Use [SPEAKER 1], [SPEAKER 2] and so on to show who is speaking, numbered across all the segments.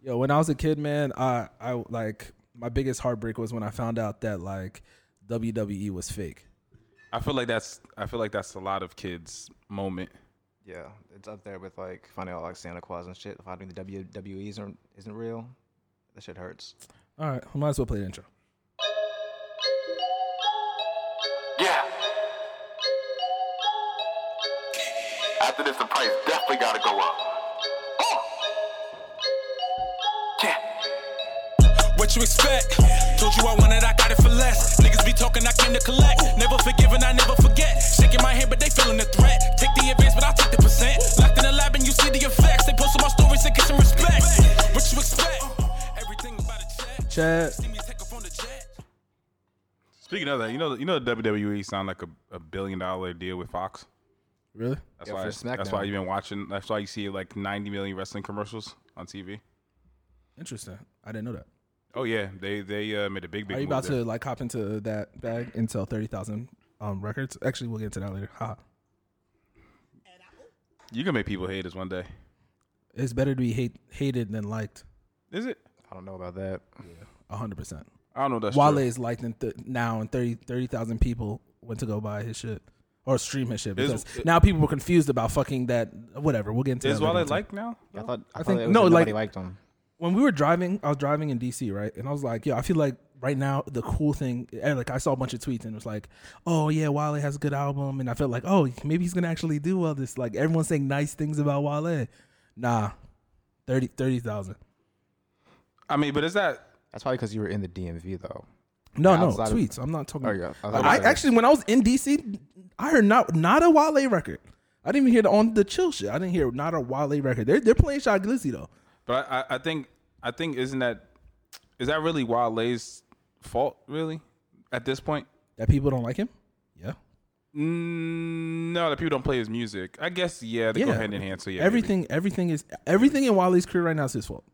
[SPEAKER 1] Yo, when I was a kid, man, I I like my biggest heartbreak was when I found out that like WWE was fake.
[SPEAKER 2] I feel like that's I feel like that's a lot of kids' moment.
[SPEAKER 3] Yeah, it's up there with like finding out like Santa Claus and shit. Finding the WWE isn't isn't real. That shit hurts.
[SPEAKER 1] All right, we might as well play the intro.
[SPEAKER 4] Yeah. After this, the price definitely gotta go up. Oh. Yeah.
[SPEAKER 5] What you expect? Told you I wanted, I got it for less. Niggas be talking, I came to collect. Never forgiving, I never forget. Shaking my hand, but they feeling the threat. Take the advance, but I take the percent. Locked in the lab and you see the effects. They posted my stories and get some respect. What you expect? Everything about a check.
[SPEAKER 1] Chat.
[SPEAKER 5] See me take up on the jet.
[SPEAKER 2] Speaking of that, you know, you know, WWE sound E like a, a billion dollar deal with Fox.
[SPEAKER 1] Really?
[SPEAKER 2] That's
[SPEAKER 3] Yeah,
[SPEAKER 2] why.
[SPEAKER 3] for
[SPEAKER 2] That's
[SPEAKER 3] SmackDown.
[SPEAKER 2] why you've been watching. That's why you see like ninety million wrestling commercials on TV.
[SPEAKER 1] Interesting. I didn't know that.
[SPEAKER 2] Oh yeah, they they uh, made a big big.
[SPEAKER 1] Are you
[SPEAKER 2] move
[SPEAKER 1] about
[SPEAKER 2] there.
[SPEAKER 1] to like hop into that bag and sell thirty thousand um records? Actually, we'll get into that later. Ha.
[SPEAKER 2] You can make people hate us one day.
[SPEAKER 1] It's better to be hate, hated than liked.
[SPEAKER 2] Is it?
[SPEAKER 3] I don't know about that.
[SPEAKER 1] hundred percent.
[SPEAKER 2] I don't know. if That's
[SPEAKER 1] Wale
[SPEAKER 2] true.
[SPEAKER 1] is liked in th- now, and 30 30,000 people went to go buy his shit or stream his shit because
[SPEAKER 2] Is-
[SPEAKER 1] now people were confused about fucking that. Whatever. We'll get into
[SPEAKER 2] Is
[SPEAKER 1] that. later.
[SPEAKER 2] Wale liked now?
[SPEAKER 3] I thought I,
[SPEAKER 1] I
[SPEAKER 3] thought
[SPEAKER 1] think-
[SPEAKER 3] it was
[SPEAKER 1] no,
[SPEAKER 3] no,
[SPEAKER 1] like-
[SPEAKER 3] nobody liked him.
[SPEAKER 1] when we were driving, I was driving in DC, right? And I was like, yo, I feel like right now the cool thing, and, like I saw a bunch of tweets and it was like, oh yeah, Wale has a good album, and I felt like, oh, maybe he's gonna actually do well. This like everyone's saying nice things about Wale. Nah, 30 30,000.
[SPEAKER 2] I mean, but is that
[SPEAKER 3] That's probably because you were in the DMV though.
[SPEAKER 1] no, no
[SPEAKER 3] outside of-
[SPEAKER 1] tweets. I'm not talking.
[SPEAKER 3] Oh, yeah. I thought
[SPEAKER 1] I
[SPEAKER 3] it was-
[SPEAKER 1] actually, when I was in DC, I heard not not a Wale record. I didn't even hear the on the chill shit. I didn't hear not a Wale record. They're they're playing Shot Glizzy though.
[SPEAKER 2] But I, I, I think I think isn't that is that really Wale's fault really at this point?
[SPEAKER 1] That people don't like him. Yeah.
[SPEAKER 2] Mm, no, the people don't play his music. I guess yeah, they go hand in hand. So yeah, maybe.
[SPEAKER 1] everything, everything is everything in Wale's career right now is his fault.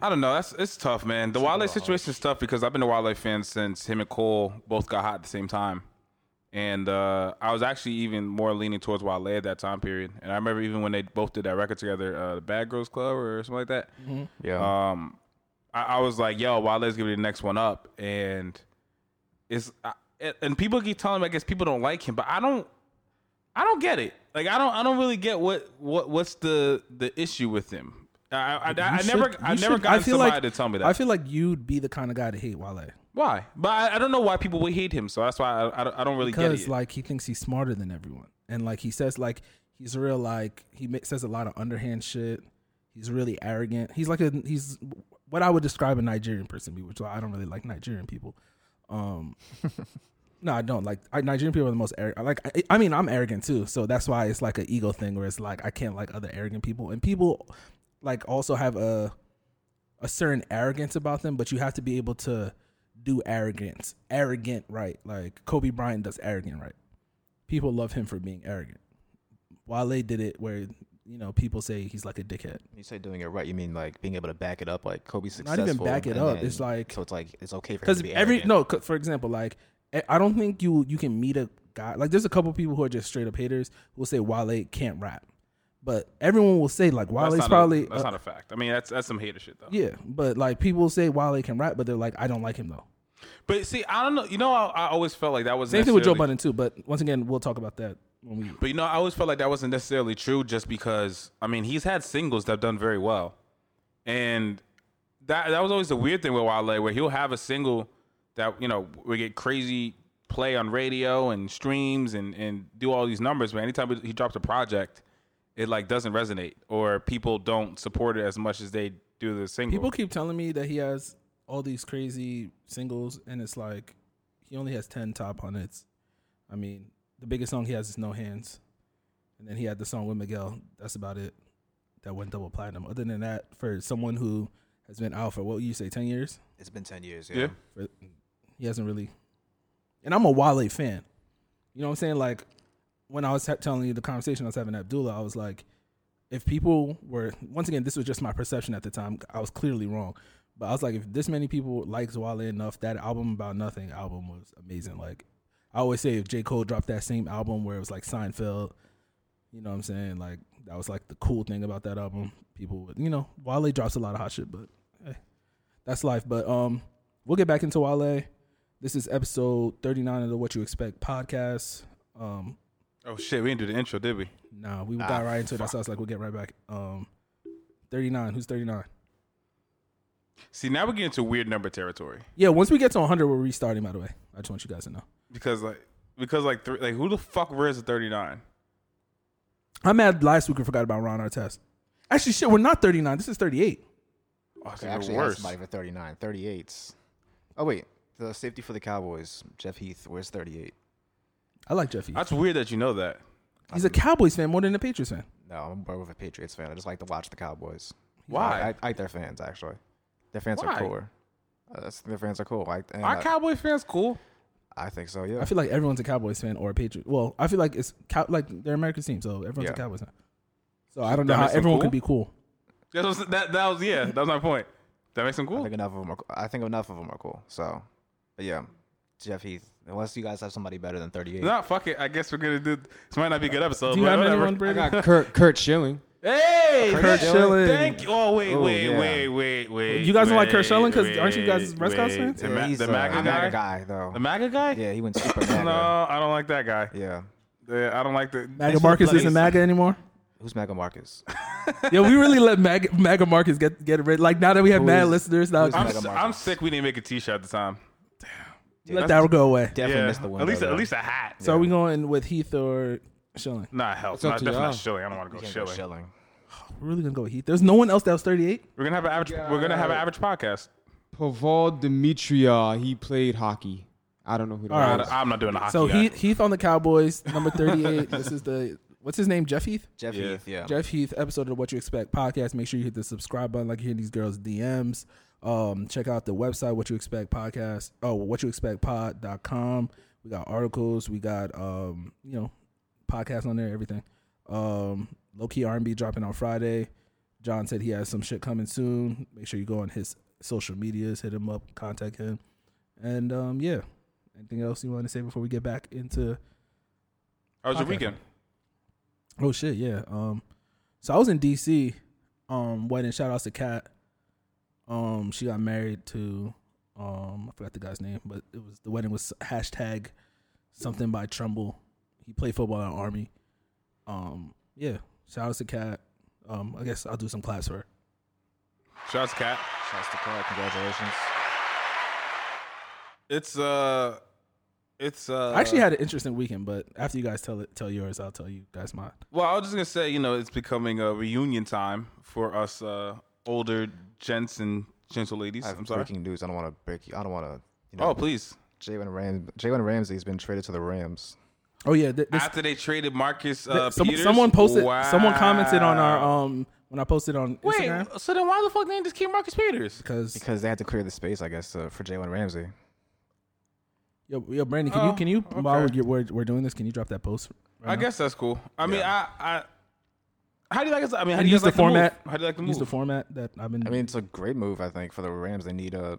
[SPEAKER 2] I don't know. That's it's tough, man. The Wale situation is tough because I've been a Wale fan since him and Cole both got hot at the same time, and uh, I was actually even more leaning towards Wale at that time period. And I remember even when they both did that record together, uh, the Bad Girls Club or something like that.
[SPEAKER 3] Yeah.
[SPEAKER 2] um, I, I was like, yo, Wale's gonna be the next one up, and it's I, and- and people keep telling me, I guess people don't like him, but I don't, I don't get it. Like I don't, I don't really get what what what's the the issue with him. I I, I, I
[SPEAKER 1] You
[SPEAKER 2] never
[SPEAKER 1] should-
[SPEAKER 2] I
[SPEAKER 1] you
[SPEAKER 2] never
[SPEAKER 1] should-
[SPEAKER 2] got
[SPEAKER 1] feel
[SPEAKER 2] somebody
[SPEAKER 1] like-
[SPEAKER 2] to tell me that.
[SPEAKER 1] I feel like you'd be the kind of guy to hate Wale
[SPEAKER 2] why? But I, I don't know why people would hate him. So that's why I, I, don't- I don't really get it.
[SPEAKER 1] because
[SPEAKER 2] yet.
[SPEAKER 1] like he thinks he's smarter than everyone, and like he says like he's real like he ma- says a lot of underhand shit. He's really arrogant. He's like a he's what I would describe a Nigerian person to be, which I don't really like Nigerian people. Um, no, I don't like I, Nigerian people are the most arrogant. Like I, I mean, I'm arrogant too, so that's why it's like an ego thing where it's like I can't like other arrogant people, and people like also have a a certain arrogance about them, but you have to be able to do arrogance, arrogant right. Like Kobe Bryant does arrogant right. People love him for being arrogant. Wale did it where you know people say he's like a dickhead.
[SPEAKER 3] you say doing it right, you mean like being able to back it up, like Kobe's
[SPEAKER 1] Not
[SPEAKER 3] successful.
[SPEAKER 1] even back it
[SPEAKER 3] and
[SPEAKER 1] up, it's like-
[SPEAKER 3] so it's like it's okay for him
[SPEAKER 1] because
[SPEAKER 3] to be
[SPEAKER 1] every
[SPEAKER 3] arrogant.
[SPEAKER 1] no c- for example like I- i don't think you you can meet a guy like there's a couple people who are just straight up haters who will say wale can't rap but everyone will say like
[SPEAKER 2] That's
[SPEAKER 1] wale's
[SPEAKER 2] not a-
[SPEAKER 1] probably
[SPEAKER 2] that's
[SPEAKER 1] uh,
[SPEAKER 2] not a fact. I mean, that's that's some hater shit though.
[SPEAKER 1] yeah but like people say wale can rap but they're like i don't like him though
[SPEAKER 2] But see, I don't know. You know, I, I always felt like that was
[SPEAKER 1] same thing with joe
[SPEAKER 2] necessarily-
[SPEAKER 1] budden too but once again we'll talk about that when we
[SPEAKER 2] But you know, I always felt like that wasn't necessarily true just because I mean he's had singles that have done very well. And that that was always the weird thing with Wale where he'll have a single that, you know, we get crazy play on radio and streams and, and do all these numbers, but anytime he drops a project, it like doesn't resonate or people don't support it as much as they do the single.
[SPEAKER 1] people keep telling me that he has all these crazy singles and it's like he only has 10 top hundreds i mean the biggest song he has is no hands and then he had the song with miguel that's about it that went double platinum other than that for someone who has been out for what would you say 10 years
[SPEAKER 3] It's been ten years.
[SPEAKER 2] yeah.
[SPEAKER 3] Yeah.
[SPEAKER 1] for, he hasn't really and i'm a wale fan you know what i'm saying like when i was ha- telling you the conversation i was having at abdullah i was like if people were once again this was just my perception at the time i was clearly wrong but i was like if this many people liked wale enough that album about nothing album was amazing like i always say if j cole dropped that same album where it was like seinfeld you know what i'm saying like That was like the cool thing about that album. People would, you know, Wale drops a lot of hot shit, but hey, that's life. But um, we'll get back into Wale. This is episode 39 of the What You Expect podcast. Um,
[SPEAKER 2] Oh shit, we didn't do the intro, did we?
[SPEAKER 1] nah, we got right into it. That's why I was like, we'll get right back. Um, 39. Who's 39?
[SPEAKER 2] See, now we get into weird number territory
[SPEAKER 1] Yeah, once we get to 100, we're restarting, by the way. I just want you guys to know.
[SPEAKER 2] because like because like three, like who the fuck wears a thirty nine?
[SPEAKER 1] I'm mad last week we forgot about Ron Artest. Actually, shit, we're not 39. This is 38.
[SPEAKER 2] Oh, it's
[SPEAKER 3] I
[SPEAKER 2] even
[SPEAKER 3] actually had
[SPEAKER 2] worse.
[SPEAKER 3] somebody for 39, 38s. Oh wait, the safety for the Cowboys, Jeff Heath, where's 38?
[SPEAKER 1] I like Jeffy.
[SPEAKER 2] That's weird that you know that.
[SPEAKER 1] He's a Cowboys fan more than a Patriots fan.
[SPEAKER 3] No, I'm more of a Patriots fan. I just like to watch the Cowboys.
[SPEAKER 2] Why?
[SPEAKER 3] I, I like their fans actually. Their fans
[SPEAKER 2] Why?
[SPEAKER 3] are cool. Uh, that's, their fans are cool. I, and
[SPEAKER 2] Our
[SPEAKER 3] I,
[SPEAKER 2] Cowboy fans cool.
[SPEAKER 3] I think so. Yeah.
[SPEAKER 1] I feel like everyone's a Cowboys fan or a Patriot. Well, I feel like it's cow- like they're America's team, so everyone's a
[SPEAKER 3] Yeah.
[SPEAKER 1] Cowboys fan. So I don't know
[SPEAKER 2] That
[SPEAKER 1] how
[SPEAKER 2] makes them
[SPEAKER 1] everyone
[SPEAKER 2] cool?
[SPEAKER 1] could be cool.
[SPEAKER 2] That was that, that was yeah. That was my point. That makes them
[SPEAKER 3] I
[SPEAKER 2] cool.
[SPEAKER 3] think enough of them are. I think enough of them are cool. So, but yeah, Jeff Heath. Unless you guys have somebody better than 38.
[SPEAKER 2] No, fuck it. I guess we're gonna do. This might not be a good episode.
[SPEAKER 1] Do you
[SPEAKER 2] but
[SPEAKER 1] have
[SPEAKER 2] whatever.
[SPEAKER 1] anyone,
[SPEAKER 6] I
[SPEAKER 1] Brady?
[SPEAKER 6] got Kurt, Kurt Schilling.
[SPEAKER 2] Hey,
[SPEAKER 3] Kurt
[SPEAKER 2] Kurt
[SPEAKER 3] Schilling.
[SPEAKER 2] Schilling. Thank you. Oh wait,
[SPEAKER 3] Oh,
[SPEAKER 2] wait,
[SPEAKER 3] yeah.
[SPEAKER 2] wait, wait, wait.
[SPEAKER 1] You guys don't like
[SPEAKER 2] wait,
[SPEAKER 1] Kurt Schilling? 'Cause aren't you guys
[SPEAKER 2] wait,
[SPEAKER 1] Redskins
[SPEAKER 2] wait.
[SPEAKER 1] fans?
[SPEAKER 2] The,
[SPEAKER 3] Yeah,
[SPEAKER 2] ma-
[SPEAKER 3] he's
[SPEAKER 2] the
[SPEAKER 3] a-
[SPEAKER 2] MAGA
[SPEAKER 3] I'm
[SPEAKER 2] guy?
[SPEAKER 3] not a guy though.
[SPEAKER 2] The MAGA guy?
[SPEAKER 3] yeah, he went super MAGA.
[SPEAKER 2] No, I don't like that guy.
[SPEAKER 3] Yeah.
[SPEAKER 2] Yeah, I don't like the
[SPEAKER 1] MAGA Marcus
[SPEAKER 2] Like-
[SPEAKER 1] isn't MAGA anymore.
[SPEAKER 3] Who's MAGA Marcus?
[SPEAKER 1] yeah, we really let MAGA, MAGA Marcus get get rid. Like now that we have
[SPEAKER 3] Who
[SPEAKER 1] mad
[SPEAKER 3] is-
[SPEAKER 1] listeners,
[SPEAKER 3] who
[SPEAKER 1] now
[SPEAKER 3] is
[SPEAKER 1] let
[SPEAKER 2] I'm,
[SPEAKER 3] Mega
[SPEAKER 2] s-
[SPEAKER 3] Marcus.
[SPEAKER 2] I'm sick. We didn't make a T-shirt at the time.
[SPEAKER 1] that go away.
[SPEAKER 3] Definitely missed the window.
[SPEAKER 2] at least
[SPEAKER 3] though.
[SPEAKER 2] at least a hat.
[SPEAKER 1] So are we going with Heath or Schilling?
[SPEAKER 2] Nah, hell,
[SPEAKER 6] up
[SPEAKER 2] not,
[SPEAKER 6] to
[SPEAKER 2] that's
[SPEAKER 6] y'all.
[SPEAKER 2] not shilling. I don't want to
[SPEAKER 3] You
[SPEAKER 2] go
[SPEAKER 3] can't go
[SPEAKER 2] shilling.
[SPEAKER 3] Schilling.
[SPEAKER 1] We're really gonna go with Heath. There's no one else that was 38.
[SPEAKER 2] We're gonna have an average. We're gonna have an average podcast.
[SPEAKER 6] Pavel Dimitrov, he played hockey. I don't know who that
[SPEAKER 1] All
[SPEAKER 2] I,
[SPEAKER 1] right.
[SPEAKER 6] is.
[SPEAKER 2] am not doing the hockey.
[SPEAKER 1] So
[SPEAKER 2] guy.
[SPEAKER 1] Heath, Heath on the Cowboys, number 38. this is the what's his name? Jeff Heath.
[SPEAKER 3] Jeff
[SPEAKER 2] Yeah.
[SPEAKER 3] Heath. Yeah.
[SPEAKER 1] Jeff Heath episode of What You Expect podcast. Make sure you hit the subscribe button, like you hear these girls' DMs. Um, check out the website, What You Expect podcast. Oh, What You Expect pod.com. We got articles, we got, um, you know, podcasts on there, everything. Um, low key R&B dropping on Friday. John said he has some shit coming soon. Make sure you go on his social medias, hit him up, contact him. And um, yeah, anything else you want to say before we get back into
[SPEAKER 2] How was your
[SPEAKER 1] Okay.
[SPEAKER 2] weekend?
[SPEAKER 1] Oh shit, yeah. Um, so I was in DC, um, wedding. Shout outs to Kat. Um, she got married to, um, I forgot the guy's name, but it was the wedding was hashtag something by Trumbull. He played football in the army. Um, yeah. Shout outs to Kat. Um, I guess I'll do some claps for her.
[SPEAKER 2] Shouts to Cat.
[SPEAKER 3] Shouts to Clark. Congratulations.
[SPEAKER 2] It's uh, it's uh.
[SPEAKER 1] I actually had an interesting weekend, but after you guys tell it, tell yours, I'll tell you guys mine.
[SPEAKER 2] Well, I was just gonna say, you know, it's becoming a reunion time for us uh older gents and gentle ladies.
[SPEAKER 3] I have
[SPEAKER 2] I'm sorry.
[SPEAKER 3] breaking news. I don't want to break you. I don't want to. You know,
[SPEAKER 2] Oh, please.
[SPEAKER 3] Jalen Ram. Jalen Ramsey's been traded to the Rams.
[SPEAKER 1] Oh yeah, th- this,
[SPEAKER 2] After they traded Marcus uh,
[SPEAKER 1] some-
[SPEAKER 2] Peters,
[SPEAKER 1] someone posted, someone commented on our
[SPEAKER 2] Wow.
[SPEAKER 1] um when I posted on
[SPEAKER 2] Wait,
[SPEAKER 1] Instagram
[SPEAKER 2] so then why the fuck they didn't just keep Marcus Peters?
[SPEAKER 1] because
[SPEAKER 3] Because they had to clear the space, I guess, uh, for Jalen Ramsey.
[SPEAKER 1] Yo, yo, Brandon, can you
[SPEAKER 2] Oh,
[SPEAKER 1] can you while
[SPEAKER 2] okay.
[SPEAKER 1] we're, we're we're doing this, can you drop that post? right
[SPEAKER 2] I
[SPEAKER 1] now?
[SPEAKER 2] guess that's cool. I mean, I, I, how do you like? us- I mean, how
[SPEAKER 1] And
[SPEAKER 2] do you
[SPEAKER 1] use
[SPEAKER 2] guys
[SPEAKER 1] the
[SPEAKER 2] like
[SPEAKER 1] format.
[SPEAKER 2] The move? How do you like the move?
[SPEAKER 1] Use the format that I've been.
[SPEAKER 3] I mean, it's a great move, I think, for the Rams. They need a.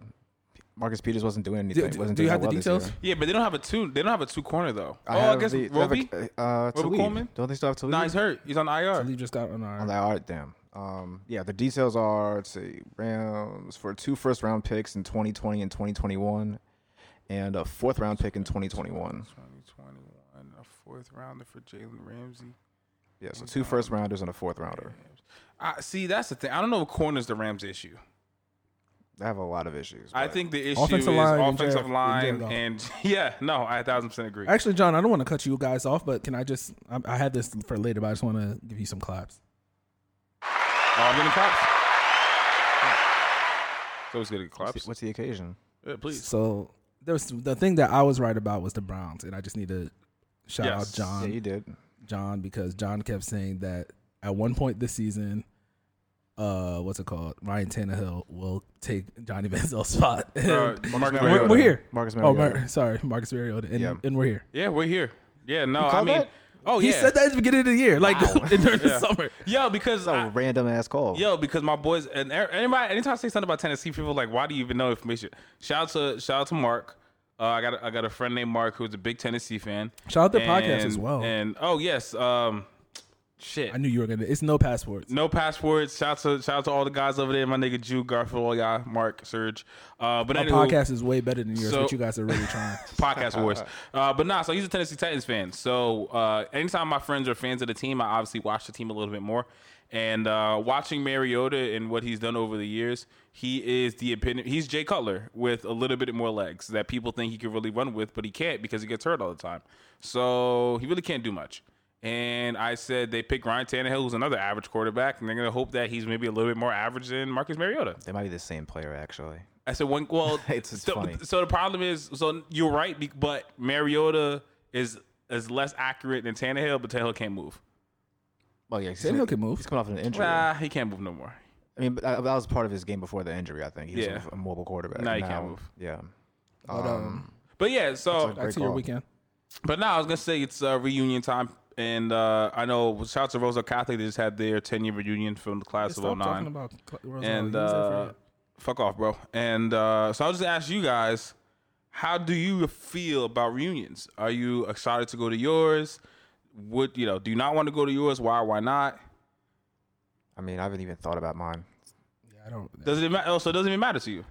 [SPEAKER 3] Marcus Peters wasn't doing
[SPEAKER 1] do,
[SPEAKER 3] anything.
[SPEAKER 1] do-
[SPEAKER 3] wasn't
[SPEAKER 1] do you
[SPEAKER 3] doing
[SPEAKER 1] have
[SPEAKER 3] that
[SPEAKER 1] the
[SPEAKER 3] well this year.
[SPEAKER 1] details?
[SPEAKER 2] yeah, but they don't have a two. They don't have a two corner though.
[SPEAKER 3] I
[SPEAKER 2] oh, I
[SPEAKER 3] have
[SPEAKER 2] guess
[SPEAKER 3] the- they have a-
[SPEAKER 2] Roby.
[SPEAKER 3] uh, Talib.
[SPEAKER 2] Coleman?
[SPEAKER 3] Don't they still have Talib?
[SPEAKER 2] Nah, he's hurt. He's on IR.
[SPEAKER 1] Lee just got on
[SPEAKER 3] I'm
[SPEAKER 1] our.
[SPEAKER 3] like, all right, damn. Um, yeah, the details are let's see, Rams for two first round picks in 2020 and 2021, and a fourth round pick in 2021.
[SPEAKER 2] 2021, a fourth rounder for Jalen Ramsey.
[SPEAKER 3] Yeah, so two first rounders and a fourth rounder.
[SPEAKER 2] I see. That's the thing. I don't know if corner's the Rams' issue.
[SPEAKER 3] They have a lot of issues.
[SPEAKER 2] I
[SPEAKER 3] but
[SPEAKER 2] think the issue
[SPEAKER 1] Offensive
[SPEAKER 2] is
[SPEAKER 1] line and
[SPEAKER 2] offensive
[SPEAKER 1] Jared-
[SPEAKER 2] line,
[SPEAKER 1] and Jared
[SPEAKER 2] and yeah, no, I a thousand percent agree.
[SPEAKER 1] Actually, John, I don't want to cut you guys off, but can I just? I, I had this for later, but I just want to give you some claps.
[SPEAKER 2] Oh, I'm getting claps. It's always good to get
[SPEAKER 3] what's
[SPEAKER 2] claps.
[SPEAKER 3] the, what's the occasion?
[SPEAKER 2] Yeah, please.
[SPEAKER 1] So there's the thing that I was right about was the Browns, and I just need to shout
[SPEAKER 2] Yes.
[SPEAKER 1] out John.
[SPEAKER 3] yeah, you did.
[SPEAKER 1] John because John kept saying that at one point this season, uh, what's it called? Ryan Tannehill will take Johnny Manziel's spot.
[SPEAKER 2] Uh, Marcus
[SPEAKER 1] we're, we're here.
[SPEAKER 3] Marcus
[SPEAKER 1] Oh,
[SPEAKER 3] Mariota.
[SPEAKER 1] Mar- sorry, Marcus Mariota, and,
[SPEAKER 3] Yeah.
[SPEAKER 1] and we're here.
[SPEAKER 2] Yeah, we're here. Yeah, no, I
[SPEAKER 3] called
[SPEAKER 2] mean,
[SPEAKER 3] that?
[SPEAKER 2] oh
[SPEAKER 1] He
[SPEAKER 2] yeah,
[SPEAKER 1] said that at the beginning of the year, like during the summer.
[SPEAKER 2] Yo, because
[SPEAKER 3] It's a
[SPEAKER 2] I-
[SPEAKER 3] random ass call.
[SPEAKER 2] yo, because my boys and e- anybody, anytime I say something about Tennessee, people are like, why do you even know information? Shout out to shout out to Mark. Uh, I got a, I got a friend named Mark who's a big Tennessee fan.
[SPEAKER 1] Shout out their podcast
[SPEAKER 2] And-
[SPEAKER 1] as well.
[SPEAKER 2] And oh yes, um, Shit.
[SPEAKER 1] I knew you were gonna. It's no passports.
[SPEAKER 2] No passports. Shout to shout out to all the guys over there. My nigga Jew, Garfield, all y'all, Mark, Serge. Uh, but
[SPEAKER 1] My
[SPEAKER 2] anywho,
[SPEAKER 1] podcast is way better than yours,
[SPEAKER 2] So-
[SPEAKER 1] but you guys are really trying.
[SPEAKER 2] podcast wars. Uh, but nah, so he's a Tennessee Titans fan. So uh, anytime my friends are fans of the team, I obviously watch the team a little bit more. And uh, watching Mariota and what he's done over the years, he is the opinion. He's Jay Cutler with a little bit more legs that people think he can really run with, but he can't because he gets hurt all the time. So he really can't do much. And I said they pick Ryan Tannehill, who's another average quarterback, and they're going to hope that he's maybe a little bit more average than Marcus Mariota.
[SPEAKER 3] They might be the same player actually.
[SPEAKER 2] I said one. Well,
[SPEAKER 3] It's- it's
[SPEAKER 2] so,
[SPEAKER 3] funny.
[SPEAKER 2] so the problem is, so you're right, be- but Mariota is is less accurate than Tannehill, but Tannehill can't move.
[SPEAKER 3] Well, yeah, he's-
[SPEAKER 1] Tannehill can move.
[SPEAKER 3] He's coming off an injury.
[SPEAKER 2] Nah, he can't move no more.
[SPEAKER 3] I mean, but that, that was part of his game before the injury. I think he was
[SPEAKER 2] Yeah.
[SPEAKER 3] a mobile quarterback.
[SPEAKER 2] Now he can't move.
[SPEAKER 3] Yeah.
[SPEAKER 1] But, um,
[SPEAKER 2] But yeah, so
[SPEAKER 1] back
[SPEAKER 3] great
[SPEAKER 1] to your
[SPEAKER 3] call.
[SPEAKER 1] weekend.
[SPEAKER 2] but now I was gonna say it's uh, reunion time, and uh, I know shout out to Rosa Catholic. They just had their 10 year reunion from the class
[SPEAKER 1] Stop
[SPEAKER 2] of 09.
[SPEAKER 1] talking about Cl- Rosemary. He was
[SPEAKER 2] and
[SPEAKER 1] there for
[SPEAKER 2] uh,
[SPEAKER 1] it.
[SPEAKER 2] fuck off, bro. And uh, so I'll just ask you guys, how do you feel about reunions? Are you excited to go to yours? Would you know? Do you not want to go to yours? Why? Why not?
[SPEAKER 3] I mean, I haven't even thought about mine.
[SPEAKER 1] yeah, I don't.
[SPEAKER 2] Does it matter? Oh, so it doesn't even matter to you.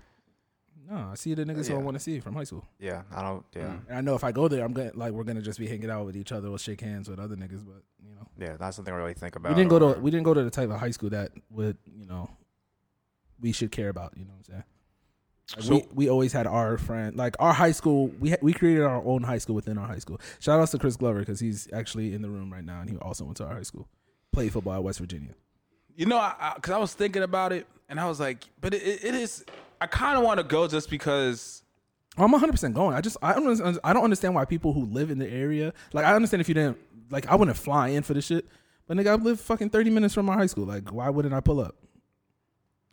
[SPEAKER 1] No, I see the niggas who I want to see from high school.
[SPEAKER 3] Yeah, I don't. Yeah,
[SPEAKER 2] Hmm.
[SPEAKER 1] And I know if I go there, I'm gonna like we're gonna just be hanging out with each other, we'll shake hands with other niggas. But you know,
[SPEAKER 3] yeah, not something I really think about.
[SPEAKER 1] we didn't go
[SPEAKER 3] or-
[SPEAKER 1] to we didn't go to the type of high school that would you know we should care about. You know what I'm saying? Like,
[SPEAKER 2] So-
[SPEAKER 1] we we always had our friend like our high school. We ha- we created our own high school within our high school. Shout outs to Chris Glover because he's actually in the room right now, and he also went to our high school. Played football at West Virginia.
[SPEAKER 2] You know, because I, 'cause I was thinking about it, and I was like, but it, it is. I kind of want to go just because.
[SPEAKER 1] I'm 100 percent going. I just I don't understand- I don't understand why people who live in the area like I understand if you didn't like I wouldn't fly in for this shit, but nigga I live fucking 30 minutes from my high school. Like why wouldn't I pull up?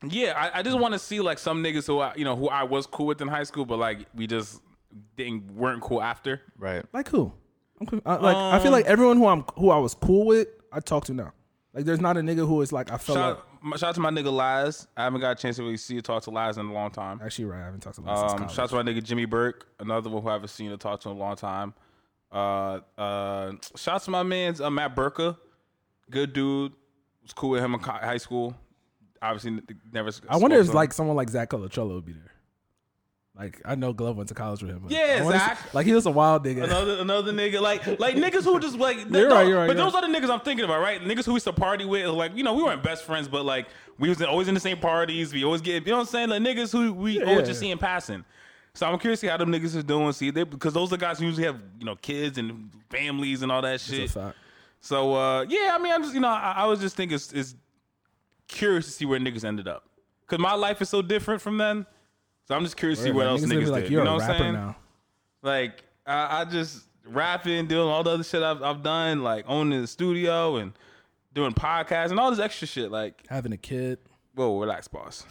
[SPEAKER 2] Yeah, I, I just want to see like some niggas who I, you know who I was cool with in high school, but like we just didn't weren't cool after.
[SPEAKER 3] Right.
[SPEAKER 1] Like who? I'm conf- I, like I feel
[SPEAKER 2] Um,
[SPEAKER 1] like everyone who I'm who I was cool with I talk to now. Like there's not a nigga who is like I felt
[SPEAKER 2] Shout,
[SPEAKER 1] like
[SPEAKER 2] my- shout out to my nigga Lies. I haven't got a chance to really see or talk to Lies in a long time.
[SPEAKER 1] actually right I haven't talked to him since
[SPEAKER 2] Um,
[SPEAKER 1] college.
[SPEAKER 2] shout out to my nigga Jimmy Burke, another one who I haven't seen or talked to in a long time. Uh, uh, shout out to my man's uh, Matt Burka, good dude. Was cool with him in co- high school. Obviously, n- never. s-
[SPEAKER 1] I wonder
[SPEAKER 2] spoke
[SPEAKER 1] if
[SPEAKER 2] to him.
[SPEAKER 1] like someone like Zach Colatrello would be there. Like I know Glove went to college with him. but
[SPEAKER 2] Yeah,
[SPEAKER 1] I wanna see-
[SPEAKER 2] Zach.
[SPEAKER 1] like he was a wild nigga.
[SPEAKER 2] another another nigga like like niggas who just like
[SPEAKER 1] You're right, you're right,
[SPEAKER 2] but
[SPEAKER 1] you're
[SPEAKER 2] those are the niggas I'm thinking about, right? Niggas who we used to party with, like you know, we weren't best friends, but like we was always in the same parties. We always get, you know what I'm saying? Like niggas who we
[SPEAKER 1] yeah,
[SPEAKER 2] always just
[SPEAKER 1] yeah.
[SPEAKER 2] see in passing. So I'm curious to see how them niggas is doing. See they because those are guys who usually have you know kids and families and all that
[SPEAKER 1] It's a
[SPEAKER 2] shit.
[SPEAKER 1] fact.
[SPEAKER 2] So uh, yeah, I mean, I'm just you know, I, I was just thinking it's, it's curious to see where niggas ended up because my life is so different from then. So I'm just curious to see what
[SPEAKER 1] Like,
[SPEAKER 2] else
[SPEAKER 1] gonna be
[SPEAKER 2] niggas
[SPEAKER 1] like
[SPEAKER 2] did.
[SPEAKER 1] you're
[SPEAKER 2] you
[SPEAKER 1] a
[SPEAKER 2] know what I'm
[SPEAKER 1] rapper
[SPEAKER 2] saying?
[SPEAKER 1] now.
[SPEAKER 2] Like I, I just rapping, doing all the other shit I've, I've done, like owning the studio and doing podcasts and all this extra shit. Like,
[SPEAKER 1] Having a kid.
[SPEAKER 2] whoa, relax, boss.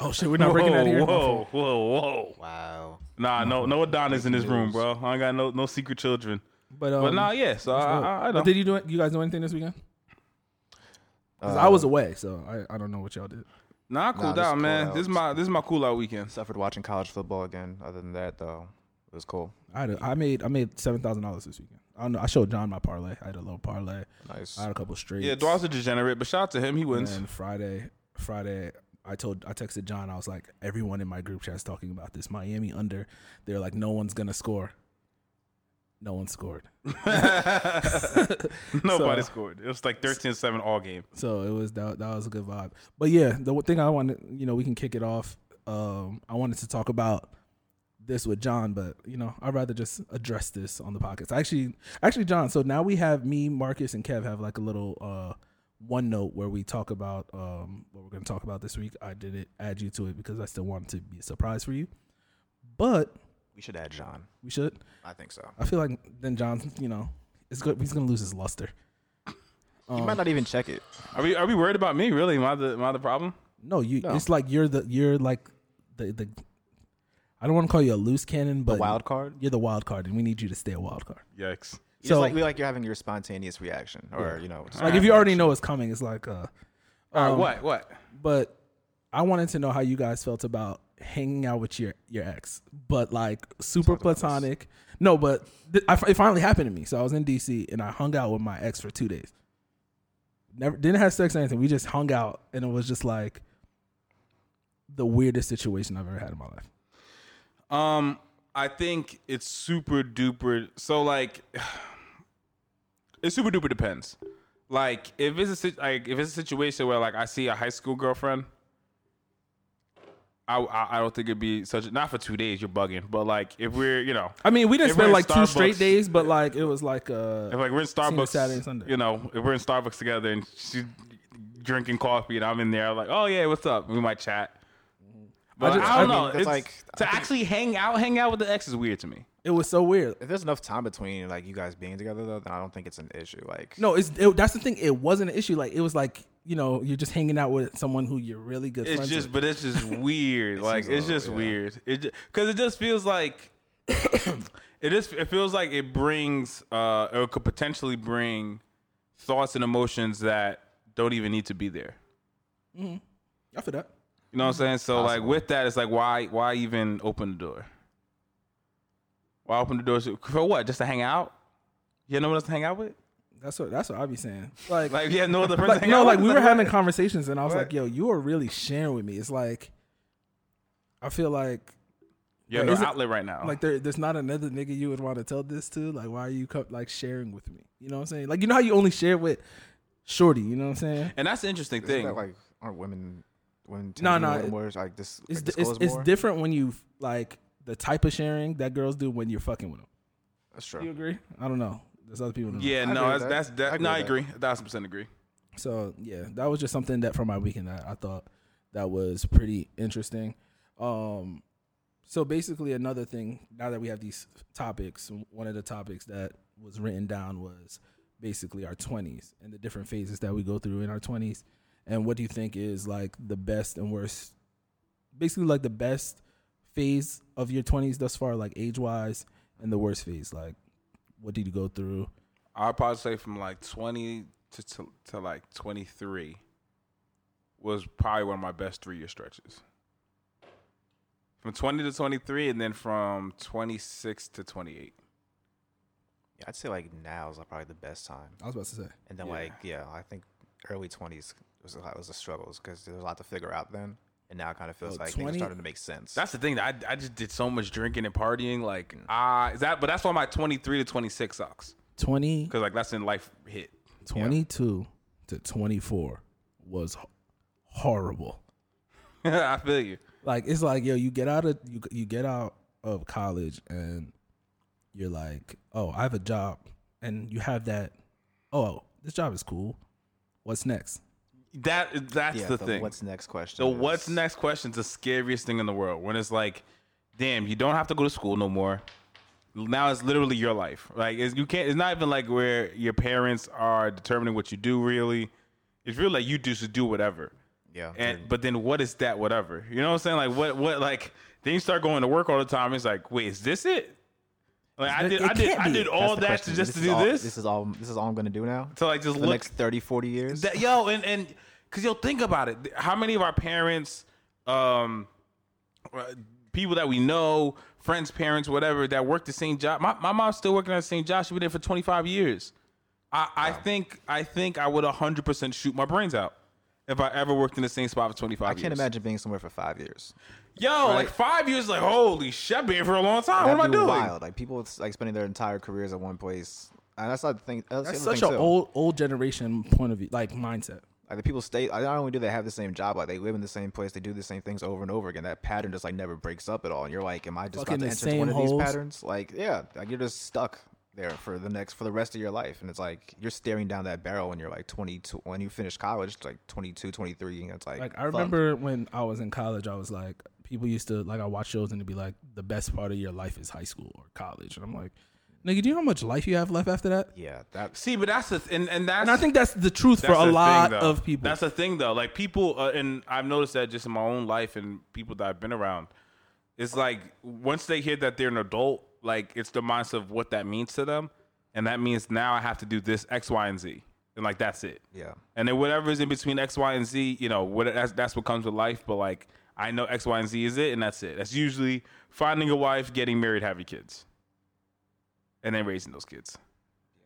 [SPEAKER 1] Oh shit, we're not
[SPEAKER 2] Whoa,
[SPEAKER 1] breaking out of here. My fault.
[SPEAKER 2] whoa, whoa, whoa.
[SPEAKER 3] Wow.
[SPEAKER 2] Nah, no, no Adonis in this room, bro. I ain't got no, no secret children.
[SPEAKER 1] But, um,
[SPEAKER 2] But nah, yeah. So I,
[SPEAKER 1] dope.
[SPEAKER 2] I, I
[SPEAKER 1] But
[SPEAKER 2] don't.
[SPEAKER 1] did you do it? You guys do anything this weekend? 'Cause
[SPEAKER 3] Uh,
[SPEAKER 1] I
[SPEAKER 2] Uh,
[SPEAKER 1] was away, so I, I don't know what y'all did.
[SPEAKER 2] Nah, I cooled
[SPEAKER 3] this
[SPEAKER 2] out,
[SPEAKER 3] cool
[SPEAKER 2] man.
[SPEAKER 3] out.
[SPEAKER 2] This is my this is my cool out weekend.
[SPEAKER 3] Suffered watching college football again. Other than that, though, it was cool.
[SPEAKER 1] I had a, I made I made seven thousand dollars this weekend. I don't know. I showed John my parlay. I had a little parlay.
[SPEAKER 3] Nice.
[SPEAKER 1] I had a couple straights.
[SPEAKER 2] Yeah, Dwarf's a degenerate, but shout out to him. He
[SPEAKER 1] And
[SPEAKER 2] wins.
[SPEAKER 1] then Friday, Friday, I told I texted John. I was like, everyone in my group chat's talking about this Miami under. They're like, no one's gonna score. No one scored.
[SPEAKER 2] Nobody
[SPEAKER 1] So-
[SPEAKER 2] scored. It was like 13-7 all game.
[SPEAKER 1] So it was that, that was a good vibe. But yeah, the one thing I wanted, you know, we can kick it off. Um, I wanted to talk about this with John, but you know, I'd rather just address this on the podcast. Actually, actually, John. So now we have me, Marcus, and Kev have like a little uh one note where we talk about um what we're going to talk about this week. I didn't add you to it because I still wanted to be a surprise for you, but
[SPEAKER 3] We should add John.
[SPEAKER 1] we should.
[SPEAKER 3] I think so.
[SPEAKER 1] I feel like then John's, you know, it's good. He's going to lose his luster. Um,
[SPEAKER 3] you might not even check it.
[SPEAKER 2] Are we are we worried about me? Really? Am I the am I the problem?
[SPEAKER 1] No, you. It's like you're the you're like the the. I don't want to call you a loose cannon, but
[SPEAKER 3] wild card?
[SPEAKER 1] You're the wild card, and we need you to stay a wild card.
[SPEAKER 2] Yikes.
[SPEAKER 3] You
[SPEAKER 1] so
[SPEAKER 3] just
[SPEAKER 1] like,
[SPEAKER 3] like we like you're having your spontaneous reaction, or you know, just-
[SPEAKER 1] if you already know it's coming, it's like uh.
[SPEAKER 2] All right, what? What?
[SPEAKER 1] But I wanted to know how you guys felt about hanging out with your your ex, but like super platonic. No, but th- I, it finally happened to me. So I was in DC and I hung out with my ex for two days. Never didn't have sex or anything. We just hung out, and it was just like the weirdest situation I've ever had in my life.
[SPEAKER 2] Um, I think it's super duper. So like, it super duper depends. Like if it's a sit- like if it's a situation where like I see a high school girlfriend, I I, I don't think it'd be such not for two days. You're bugging, but like if we're you know
[SPEAKER 1] I mean, we didn't
[SPEAKER 2] If we're
[SPEAKER 1] spend like
[SPEAKER 2] at
[SPEAKER 1] two straight
[SPEAKER 2] Starbucks-
[SPEAKER 1] days, but like it was like uh,
[SPEAKER 2] if like we're in
[SPEAKER 1] Single
[SPEAKER 2] Starbucks
[SPEAKER 1] Saturday and Sunday.
[SPEAKER 2] you know if we're in Starbucks together and she's drinking coffee and I'm in there, I'm like oh yeah, what's up? We might chat. But I,
[SPEAKER 1] just-
[SPEAKER 2] I don't
[SPEAKER 1] I
[SPEAKER 2] know.
[SPEAKER 3] mean, that's
[SPEAKER 2] It's
[SPEAKER 3] like-
[SPEAKER 2] like to actually hang out, hang out with the ex is weird to me.
[SPEAKER 1] it was so weird.
[SPEAKER 3] If there's enough time between like you guys being together though, then I don't think it's an issue. Like
[SPEAKER 1] No, it's it, that's the thing. It wasn't an issue. Like it was like you know you're just hanging out with someone who you're really good
[SPEAKER 2] It's
[SPEAKER 1] friends
[SPEAKER 2] just,
[SPEAKER 1] with.
[SPEAKER 2] but it's just weird. like
[SPEAKER 3] seems a
[SPEAKER 2] it's
[SPEAKER 3] little-
[SPEAKER 2] just
[SPEAKER 3] yeah.
[SPEAKER 2] weird. It because it just feels like it is. It feels like it brings uh, or could potentially bring thoughts and emotions that don't even need to be there.
[SPEAKER 1] After that,
[SPEAKER 2] You know what I'm saying? So like with that, it's like why why even open the door? Why open the door to- for what? Just to hang out? You know what else to hang out with?
[SPEAKER 1] that's what that's what I be saying. Like,
[SPEAKER 2] Like you have no other person. to
[SPEAKER 1] like
[SPEAKER 2] hang
[SPEAKER 1] no,
[SPEAKER 2] out
[SPEAKER 1] like
[SPEAKER 2] with?
[SPEAKER 1] we were having conversations, and I was
[SPEAKER 2] What?
[SPEAKER 1] like, yo, you are really sharing with me. It's like I feel like
[SPEAKER 2] you have
[SPEAKER 1] like,
[SPEAKER 2] no
[SPEAKER 1] is it-
[SPEAKER 2] outlet right now.
[SPEAKER 1] like there, there's not another nigga you would want to tell this to. Like, why are you co- like sharing with me? You know what I'm saying? Like, you know how you only share with shorty. You know what I'm saying?
[SPEAKER 2] and that's the interesting
[SPEAKER 3] isn't
[SPEAKER 2] thing.
[SPEAKER 3] that, like aren't women women tend
[SPEAKER 1] No,
[SPEAKER 3] to be
[SPEAKER 1] no,
[SPEAKER 3] a little
[SPEAKER 1] it-
[SPEAKER 3] more like this
[SPEAKER 1] It's
[SPEAKER 3] like,
[SPEAKER 1] di- it's,
[SPEAKER 3] disclose
[SPEAKER 1] it's
[SPEAKER 3] more?
[SPEAKER 1] different when you like the type of sharing that girls do when you're fucking with them.
[SPEAKER 3] That's
[SPEAKER 1] You
[SPEAKER 3] true.
[SPEAKER 1] agree? I don't know. There's other people. That know.
[SPEAKER 2] yeah,
[SPEAKER 3] agree
[SPEAKER 2] no,
[SPEAKER 3] with
[SPEAKER 2] that's
[SPEAKER 3] that.
[SPEAKER 2] that's
[SPEAKER 3] I
[SPEAKER 2] that.
[SPEAKER 3] agree
[SPEAKER 2] no, I
[SPEAKER 3] with that.
[SPEAKER 2] agree. A thousand percent agree.
[SPEAKER 1] So yeah, that was just something that for my weekend that I thought that was pretty interesting. Um, so basically, another thing now that we have these topics, one of the topics that was written down was basically our twenties and the different phases that we go through in our twenties, and what do you think is like the best and worst, basically like the best phase of your twenties thus far, like age wise, and the worst phase, like what did you go through?
[SPEAKER 2] I'd probably say from like 20 to, to, to like 23 was probably one of my best three year stretches. From 20 to 23, and then from 26 to 28.
[SPEAKER 3] Yeah, I'd say like now is like, probably the best time.
[SPEAKER 1] I was about to say.
[SPEAKER 3] And then like yeah, I think early twenties was a lot was a struggle because there was a lot to figure out then. And now it kind of
[SPEAKER 1] Oh,
[SPEAKER 3] feels like
[SPEAKER 1] 20?
[SPEAKER 3] things starting to make sense.
[SPEAKER 2] That's the thing that I, I just did so much drinking and partying. Like, ah, is that, but that's why my 23 to 26 sucks.
[SPEAKER 1] 20
[SPEAKER 2] Cause like that's when life hit.
[SPEAKER 1] 22 to 24 was h- horrible.
[SPEAKER 2] I feel you.
[SPEAKER 1] Like it's like yo, you get out of you you get out of college and you're like, "Oh, I have a job." And you have that, "Oh, this job is cool. What's next?"
[SPEAKER 2] That, that's
[SPEAKER 3] yeah,
[SPEAKER 2] the, thing.
[SPEAKER 3] What's next question?
[SPEAKER 2] So what's
[SPEAKER 3] is-
[SPEAKER 2] next question's the scariest thing in the world when it's like, damn, you don't have to go to school no more. Now it's literally your life. Like it's, you can't. It's not even like where your parents are determining what you do. Really, it's really like you just do whatever.
[SPEAKER 3] Yeah.
[SPEAKER 2] And but then what is that? Whatever. You know what I'm saying? Like what? What? Like then you start going to work all the time. It's like, wait, is this it? Like I
[SPEAKER 1] It-
[SPEAKER 2] did.
[SPEAKER 1] it
[SPEAKER 2] I did.
[SPEAKER 1] can't
[SPEAKER 2] I
[SPEAKER 1] be.
[SPEAKER 2] did
[SPEAKER 1] That's
[SPEAKER 2] all
[SPEAKER 3] That's the
[SPEAKER 2] that
[SPEAKER 3] question.
[SPEAKER 2] to just to
[SPEAKER 3] is
[SPEAKER 2] do
[SPEAKER 3] all-
[SPEAKER 2] this.
[SPEAKER 3] This is all this is all I'm gonna do now?
[SPEAKER 2] to like just
[SPEAKER 3] the
[SPEAKER 2] look
[SPEAKER 3] next 30, 40 years.
[SPEAKER 2] that, yo, and and because yo, think about it. How many of our parents, um, uh, people that we know, friends, parents, whatever, that work the same job? My my mom's still working at the same job. She been there for twenty five years. I I think I think I would hundred percent shoot my brains out. If I ever worked in the same spot for 25
[SPEAKER 3] I
[SPEAKER 2] years.
[SPEAKER 3] can't imagine being somewhere for five years.
[SPEAKER 2] Yo, like five years, like, holy shit, I've been here for a long time. what am I
[SPEAKER 3] That'd be
[SPEAKER 2] doing?
[SPEAKER 3] Wild. Like people it's like spending their entire careers at one place. And that's not the thing. That's,
[SPEAKER 1] That's
[SPEAKER 3] the other
[SPEAKER 1] such
[SPEAKER 3] thing,
[SPEAKER 1] an
[SPEAKER 3] too.
[SPEAKER 1] old old generation point of view, like mindset.
[SPEAKER 3] Like the people stay. Like, not only do they have the same job, like they live in the same place. They do the same things over and over again. That pattern just like never breaks up at all. And you're like, am I just
[SPEAKER 1] Fucking
[SPEAKER 3] about to
[SPEAKER 1] the
[SPEAKER 3] enter into one
[SPEAKER 1] same
[SPEAKER 3] of these
[SPEAKER 1] holes.
[SPEAKER 3] patterns? Like, yeah, like you're just stuck there for the next for the rest of your life. And it's like you're staring down that barrel when you're like 22 when you finish college, like 22, 23. And it's like,
[SPEAKER 1] Like I
[SPEAKER 3] fuck.
[SPEAKER 1] remember when I was in college, I was like, people used to like I watch shows and it'd be like, the best part of your life is high school or college, and I'm like, nigga, do you know how much life you have left after that?
[SPEAKER 3] Yeah, that's
[SPEAKER 2] See, but that's the, th- and, and that's.
[SPEAKER 1] And I think that's the truth for
[SPEAKER 2] That's
[SPEAKER 1] a
[SPEAKER 2] the
[SPEAKER 1] lot
[SPEAKER 2] thing, though.
[SPEAKER 1] of people.
[SPEAKER 2] That's the thing, though. Like people, uh, and I've noticed that just in my own life and people that I've been around. It's like once they hear that they're an adult, like it's the mindset of what that means to them, and that means now I have to do this X, Y, and Z, and like that's it.
[SPEAKER 3] yeah.
[SPEAKER 2] And then whatever is in between X, Y, and Z, you know, what that's that's what comes with life. But like I know X, Y, and Z is it, and that's it. That's usually finding a wife, getting married, having kids, and then raising those kids.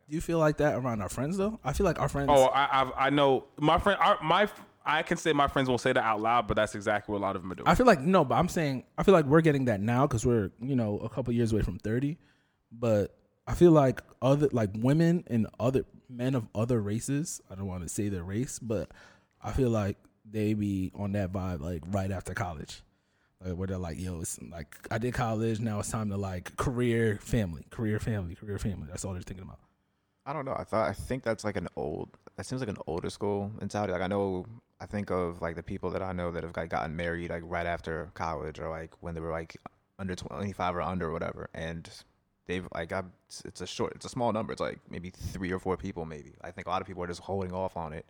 [SPEAKER 1] Do you feel like that around our friends though? I feel like our friends.
[SPEAKER 2] Oh, I I've, I know my friend. Our, my I can say my friends won't say that out loud, but that's exactly what a lot of them are doing.
[SPEAKER 1] I feel like no, but I'm saying I feel like we're getting that now because we're you know a couple years away from thirty, but I feel like other like women and other men of other races. I don't want to say their race, but I feel like they be on that vibe like right after college, like where they're like, yo, it's like I did college, now it's time to like career, family, career, family, career, family. That's all they're thinking about.
[SPEAKER 3] I don't know. I thought I think that's like an old. That seems like an older school mentality. Like I know. I think of like the people that I know that have like gotten married like right after college or like when they were like under twenty five or under or whatever, and they've like I. It's a short. It's a small number. It's like maybe three or four people. Maybe I think a lot of people are just holding off on it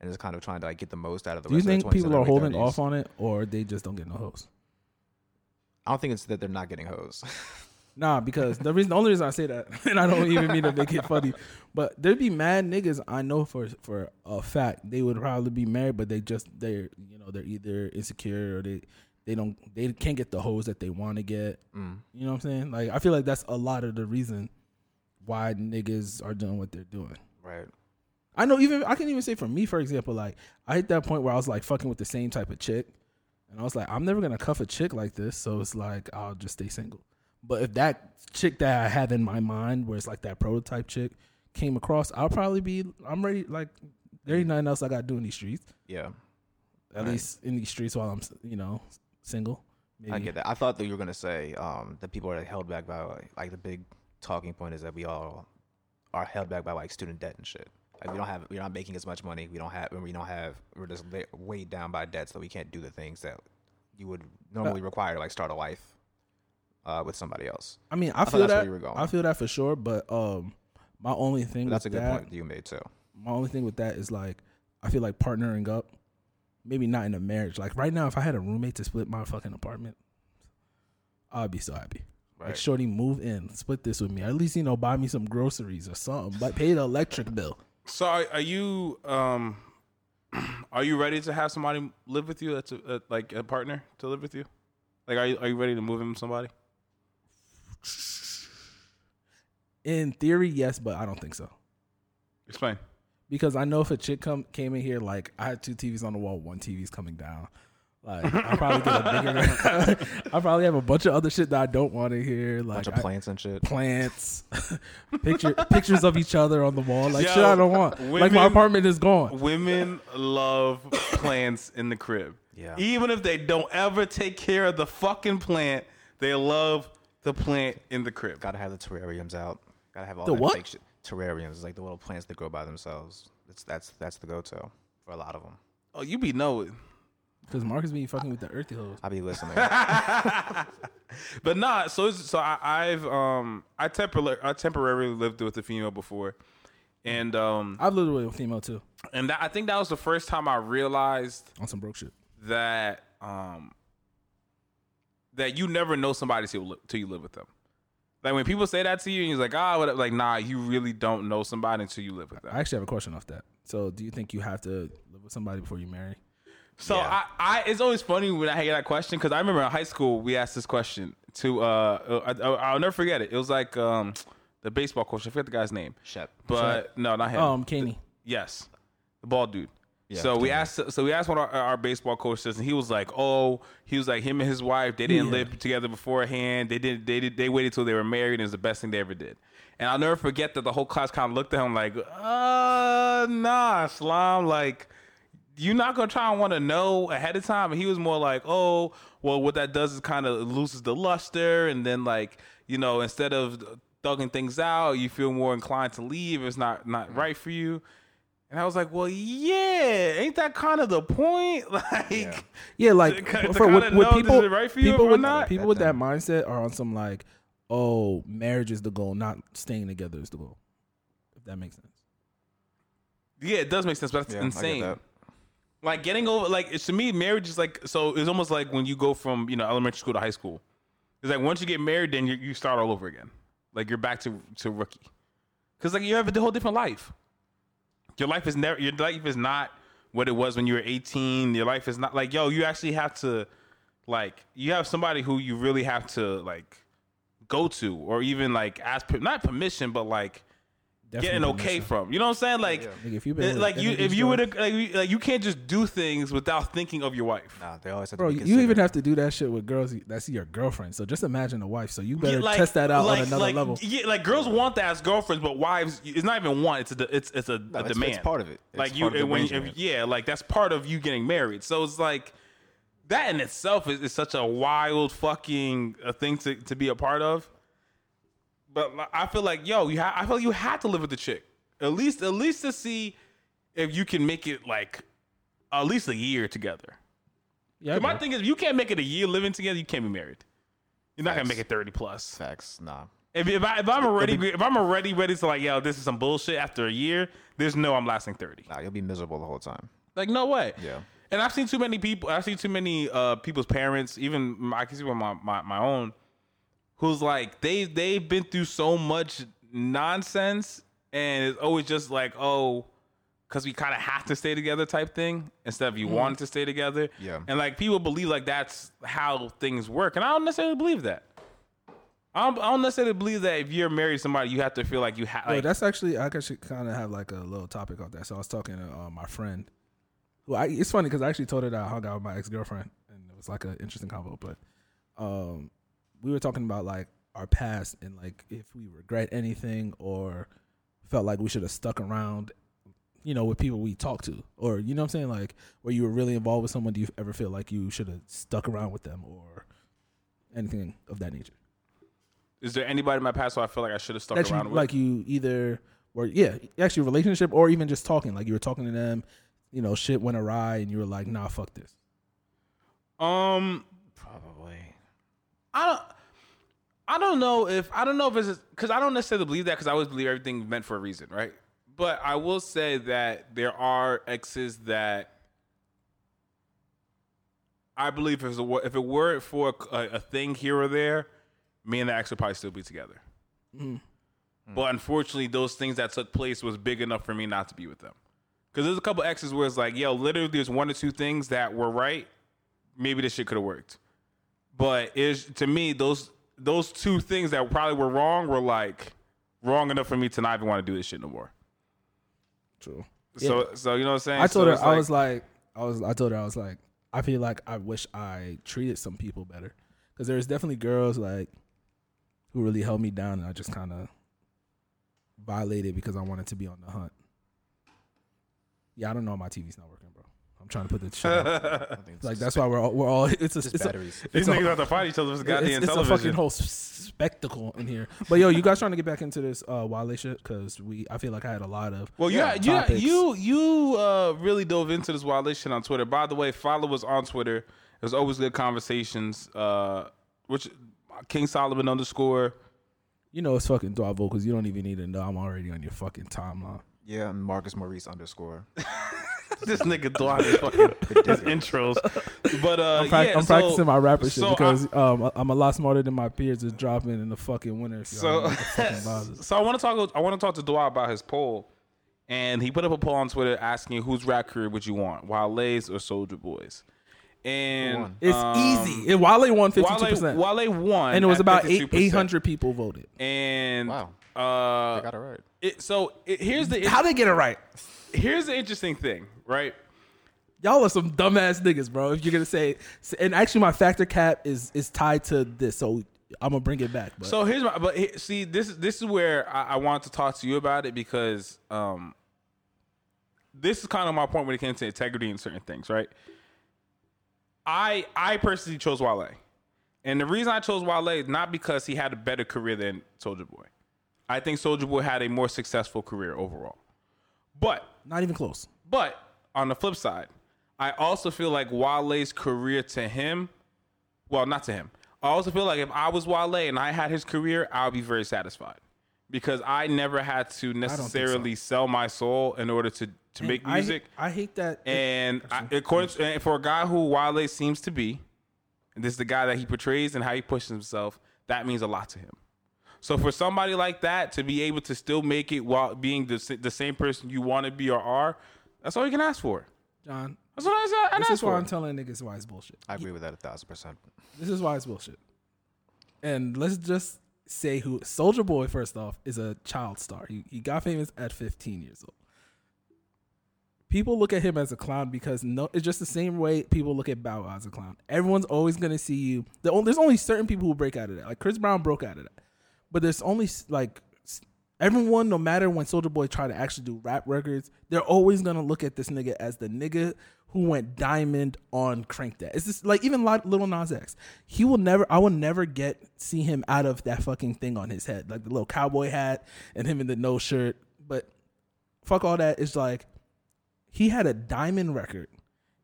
[SPEAKER 3] and just kind of trying to like get the most out of the.
[SPEAKER 1] Do you
[SPEAKER 3] rest
[SPEAKER 1] think
[SPEAKER 3] of the 20s
[SPEAKER 1] people
[SPEAKER 3] and
[SPEAKER 1] are
[SPEAKER 3] early
[SPEAKER 1] holding
[SPEAKER 3] 30s.
[SPEAKER 1] off on it or they just don't get no hoes?
[SPEAKER 3] I don't think it's that they're not getting hoes.
[SPEAKER 1] Nah, because the reason, the only reason I say that, and I don't even mean to make it funny, but there'd be mad niggas I know for for a fact they would probably be married, but they just they're you know they're either insecure or they they don't they can't get the hoes that they want to get. You know what I'm saying? Like I feel like that's a lot of the reason why niggas are doing what they're doing.
[SPEAKER 3] right.
[SPEAKER 1] I know even I can even say for me, for example, like I hit that point where I was like fucking with the same type of chick. And I was like, I'm never gonna cuff a chick like this, so it's like I'll just stay single. But if that chick that I have in my mind, where it's like that prototype chick, came across, I'll probably be I'm ready like there ain't nothing else I gotta do in these streets.
[SPEAKER 3] Yeah.
[SPEAKER 1] At least in these streets while I'm you know, single. Maybe.
[SPEAKER 3] I get that. I thought that you were gonna say um, that people are held back by like, like the big talking point is that we all are held back by like student debt and shit. Like we don't have we're not making as much money. We don't have we don't have we're just la- weighed down by debt, so we can't do the things that you would
[SPEAKER 1] Uh,
[SPEAKER 3] normally require to like start a life uh, with somebody else.
[SPEAKER 1] I mean I
[SPEAKER 3] thought
[SPEAKER 1] feel
[SPEAKER 3] that's where
[SPEAKER 1] that
[SPEAKER 3] you were going.
[SPEAKER 1] I feel that for sure, but um my only thing
[SPEAKER 3] But that's a
[SPEAKER 1] with
[SPEAKER 3] good
[SPEAKER 1] that,
[SPEAKER 3] point that you made too.
[SPEAKER 1] my only thing with that is like I feel like partnering up, maybe not in a marriage. Like right now, if I had a roommate to split my fucking apartment, I'd be so happy. Like
[SPEAKER 3] Right.
[SPEAKER 1] Shorty, move in, split this with me. At least you know, buy me some groceries or something, but pay the electric bill.
[SPEAKER 2] So are, are you um are you ready to have somebody live with you? That's a, a, like a partner to live with you. Like are you are you ready to move in with somebody?
[SPEAKER 1] In theory, yes, but I don't think so.
[SPEAKER 2] Explain.
[SPEAKER 1] because I know if a chick come came in here like I had two TVs on the wall, one TV's coming down. Like I probably get a bigger. I probably have a bunch of other shit that I don't want to hear. Like
[SPEAKER 3] Bunch of
[SPEAKER 1] I-
[SPEAKER 3] plants and shit.
[SPEAKER 1] plants, picture pictures of each other on the wall, like
[SPEAKER 2] Yo,
[SPEAKER 1] shit I don't want. like
[SPEAKER 2] women-
[SPEAKER 1] my apartment is gone.
[SPEAKER 2] Women love plants in the crib.
[SPEAKER 3] Yeah.
[SPEAKER 2] Even if they don't ever take care of the fucking plant, they love the plant in the crib.
[SPEAKER 3] Gotta have the terrariums out. Gotta have all
[SPEAKER 1] The
[SPEAKER 3] that
[SPEAKER 1] what?
[SPEAKER 3] fake shit. Terrariums is like the little plants that grow by themselves. It's, that's that's the go-to for a lot of them.
[SPEAKER 2] Oh, you be knowing.
[SPEAKER 1] Because Marcus be fucking with the earthy hoes.
[SPEAKER 3] I be listening.
[SPEAKER 2] But nah, so it's, so I, I've um I temporarily I temporarily lived with a female before, and um
[SPEAKER 1] I've lived with a female too
[SPEAKER 2] and that, I think that was the first time I realized
[SPEAKER 1] on some broke shit.
[SPEAKER 2] that um that you never know somebody till, you li- till you live with them. Like when people say that to you, and you're like, ah, whatever. Like, nah, you really don't know somebody until you live with them.
[SPEAKER 1] I actually have a question off that. So, do you think you have to live with somebody before you marry?
[SPEAKER 2] So
[SPEAKER 3] Yeah.
[SPEAKER 2] I, I, it's always funny when I hear that question because I remember in high school we asked this question to, uh, I, I, will never forget it. It was like um, the baseball coach. I forget the guy's name,
[SPEAKER 3] Shep.
[SPEAKER 2] but no, not him.
[SPEAKER 1] Um, Kenny.
[SPEAKER 2] Yes, the bald dude. so
[SPEAKER 3] Tony.
[SPEAKER 2] we asked. So we asked one of our, our baseball coaches, and he was like, "Oh, he was like him and his wife. They didn't
[SPEAKER 1] Yeah.
[SPEAKER 2] live together beforehand. They didn't. They did. They waited till they were married. and It was the best thing they ever did." And I'll never forget that the whole class kind of looked at him like, "Uh, nah, Slime. Like, you're not gonna try and want to know ahead of time." And he was more like, "Oh, well, what that does is kind of loses the luster, and then like, you know, instead of thugging things out, you feel more inclined to leave. It's not not right for you." And I was like, well, yeah, ain't that kind of the point? Like,
[SPEAKER 1] Yeah, like
[SPEAKER 2] To ki- to
[SPEAKER 1] for, with,
[SPEAKER 2] kinda
[SPEAKER 1] with
[SPEAKER 2] know, is
[SPEAKER 1] people,
[SPEAKER 2] it right for you
[SPEAKER 1] people
[SPEAKER 2] or
[SPEAKER 1] with
[SPEAKER 2] not?
[SPEAKER 1] people with that mindset are on some like, oh, marriage is the goal, not staying together is the goal. If that makes sense.
[SPEAKER 2] yeah, it does make sense, but that's
[SPEAKER 3] Yeah, I get
[SPEAKER 2] insane.
[SPEAKER 3] that.
[SPEAKER 2] Like, getting over, like, it's, to me, marriage is like, so it's almost like when you go from, you know, elementary school to high school. It's like once you get married, then you, you start all over again. Like, you're back to, to rookie. Because, like, you have a whole different life. Your life is never, your life is not what it was when you were 18. Your life is not, like, yo, you actually have to, like, you have somebody who you really have to, like, go to or even like ask per- not permission but like getting
[SPEAKER 1] Definitely
[SPEAKER 2] okay
[SPEAKER 1] missing.
[SPEAKER 2] from. You know what I'm saying? Like,
[SPEAKER 1] Nigga, if you've been
[SPEAKER 2] it-
[SPEAKER 1] with
[SPEAKER 2] like
[SPEAKER 1] an
[SPEAKER 2] you
[SPEAKER 1] energy
[SPEAKER 2] if you were
[SPEAKER 1] drug-
[SPEAKER 2] to, like, you- like you can't just do things without thinking of your wife.
[SPEAKER 3] Nah, they always have
[SPEAKER 1] Bro,
[SPEAKER 3] to be
[SPEAKER 1] you even
[SPEAKER 3] considerate.
[SPEAKER 1] have to do that shit with girls that's your girlfriend. So just imagine a wife. So you
[SPEAKER 2] Yeah,
[SPEAKER 1] better test that out on another
[SPEAKER 2] like,
[SPEAKER 1] level.
[SPEAKER 2] Yeah, like girls want to ask girlfriends, but wives, it's not even want. It's a de- it's it's a, a
[SPEAKER 3] it's- it's
[SPEAKER 2] demand.
[SPEAKER 3] part of it. It's
[SPEAKER 2] like you,
[SPEAKER 3] part of the
[SPEAKER 2] when if,
[SPEAKER 3] arrangement.
[SPEAKER 2] yeah, like that's part of you getting married. So it's like that in itself is, is such a wild fucking uh thing to, to be a part of. But li- I feel like yo, you ha- I feel like you had to live with the chick at least at least to see if you can make it like at least a year together.
[SPEAKER 1] Yeah,
[SPEAKER 2] 'Cause My
[SPEAKER 1] bro.
[SPEAKER 2] thing is, if you can't make it a year living together, you can't be married. You're not gonna make it thirty plus.
[SPEAKER 3] facts. Nah,
[SPEAKER 2] If, if, I, if I'm already if I'm already ready to like yo this is some bullshit after a year there's no I'm lasting thirty
[SPEAKER 3] nah, you'll be miserable the whole time.
[SPEAKER 2] like no way
[SPEAKER 3] Yeah.
[SPEAKER 2] and I've seen too many people I've seen too many uh people's parents even my- I can see with my, my my own who's like they they've been through so much nonsense and it's always just like oh because we kind of have to stay together type thing instead of you wanted to stay together
[SPEAKER 3] Mm-hmm. Yeah.
[SPEAKER 2] and like people believe like that's how things work and I don't necessarily believe that. I don't, I don't necessarily believe that if you're married to somebody, you have to feel like you have.
[SPEAKER 1] Bro,
[SPEAKER 2] Like,
[SPEAKER 1] that's actually I actually kind of have like a little topic off that. So I was talking to uh, my friend. Who I, it's funny because I actually told her that I hung out with my ex girlfriend, and it was like an interesting combo. But um, we were talking about like our past and like if we regret anything or felt like we should have stuck around, you know, with people we talked to, or you know what I'm saying, like where you were really involved with someone. Do you ever feel like you should have stuck around with them or anything of that nature?
[SPEAKER 2] is there anybody in my past who I feel like I should have stuck
[SPEAKER 1] that
[SPEAKER 2] around
[SPEAKER 1] you
[SPEAKER 2] with?
[SPEAKER 1] like you either were yeah actually relationship or even just talking like you were talking to them you know shit went awry and you were like nah fuck this
[SPEAKER 2] Um,
[SPEAKER 3] Probably.
[SPEAKER 2] I don't. I don't know if I don't know if it's because I don't necessarily believe that because I always believe everything meant for a reason, right? But I will say that there are exes that I believe if it were, if it were for a, a thing here or there, me and the ex would probably still be together. But unfortunately, those things that took place was big enough for me not to be with them. Because there's a couple exes where it's like, yo, literally, there's one or two things that were right. Maybe this shit could have worked. But it's to me those those two things that probably were wrong were like wrong enough for me to not even want to do this shit no more.
[SPEAKER 1] true
[SPEAKER 2] So so you know what I'm saying?
[SPEAKER 1] i told
[SPEAKER 2] So
[SPEAKER 1] her
[SPEAKER 2] it's
[SPEAKER 1] i was like i was i told her i was like i feel like i wish i treated some people better because there's definitely girls like who really held me down and i just kind of violated because i wanted to be on the hunt yeah i don't know my tv's not working bro i'm trying to put the shit out.
[SPEAKER 3] I think it's
[SPEAKER 1] like
[SPEAKER 3] just
[SPEAKER 1] that's why we're all, we're all it's a, it's a
[SPEAKER 3] batteries.
[SPEAKER 2] these
[SPEAKER 1] it's a-
[SPEAKER 2] niggas have to fight each other for
[SPEAKER 1] Yeah,
[SPEAKER 2] goddamn
[SPEAKER 1] it's, it's a
[SPEAKER 2] television.
[SPEAKER 1] fucking whole s- spectacle in here. But yo, you guys trying to get back into this uh, Wale shit because we I feel like I had a lot of
[SPEAKER 2] well, yeah, yeah,
[SPEAKER 1] topics.
[SPEAKER 2] you you uh, really dove into this wild shit on Twitter. By the way, follow us on Twitter. There's always good conversations. Uh, which King Solomon underscore.
[SPEAKER 1] you know it's fucking Dwavo because you don't even need to know I'm already on your fucking timeline.
[SPEAKER 3] Yeah, and Marcus Maurice underscore.
[SPEAKER 2] this nigga Dwight is fucking his intros. But uh,
[SPEAKER 1] I'm, prac-
[SPEAKER 2] yeah,
[SPEAKER 1] I'm
[SPEAKER 2] so-
[SPEAKER 1] practicing my rapper shit
[SPEAKER 2] so
[SPEAKER 1] because
[SPEAKER 2] I,
[SPEAKER 1] um, I'm a lot smarter than my peers is dropping in the fucking winter.
[SPEAKER 2] so,
[SPEAKER 1] So,
[SPEAKER 2] so I want to talk. I want to talk to Dwight about his poll, and he put up a poll on Twitter asking whose rap career would you want, Wale's or Soldier Boys, and
[SPEAKER 3] won?
[SPEAKER 1] it's
[SPEAKER 2] um,
[SPEAKER 1] easy. It, Wale won 52
[SPEAKER 2] Wale,
[SPEAKER 1] percent,
[SPEAKER 2] Wale won,
[SPEAKER 1] and it was
[SPEAKER 2] at
[SPEAKER 1] about eight
[SPEAKER 2] 52%.
[SPEAKER 1] eight hundred people voted.
[SPEAKER 2] And
[SPEAKER 3] Wow. I
[SPEAKER 2] uh,
[SPEAKER 3] got it right.
[SPEAKER 2] it, so it, here's the
[SPEAKER 1] How they get it right?
[SPEAKER 2] here's the interesting thing, right?
[SPEAKER 1] Y'all are some dumbass niggas, bro. If you're gonna say, and actually, my factor cap is is tied to this, so I'm gonna bring it back. But
[SPEAKER 2] So here's my but he- see this is this is where I, I wanted to talk to you about it because um this is kind of my point when it came to integrity and certain things, right? I I personally chose Wale. And the reason I chose Wale is not because he had a better career than Soldier Boy. I think Soldier Boy had a more successful career overall. But
[SPEAKER 1] not even close.
[SPEAKER 2] but on the flip side, I also feel like Wale's career to him, well, not to him. I also feel like if I was Wale and I had his career, I would be very satisfied because I never had
[SPEAKER 1] so.
[SPEAKER 2] to necessarily sell my soul in order to to make
[SPEAKER 1] I-
[SPEAKER 2] music.
[SPEAKER 1] I, hate that.
[SPEAKER 2] and I, according to, and for a guy who Wale seems to be, and this is the guy that he portrays and how he pushes himself. That means a lot to him. So for somebody like that to be able to still make it while being the sa- the same person you want to be or are, that's all you can ask for.
[SPEAKER 1] John,
[SPEAKER 2] That's all I I- I
[SPEAKER 1] this
[SPEAKER 2] ask
[SPEAKER 1] is why
[SPEAKER 2] for.
[SPEAKER 1] I'm telling niggas why it's bullshit.
[SPEAKER 3] I agree with that a thousand percent.
[SPEAKER 1] This is why it's bullshit. And let's just say who Soldier Boy first off is a child star. He he got famous at 15 years old. People look at him as a clown because no, it's just the same way people look at Bow Wow as a clown. Everyone's always gonna see you. The only, there's only certain people who break out of that. Like Chris Brown broke out of that, but there's only s- like s- everyone. No matter when Soldier Boy tried to actually do rap records, they're always gonna look at this nigga as the nigga who went diamond on Crank That. It's just like even Li- Little Nas X. He will never. I will never get see him out of that fucking thing on his head, like the little cowboy hat and him in the no shirt. But fuck all that. It's like he had a diamond record.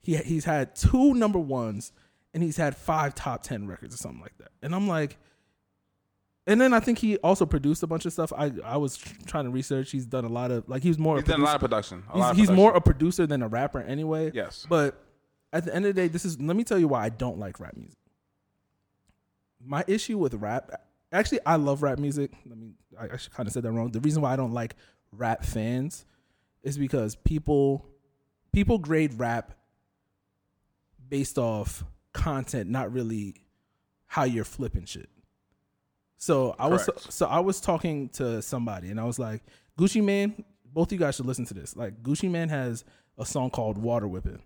[SPEAKER 1] He he's had two number ones and he's had five top ten records or something like that. And I'm like, and then I think he also produced a bunch of stuff. I I was tr- trying to research. He's done a lot of like he was more
[SPEAKER 2] He's done a lot of production. A lot
[SPEAKER 1] he's,
[SPEAKER 2] of
[SPEAKER 1] he's
[SPEAKER 2] production.
[SPEAKER 1] more a producer than a rapper anyway.
[SPEAKER 2] Yes.
[SPEAKER 1] But at the end of the day, this is let me tell you why I don't like rap music. My issue with rap actually I love rap music. Let me I, I should kind of said that wrong. The reason why I don't like rap fans is because people people grade rap based off content, not really how you're flipping shit. So I was
[SPEAKER 2] Correct.
[SPEAKER 1] so I was talking to somebody and I was like, Gucci Man, both you guys should listen to this. Like Gucci Man has a song called Water Whipping.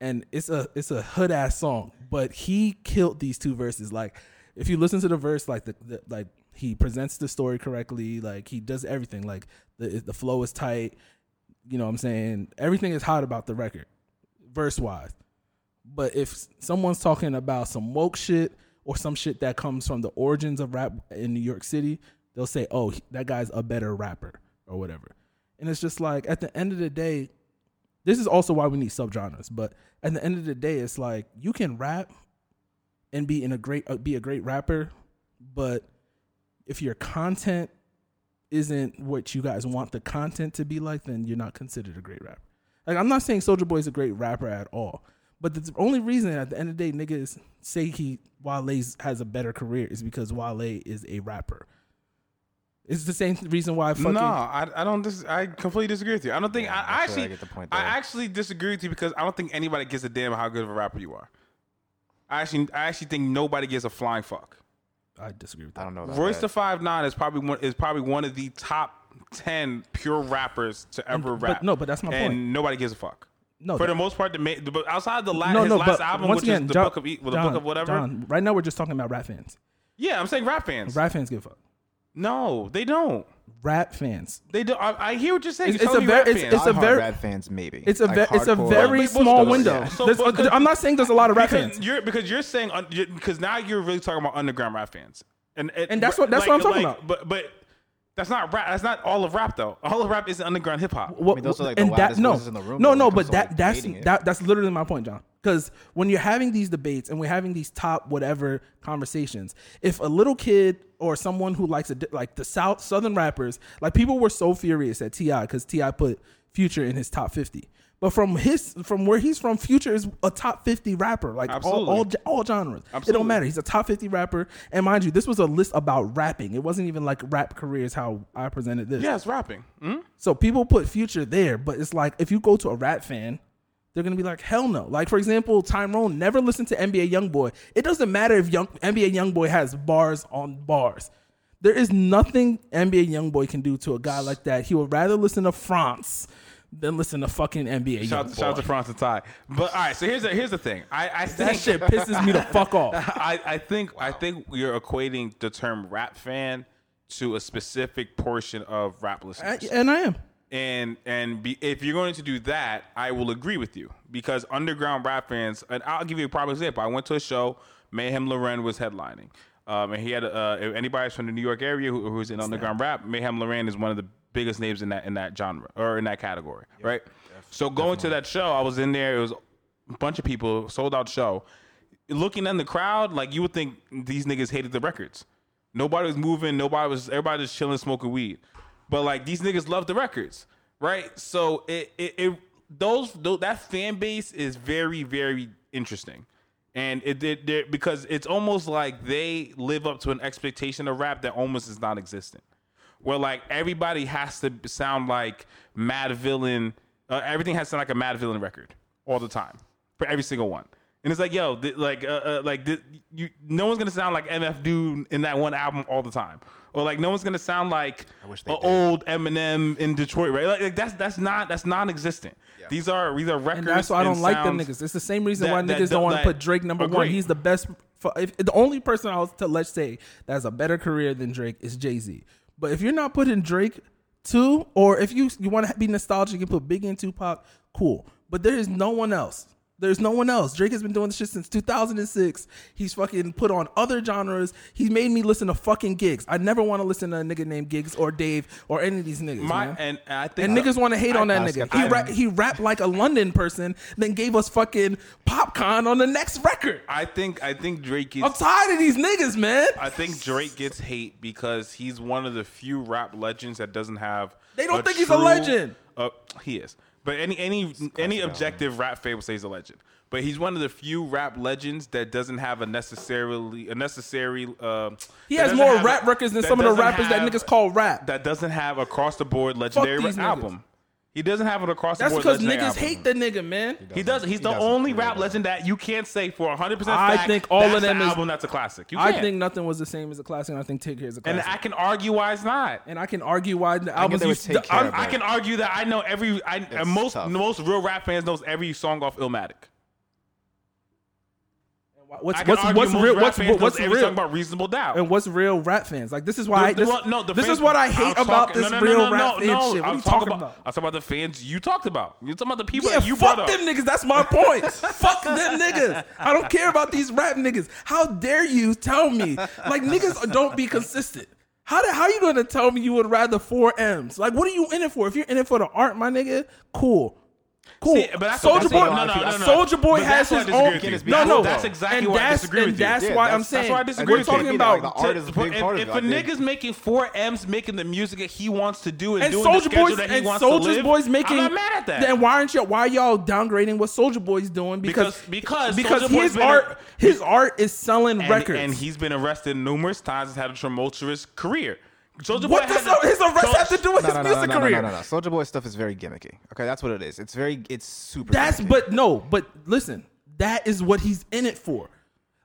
[SPEAKER 1] And it's a it's a hood ass song, but he killed these two verses. Like if you listen to the verse, like the, the like he presents the story correctly, like he does everything. Like the the flow is tight, you know what I'm saying? Everything is hot about the record, verse wise. But if someone's talking about some woke shit or some shit that comes from the origins of rap in New York City, they'll say, "Oh, he- that guy's a better rapper or whatever." And it's just like at the end of the day, this is also why we need subgenres. But at the end of the day, it's like you can rap and be in a great uh, be a great rapper, but if your content isn't what you guys want the content to be like, then you're not considered a great rapper. Like I'm not saying Soldier Boy is a great rapper at all, but the only reason at the end of the day niggas say he Wale has a better career is because Wale is a rapper. It's the same reason why fucking
[SPEAKER 2] no, I, I don't. Dis- I completely disagree with you. I don't think I, I
[SPEAKER 3] that's where
[SPEAKER 2] actually.
[SPEAKER 3] I get the point
[SPEAKER 2] I
[SPEAKER 3] there.
[SPEAKER 2] actually disagree with you because I don't think anybody gives a damn how good of a rapper you are. I actually, I actually think nobody gives a flying fuck.
[SPEAKER 1] I disagree with that.
[SPEAKER 3] I don't know. About
[SPEAKER 2] Royce
[SPEAKER 3] that.
[SPEAKER 2] the Five Nine is probably one is probably one of the top ten pure rappers to ever
[SPEAKER 1] but-
[SPEAKER 2] rap.
[SPEAKER 1] no, but that's my
[SPEAKER 2] and
[SPEAKER 1] point.
[SPEAKER 2] nobody gives a fuck.
[SPEAKER 1] No,
[SPEAKER 2] for
[SPEAKER 1] that-
[SPEAKER 2] the most part, the, ma- the but outside the last,
[SPEAKER 1] no,
[SPEAKER 2] his
[SPEAKER 1] no,
[SPEAKER 2] last
[SPEAKER 1] but
[SPEAKER 2] album,
[SPEAKER 1] once
[SPEAKER 2] which
[SPEAKER 1] again,
[SPEAKER 2] is the
[SPEAKER 1] John-
[SPEAKER 2] book of E- well, the
[SPEAKER 1] John-
[SPEAKER 2] book of whatever.
[SPEAKER 1] John, right now we're just talking about rap fans.
[SPEAKER 2] Yeah, I'm saying rap fans.
[SPEAKER 1] Rap fans give a fuck.
[SPEAKER 2] No, they don't.
[SPEAKER 1] Rap fans.
[SPEAKER 2] They do. I, I hear what you're saying.
[SPEAKER 1] It's-
[SPEAKER 2] You're
[SPEAKER 1] it's a
[SPEAKER 2] telling me
[SPEAKER 1] very-
[SPEAKER 2] rap
[SPEAKER 1] it's-
[SPEAKER 2] fans.
[SPEAKER 1] it's a
[SPEAKER 3] Hardcore
[SPEAKER 1] very-
[SPEAKER 3] rap fans maybe.
[SPEAKER 1] It's a
[SPEAKER 3] Like,
[SPEAKER 1] ve- it's a
[SPEAKER 3] hardcore-
[SPEAKER 1] very
[SPEAKER 2] But- but-
[SPEAKER 1] small
[SPEAKER 2] but-
[SPEAKER 1] window.
[SPEAKER 2] yeah. So,
[SPEAKER 1] There's-
[SPEAKER 2] but-
[SPEAKER 1] I'm not saying there's a lot of rap
[SPEAKER 2] because
[SPEAKER 1] fans.
[SPEAKER 2] You're because you're saying because now you're really talking about underground rap fans, and
[SPEAKER 1] And that's what- that's what I'm talking about.
[SPEAKER 2] But but that's not rap. That's not all of rap though. All of rap is underground hip hop.
[SPEAKER 1] What,
[SPEAKER 3] mean, those are, like, the
[SPEAKER 1] and that
[SPEAKER 3] loudest
[SPEAKER 1] no,
[SPEAKER 3] voices in the room,
[SPEAKER 1] no,
[SPEAKER 3] though,
[SPEAKER 1] no,
[SPEAKER 3] when
[SPEAKER 1] but
[SPEAKER 3] it comes to,
[SPEAKER 1] that
[SPEAKER 3] like,
[SPEAKER 1] that's
[SPEAKER 3] creating it.
[SPEAKER 1] that that's literally my point, John. Because when you're having these debates and we're having these top whatever conversations, if a little kid or someone who likes a, di- like the south southern rappers, like people were so furious at Ti because Ti put Future in his top fifty. But from his from where he's from, Future is a top fifty rapper, like all, all
[SPEAKER 2] Absolutely.
[SPEAKER 1] all genres. It
[SPEAKER 2] Absolutely.
[SPEAKER 1] don't matter. He's a top fifty rapper, and mind you, this was a list about rapping. It wasn't even like rap careers how I presented this.
[SPEAKER 2] Yeah, it's rapping. Hmm?
[SPEAKER 1] So people put future there, but it's like if you go to a rap fan, they're gonna be like, hell no. Like for example, Tyrone never listened to NBA YoungBoy. It doesn't matter if young NBA YoungBoy has bars on bars. There is nothing NBA YoungBoy can do to a guy like that. He would rather listen to France than listen to fucking NBA
[SPEAKER 2] Shout,
[SPEAKER 1] YoungBoy.
[SPEAKER 2] shout out to France and Ty. But all right, so here's the here's the thing. I, I think
[SPEAKER 1] that shit pisses me the fuck off.
[SPEAKER 2] I, I think I think you're equating the term rap fan to a specific portion of rap listeners.
[SPEAKER 1] I- and I am.
[SPEAKER 2] and and be, if you're going to do that, I will agree with you because underground rap fans. And I'll give you a proper example. I went to a show. Mayhem Loren was headlining, um, and he had uh, if anybody's from the New York area who, who's in underground rap. Mayhem Loren is one of the biggest names in that in that genre or in that category, right? So going to that show, I was in there. It was a bunch of people, sold out show. Looking in the crowd, like you would think these niggas hated the records. Nobody was moving. Nobody was. Everybody was chilling, smoking weed. But like these niggas love the records, right? So it it, it those, tho- that fan base is very very interesting, and it, it they're- because it's almost like they live up to an expectation of rap that almost is non-existent. Where like everybody has to sound like Mad Villain. Uh, everything has to sound like a Mad Villain record all the time for every single one. And it's like, yo, th- like, uh, uh, like, th- you, no one's gonna sound like MF Dude in that one album all the time, or like, no one's gonna sound like
[SPEAKER 3] wish they
[SPEAKER 2] an
[SPEAKER 3] did.
[SPEAKER 2] old Eminem in Detroit, right? Like, like, that's that's not that's non-existent. These are these are records.
[SPEAKER 1] And that's why I don't
[SPEAKER 2] and
[SPEAKER 1] like them
[SPEAKER 2] sounds-
[SPEAKER 1] niggas. It's the same reason
[SPEAKER 2] that-
[SPEAKER 1] why
[SPEAKER 2] that
[SPEAKER 1] niggas don't
[SPEAKER 2] don't
[SPEAKER 1] want to
[SPEAKER 2] like-
[SPEAKER 1] put Drake number one.
[SPEAKER 2] agree.
[SPEAKER 1] He's the best. For, if, the only person I was to let's say that has a better career than Drake is Jay Z. But if you're not putting Drake two, or if you you want to be nostalgic and put Biggie and Tupac, cool. But there is no one else. There's no one else. Drake has been doing this shit since 2006. He's fucking put on other genres. He made me listen to fucking gigs. I never want to listen to a nigga named Gigs or Dave or any of these niggas.
[SPEAKER 2] My
[SPEAKER 1] man.
[SPEAKER 2] and I think
[SPEAKER 1] And niggas want to hate on that
[SPEAKER 3] I
[SPEAKER 1] nigga.
[SPEAKER 3] skipped
[SPEAKER 1] He
[SPEAKER 3] that.
[SPEAKER 1] rap, he rapped like a London person, then gave us fucking popcorn on the next record.
[SPEAKER 2] I think I think Drake gets
[SPEAKER 1] I'm tired of these niggas, man.
[SPEAKER 2] I think Drake gets hate because he's one of the few rap legends that doesn't have.
[SPEAKER 1] They don't think he's a legend.
[SPEAKER 2] Uh, he is, but any any any objective rap fan would say he's a legend. But he's one of the few rap legends that doesn't have a necessarily a necessary. Uh,
[SPEAKER 1] He
[SPEAKER 2] that
[SPEAKER 1] has
[SPEAKER 2] doesn't
[SPEAKER 1] more
[SPEAKER 2] have a-
[SPEAKER 1] rap records than
[SPEAKER 2] that
[SPEAKER 1] some of the
[SPEAKER 2] doesn't
[SPEAKER 1] rappers that
[SPEAKER 2] have-
[SPEAKER 1] niggas call rap.
[SPEAKER 2] That doesn't have across the board legendary
[SPEAKER 1] these niggas.
[SPEAKER 2] album. He doesn't have an across the
[SPEAKER 1] That's
[SPEAKER 2] board
[SPEAKER 1] because
[SPEAKER 2] legendary
[SPEAKER 1] niggas
[SPEAKER 2] album.
[SPEAKER 1] hate the nigga, man.
[SPEAKER 2] He does. He's
[SPEAKER 3] He
[SPEAKER 2] the
[SPEAKER 3] doesn't.
[SPEAKER 2] only
[SPEAKER 3] He
[SPEAKER 2] rap
[SPEAKER 3] doesn't.
[SPEAKER 2] legend that you can't say for 100% fact.
[SPEAKER 1] I think all of
[SPEAKER 2] that's
[SPEAKER 1] them
[SPEAKER 2] the
[SPEAKER 1] is-
[SPEAKER 2] album that's a classic. You
[SPEAKER 1] I
[SPEAKER 2] can't.
[SPEAKER 1] think nothing was the same as a classic, and I think Take Care is a
[SPEAKER 2] and
[SPEAKER 1] classic.
[SPEAKER 2] I can argue why it's not.
[SPEAKER 1] And I can argue why the albums
[SPEAKER 3] they
[SPEAKER 1] you
[SPEAKER 3] would
[SPEAKER 1] the,
[SPEAKER 3] take care
[SPEAKER 1] I'm-
[SPEAKER 3] of
[SPEAKER 2] I can argue that I know every. I and most
[SPEAKER 3] tough.
[SPEAKER 2] most real rap fans knows every song off Illmatic. I
[SPEAKER 1] What's
[SPEAKER 2] can
[SPEAKER 1] uh, what's
[SPEAKER 2] argue
[SPEAKER 1] what's
[SPEAKER 2] most
[SPEAKER 1] real
[SPEAKER 2] rap
[SPEAKER 1] what's
[SPEAKER 2] fans knows
[SPEAKER 1] what's
[SPEAKER 2] every song
[SPEAKER 1] real
[SPEAKER 2] about Reasonable Doubt.
[SPEAKER 1] and what's real rap fans like this is why I,
[SPEAKER 2] The-
[SPEAKER 1] this,
[SPEAKER 2] well, no, the
[SPEAKER 1] this
[SPEAKER 2] fans-
[SPEAKER 1] is what I
[SPEAKER 2] I'll
[SPEAKER 1] hate
[SPEAKER 2] talk-
[SPEAKER 1] about
[SPEAKER 2] no,
[SPEAKER 1] this
[SPEAKER 2] no, no,
[SPEAKER 1] real
[SPEAKER 2] no, no,
[SPEAKER 1] rap fan
[SPEAKER 2] no,
[SPEAKER 1] shit. What
[SPEAKER 2] I'll
[SPEAKER 1] are you
[SPEAKER 2] talk
[SPEAKER 1] talking about?
[SPEAKER 2] I'll talk about the fans you talked about. You're talking about the people
[SPEAKER 1] Yeah,
[SPEAKER 2] that you
[SPEAKER 1] fuck
[SPEAKER 2] brought up.
[SPEAKER 1] them niggas. That's my point. fuck them niggas. I don't care about these rap niggas. How dare you tell me like niggas don't be consistent? How the, how you gonna tell me you would rather four M's? Like, what are you in it for? If you're in it for the art, my nigga, cool. Cool.
[SPEAKER 2] See, but that's-
[SPEAKER 1] Soldier
[SPEAKER 2] that's
[SPEAKER 1] Boy,
[SPEAKER 2] what I- no, no, no, no.
[SPEAKER 1] Soldier Boy
[SPEAKER 2] But
[SPEAKER 1] has
[SPEAKER 2] that's why I
[SPEAKER 1] his
[SPEAKER 2] disagree
[SPEAKER 1] own.
[SPEAKER 2] with you. Again,
[SPEAKER 1] No,
[SPEAKER 2] it's
[SPEAKER 1] no,
[SPEAKER 2] because that's exactly
[SPEAKER 1] and
[SPEAKER 2] why I
[SPEAKER 1] that's-
[SPEAKER 2] disagree
[SPEAKER 1] and
[SPEAKER 2] with you.
[SPEAKER 1] That's
[SPEAKER 3] Yeah,
[SPEAKER 1] why
[SPEAKER 3] that's-
[SPEAKER 1] I'm
[SPEAKER 3] that's
[SPEAKER 1] saying
[SPEAKER 2] why I disagree
[SPEAKER 1] We're
[SPEAKER 2] with you.
[SPEAKER 1] talking about
[SPEAKER 3] Like, the
[SPEAKER 2] To-
[SPEAKER 3] art is a big
[SPEAKER 2] if,
[SPEAKER 3] part of
[SPEAKER 2] if
[SPEAKER 3] it,
[SPEAKER 2] a
[SPEAKER 3] I think.
[SPEAKER 2] nigga's making four M's, making the music that he wants to do, and,
[SPEAKER 1] and
[SPEAKER 2] doing the
[SPEAKER 1] Soldier
[SPEAKER 2] schedule
[SPEAKER 1] Boys
[SPEAKER 2] that he
[SPEAKER 1] and
[SPEAKER 2] wants to
[SPEAKER 1] Soldier
[SPEAKER 2] live,
[SPEAKER 1] Boys making.
[SPEAKER 2] I'm not mad at that.
[SPEAKER 1] Then why aren't y'all? Why y'all downgrading what Soldier Boys doing? Because
[SPEAKER 2] Because- because
[SPEAKER 1] because
[SPEAKER 2] Soulja Boy's
[SPEAKER 1] his
[SPEAKER 2] been a-
[SPEAKER 1] art his art is selling
[SPEAKER 2] and,
[SPEAKER 1] records.
[SPEAKER 2] and he's been arrested numerous times. Has had a tumultuous career. Soulja
[SPEAKER 1] what
[SPEAKER 2] Boy
[SPEAKER 1] does
[SPEAKER 2] had a-
[SPEAKER 1] his arrest
[SPEAKER 2] Soul-
[SPEAKER 1] have to do with his music career?
[SPEAKER 3] No, no, no, no. Soldier Boy stuff is very gimmicky. Okay, that's what it is. It's very, it's super.
[SPEAKER 1] That's
[SPEAKER 3] gimmicky.
[SPEAKER 1] but no, but listen, that is what he's in it for.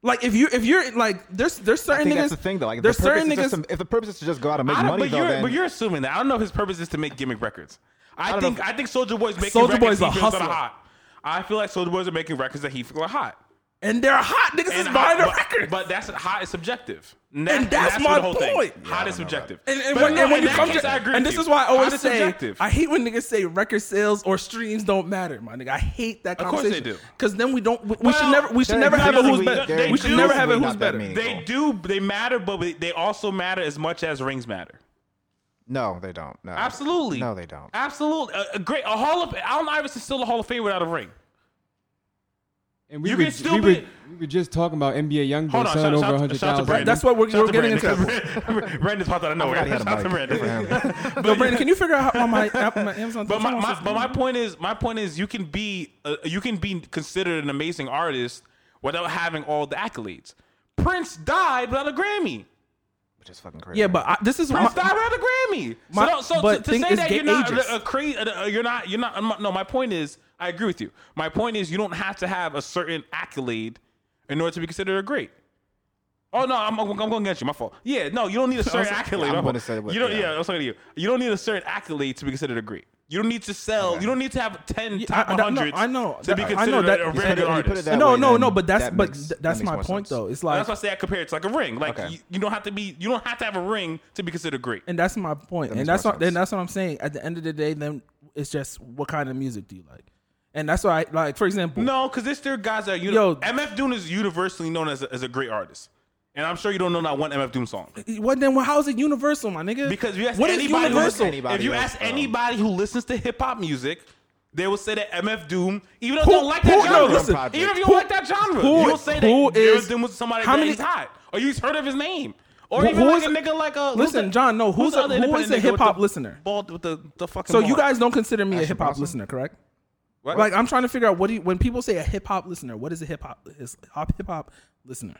[SPEAKER 1] Like if you if you're like there's there's
[SPEAKER 3] I
[SPEAKER 1] certain
[SPEAKER 3] think
[SPEAKER 1] niggas
[SPEAKER 3] that's the thing, though. Like, if the
[SPEAKER 1] there's
[SPEAKER 3] purpose
[SPEAKER 1] certain
[SPEAKER 3] is just
[SPEAKER 1] niggas.
[SPEAKER 3] to- if the purpose is to just go out and make
[SPEAKER 2] I don't-
[SPEAKER 3] money,
[SPEAKER 2] but
[SPEAKER 3] though,
[SPEAKER 2] you're
[SPEAKER 3] then
[SPEAKER 2] but you're assuming that. I don't know if his purpose is to make gimmick records. I,
[SPEAKER 3] don't
[SPEAKER 2] think
[SPEAKER 3] know.
[SPEAKER 2] I think Soldier Boy's making
[SPEAKER 1] Soulja
[SPEAKER 2] records
[SPEAKER 1] Boy's a
[SPEAKER 2] he feels that
[SPEAKER 1] hustler.
[SPEAKER 2] are hot. I feel like Soldier Boys are making records that he feels are hot.
[SPEAKER 1] and they're hot niggas is
[SPEAKER 2] And
[SPEAKER 1] behind the
[SPEAKER 2] hot- but-
[SPEAKER 1] record.
[SPEAKER 2] But that's hot is subjective.
[SPEAKER 1] And that's my
[SPEAKER 2] the whole thing.
[SPEAKER 1] point.
[SPEAKER 2] Hot is subjective.
[SPEAKER 1] And, and
[SPEAKER 2] But
[SPEAKER 1] when,
[SPEAKER 2] no,
[SPEAKER 1] and when
[SPEAKER 2] in
[SPEAKER 1] you
[SPEAKER 2] that
[SPEAKER 1] come
[SPEAKER 2] case, I
[SPEAKER 1] to,
[SPEAKER 2] agree
[SPEAKER 1] and
[SPEAKER 2] with
[SPEAKER 1] this
[SPEAKER 2] you.
[SPEAKER 1] is why I
[SPEAKER 2] Hot
[SPEAKER 1] always
[SPEAKER 2] is
[SPEAKER 1] say,
[SPEAKER 2] subjective.
[SPEAKER 1] I hate when niggas say record sales or streams don't matter, my nigga. I hate that
[SPEAKER 2] Of course
[SPEAKER 1] conversation.
[SPEAKER 2] they do.
[SPEAKER 1] Because then we don't, we, we
[SPEAKER 2] Well,
[SPEAKER 1] should never, we should
[SPEAKER 3] they're
[SPEAKER 1] never have a
[SPEAKER 2] Because
[SPEAKER 1] who's
[SPEAKER 2] we-
[SPEAKER 1] better.
[SPEAKER 2] they
[SPEAKER 1] We should
[SPEAKER 2] do-
[SPEAKER 1] never have a
[SPEAKER 3] Not
[SPEAKER 1] who's
[SPEAKER 3] that
[SPEAKER 1] better.
[SPEAKER 3] many.
[SPEAKER 2] They do. They matter, but they also matter as much as rings matter.
[SPEAKER 3] no, they don't. No,
[SPEAKER 2] Absolutely.
[SPEAKER 3] No, they don't.
[SPEAKER 2] Absolutely. A, a great. A Hall of. Allen Iverson's still a Hall of Fame without a ring.
[SPEAKER 6] And we
[SPEAKER 2] You
[SPEAKER 6] were,
[SPEAKER 2] can still
[SPEAKER 6] we,
[SPEAKER 2] be-
[SPEAKER 6] were, we were just talking about NBA young
[SPEAKER 2] Hold on. Shout,
[SPEAKER 6] selling
[SPEAKER 2] shout,
[SPEAKER 6] over
[SPEAKER 2] shout,
[SPEAKER 6] hundred
[SPEAKER 2] to- shout to
[SPEAKER 6] thousand.
[SPEAKER 2] Brandon.
[SPEAKER 1] That's what we're-
[SPEAKER 2] shout
[SPEAKER 1] we're getting
[SPEAKER 2] to Brandon. Brandon's popped out of nowhere.
[SPEAKER 3] I forgot
[SPEAKER 2] Shout
[SPEAKER 3] Oh he had
[SPEAKER 2] out to
[SPEAKER 3] a mic. Good for
[SPEAKER 2] Brandon.
[SPEAKER 3] him.
[SPEAKER 2] But-
[SPEAKER 1] Yo, Brandon, can you figure out how my, app- my Amazon?
[SPEAKER 2] But my, my but my point is my point is you can be uh, you can be considered an amazing artist without having all the accolades. Prince died without a Grammy.
[SPEAKER 3] Which is fucking crazy.
[SPEAKER 1] yeah, but I, this is
[SPEAKER 2] Prince
[SPEAKER 1] my-
[SPEAKER 2] died without a Grammy.
[SPEAKER 1] My-
[SPEAKER 2] so don't- so
[SPEAKER 1] but
[SPEAKER 2] to- to,
[SPEAKER 1] think
[SPEAKER 2] say
[SPEAKER 1] it's
[SPEAKER 2] that
[SPEAKER 1] get
[SPEAKER 2] you're not
[SPEAKER 1] ages.
[SPEAKER 2] a, a cra- a- a- you're not you're not I'm not- no. My point is I agree with you. My point is you don't have to have a certain accolade in order to be considered a great. Oh no, I'm, I'm, I'm going against you. My fault. Yeah, no, you don't need a certain accolade.
[SPEAKER 3] I'm
[SPEAKER 2] My
[SPEAKER 3] gonna
[SPEAKER 2] fault.
[SPEAKER 3] say what-
[SPEAKER 2] you don't.
[SPEAKER 3] yeah.
[SPEAKER 2] Yeah, I was talking to you. You don't need a certain accolade to be considered a great. You don't need to sell. You don't need to have ten top
[SPEAKER 1] I- I- no,
[SPEAKER 2] 100s
[SPEAKER 1] I know.
[SPEAKER 2] to be
[SPEAKER 1] I know
[SPEAKER 2] considered
[SPEAKER 1] that-
[SPEAKER 2] a
[SPEAKER 1] You put
[SPEAKER 2] really
[SPEAKER 1] it-
[SPEAKER 2] good
[SPEAKER 3] you put it
[SPEAKER 2] artist.
[SPEAKER 3] that
[SPEAKER 1] no,
[SPEAKER 3] way,
[SPEAKER 1] no,
[SPEAKER 3] then
[SPEAKER 1] no. But that's
[SPEAKER 3] that
[SPEAKER 1] but
[SPEAKER 3] makes-
[SPEAKER 1] th-
[SPEAKER 3] that
[SPEAKER 1] that's
[SPEAKER 3] makes
[SPEAKER 1] my
[SPEAKER 3] more
[SPEAKER 1] point
[SPEAKER 3] sense.
[SPEAKER 1] though. It's
[SPEAKER 2] And
[SPEAKER 1] like
[SPEAKER 2] that's why I say I compare it to like a ring. Like
[SPEAKER 3] Okay.
[SPEAKER 2] you, you don't have to be. You don't have to have a ring to be considered great.
[SPEAKER 1] and that's my point.
[SPEAKER 3] makes
[SPEAKER 1] and that's
[SPEAKER 3] more
[SPEAKER 1] what
[SPEAKER 3] sense.
[SPEAKER 1] and that's what I'm saying. At the end of the day, then it's just what kind of music do you like? And that's why, I, like for example,
[SPEAKER 2] No, because there's still guys that are uni-
[SPEAKER 1] Yo.
[SPEAKER 2] MF Doom is universally known as a, as a great artist, and I'm sure you don't know not one MF Doom song.
[SPEAKER 1] What then? Well, how is it universal, my nigga?
[SPEAKER 2] Because if you ask
[SPEAKER 1] what is
[SPEAKER 2] anybody, who-
[SPEAKER 1] universal?
[SPEAKER 3] Anybody
[SPEAKER 2] if you
[SPEAKER 3] else,
[SPEAKER 2] ask
[SPEAKER 3] um,
[SPEAKER 2] anybody who listens to hip hop music, they will say that MF Doom, even though
[SPEAKER 1] Who-
[SPEAKER 2] they don't like that
[SPEAKER 1] who- no,
[SPEAKER 2] genre,
[SPEAKER 1] listen,
[SPEAKER 2] even if you
[SPEAKER 1] who-
[SPEAKER 2] don't like that genre,
[SPEAKER 1] who-
[SPEAKER 2] you'll say
[SPEAKER 1] who
[SPEAKER 2] that MF
[SPEAKER 1] is-
[SPEAKER 2] Doom was somebody
[SPEAKER 1] how
[SPEAKER 2] that
[SPEAKER 1] many-
[SPEAKER 2] is hot, or you've heard of his name, or
[SPEAKER 1] Who-
[SPEAKER 2] even
[SPEAKER 1] who
[SPEAKER 2] like
[SPEAKER 1] is-
[SPEAKER 2] a nigga like a who's
[SPEAKER 1] Listen,
[SPEAKER 2] the-
[SPEAKER 1] John, no, who's
[SPEAKER 2] the
[SPEAKER 1] a-
[SPEAKER 2] other
[SPEAKER 1] who
[SPEAKER 2] independent
[SPEAKER 1] is a
[SPEAKER 2] nigga with
[SPEAKER 1] hip-hop
[SPEAKER 2] the
[SPEAKER 1] listener?
[SPEAKER 2] Bald with the, the fucking.
[SPEAKER 1] So you
[SPEAKER 2] mullet?
[SPEAKER 1] guys don't consider me a hip hop
[SPEAKER 3] Bronson?
[SPEAKER 1] listener, correct?
[SPEAKER 2] What?
[SPEAKER 1] Like I'm trying to figure out what do you, when people say a hip hop listener, what is a hip hop is hop hip hop listener?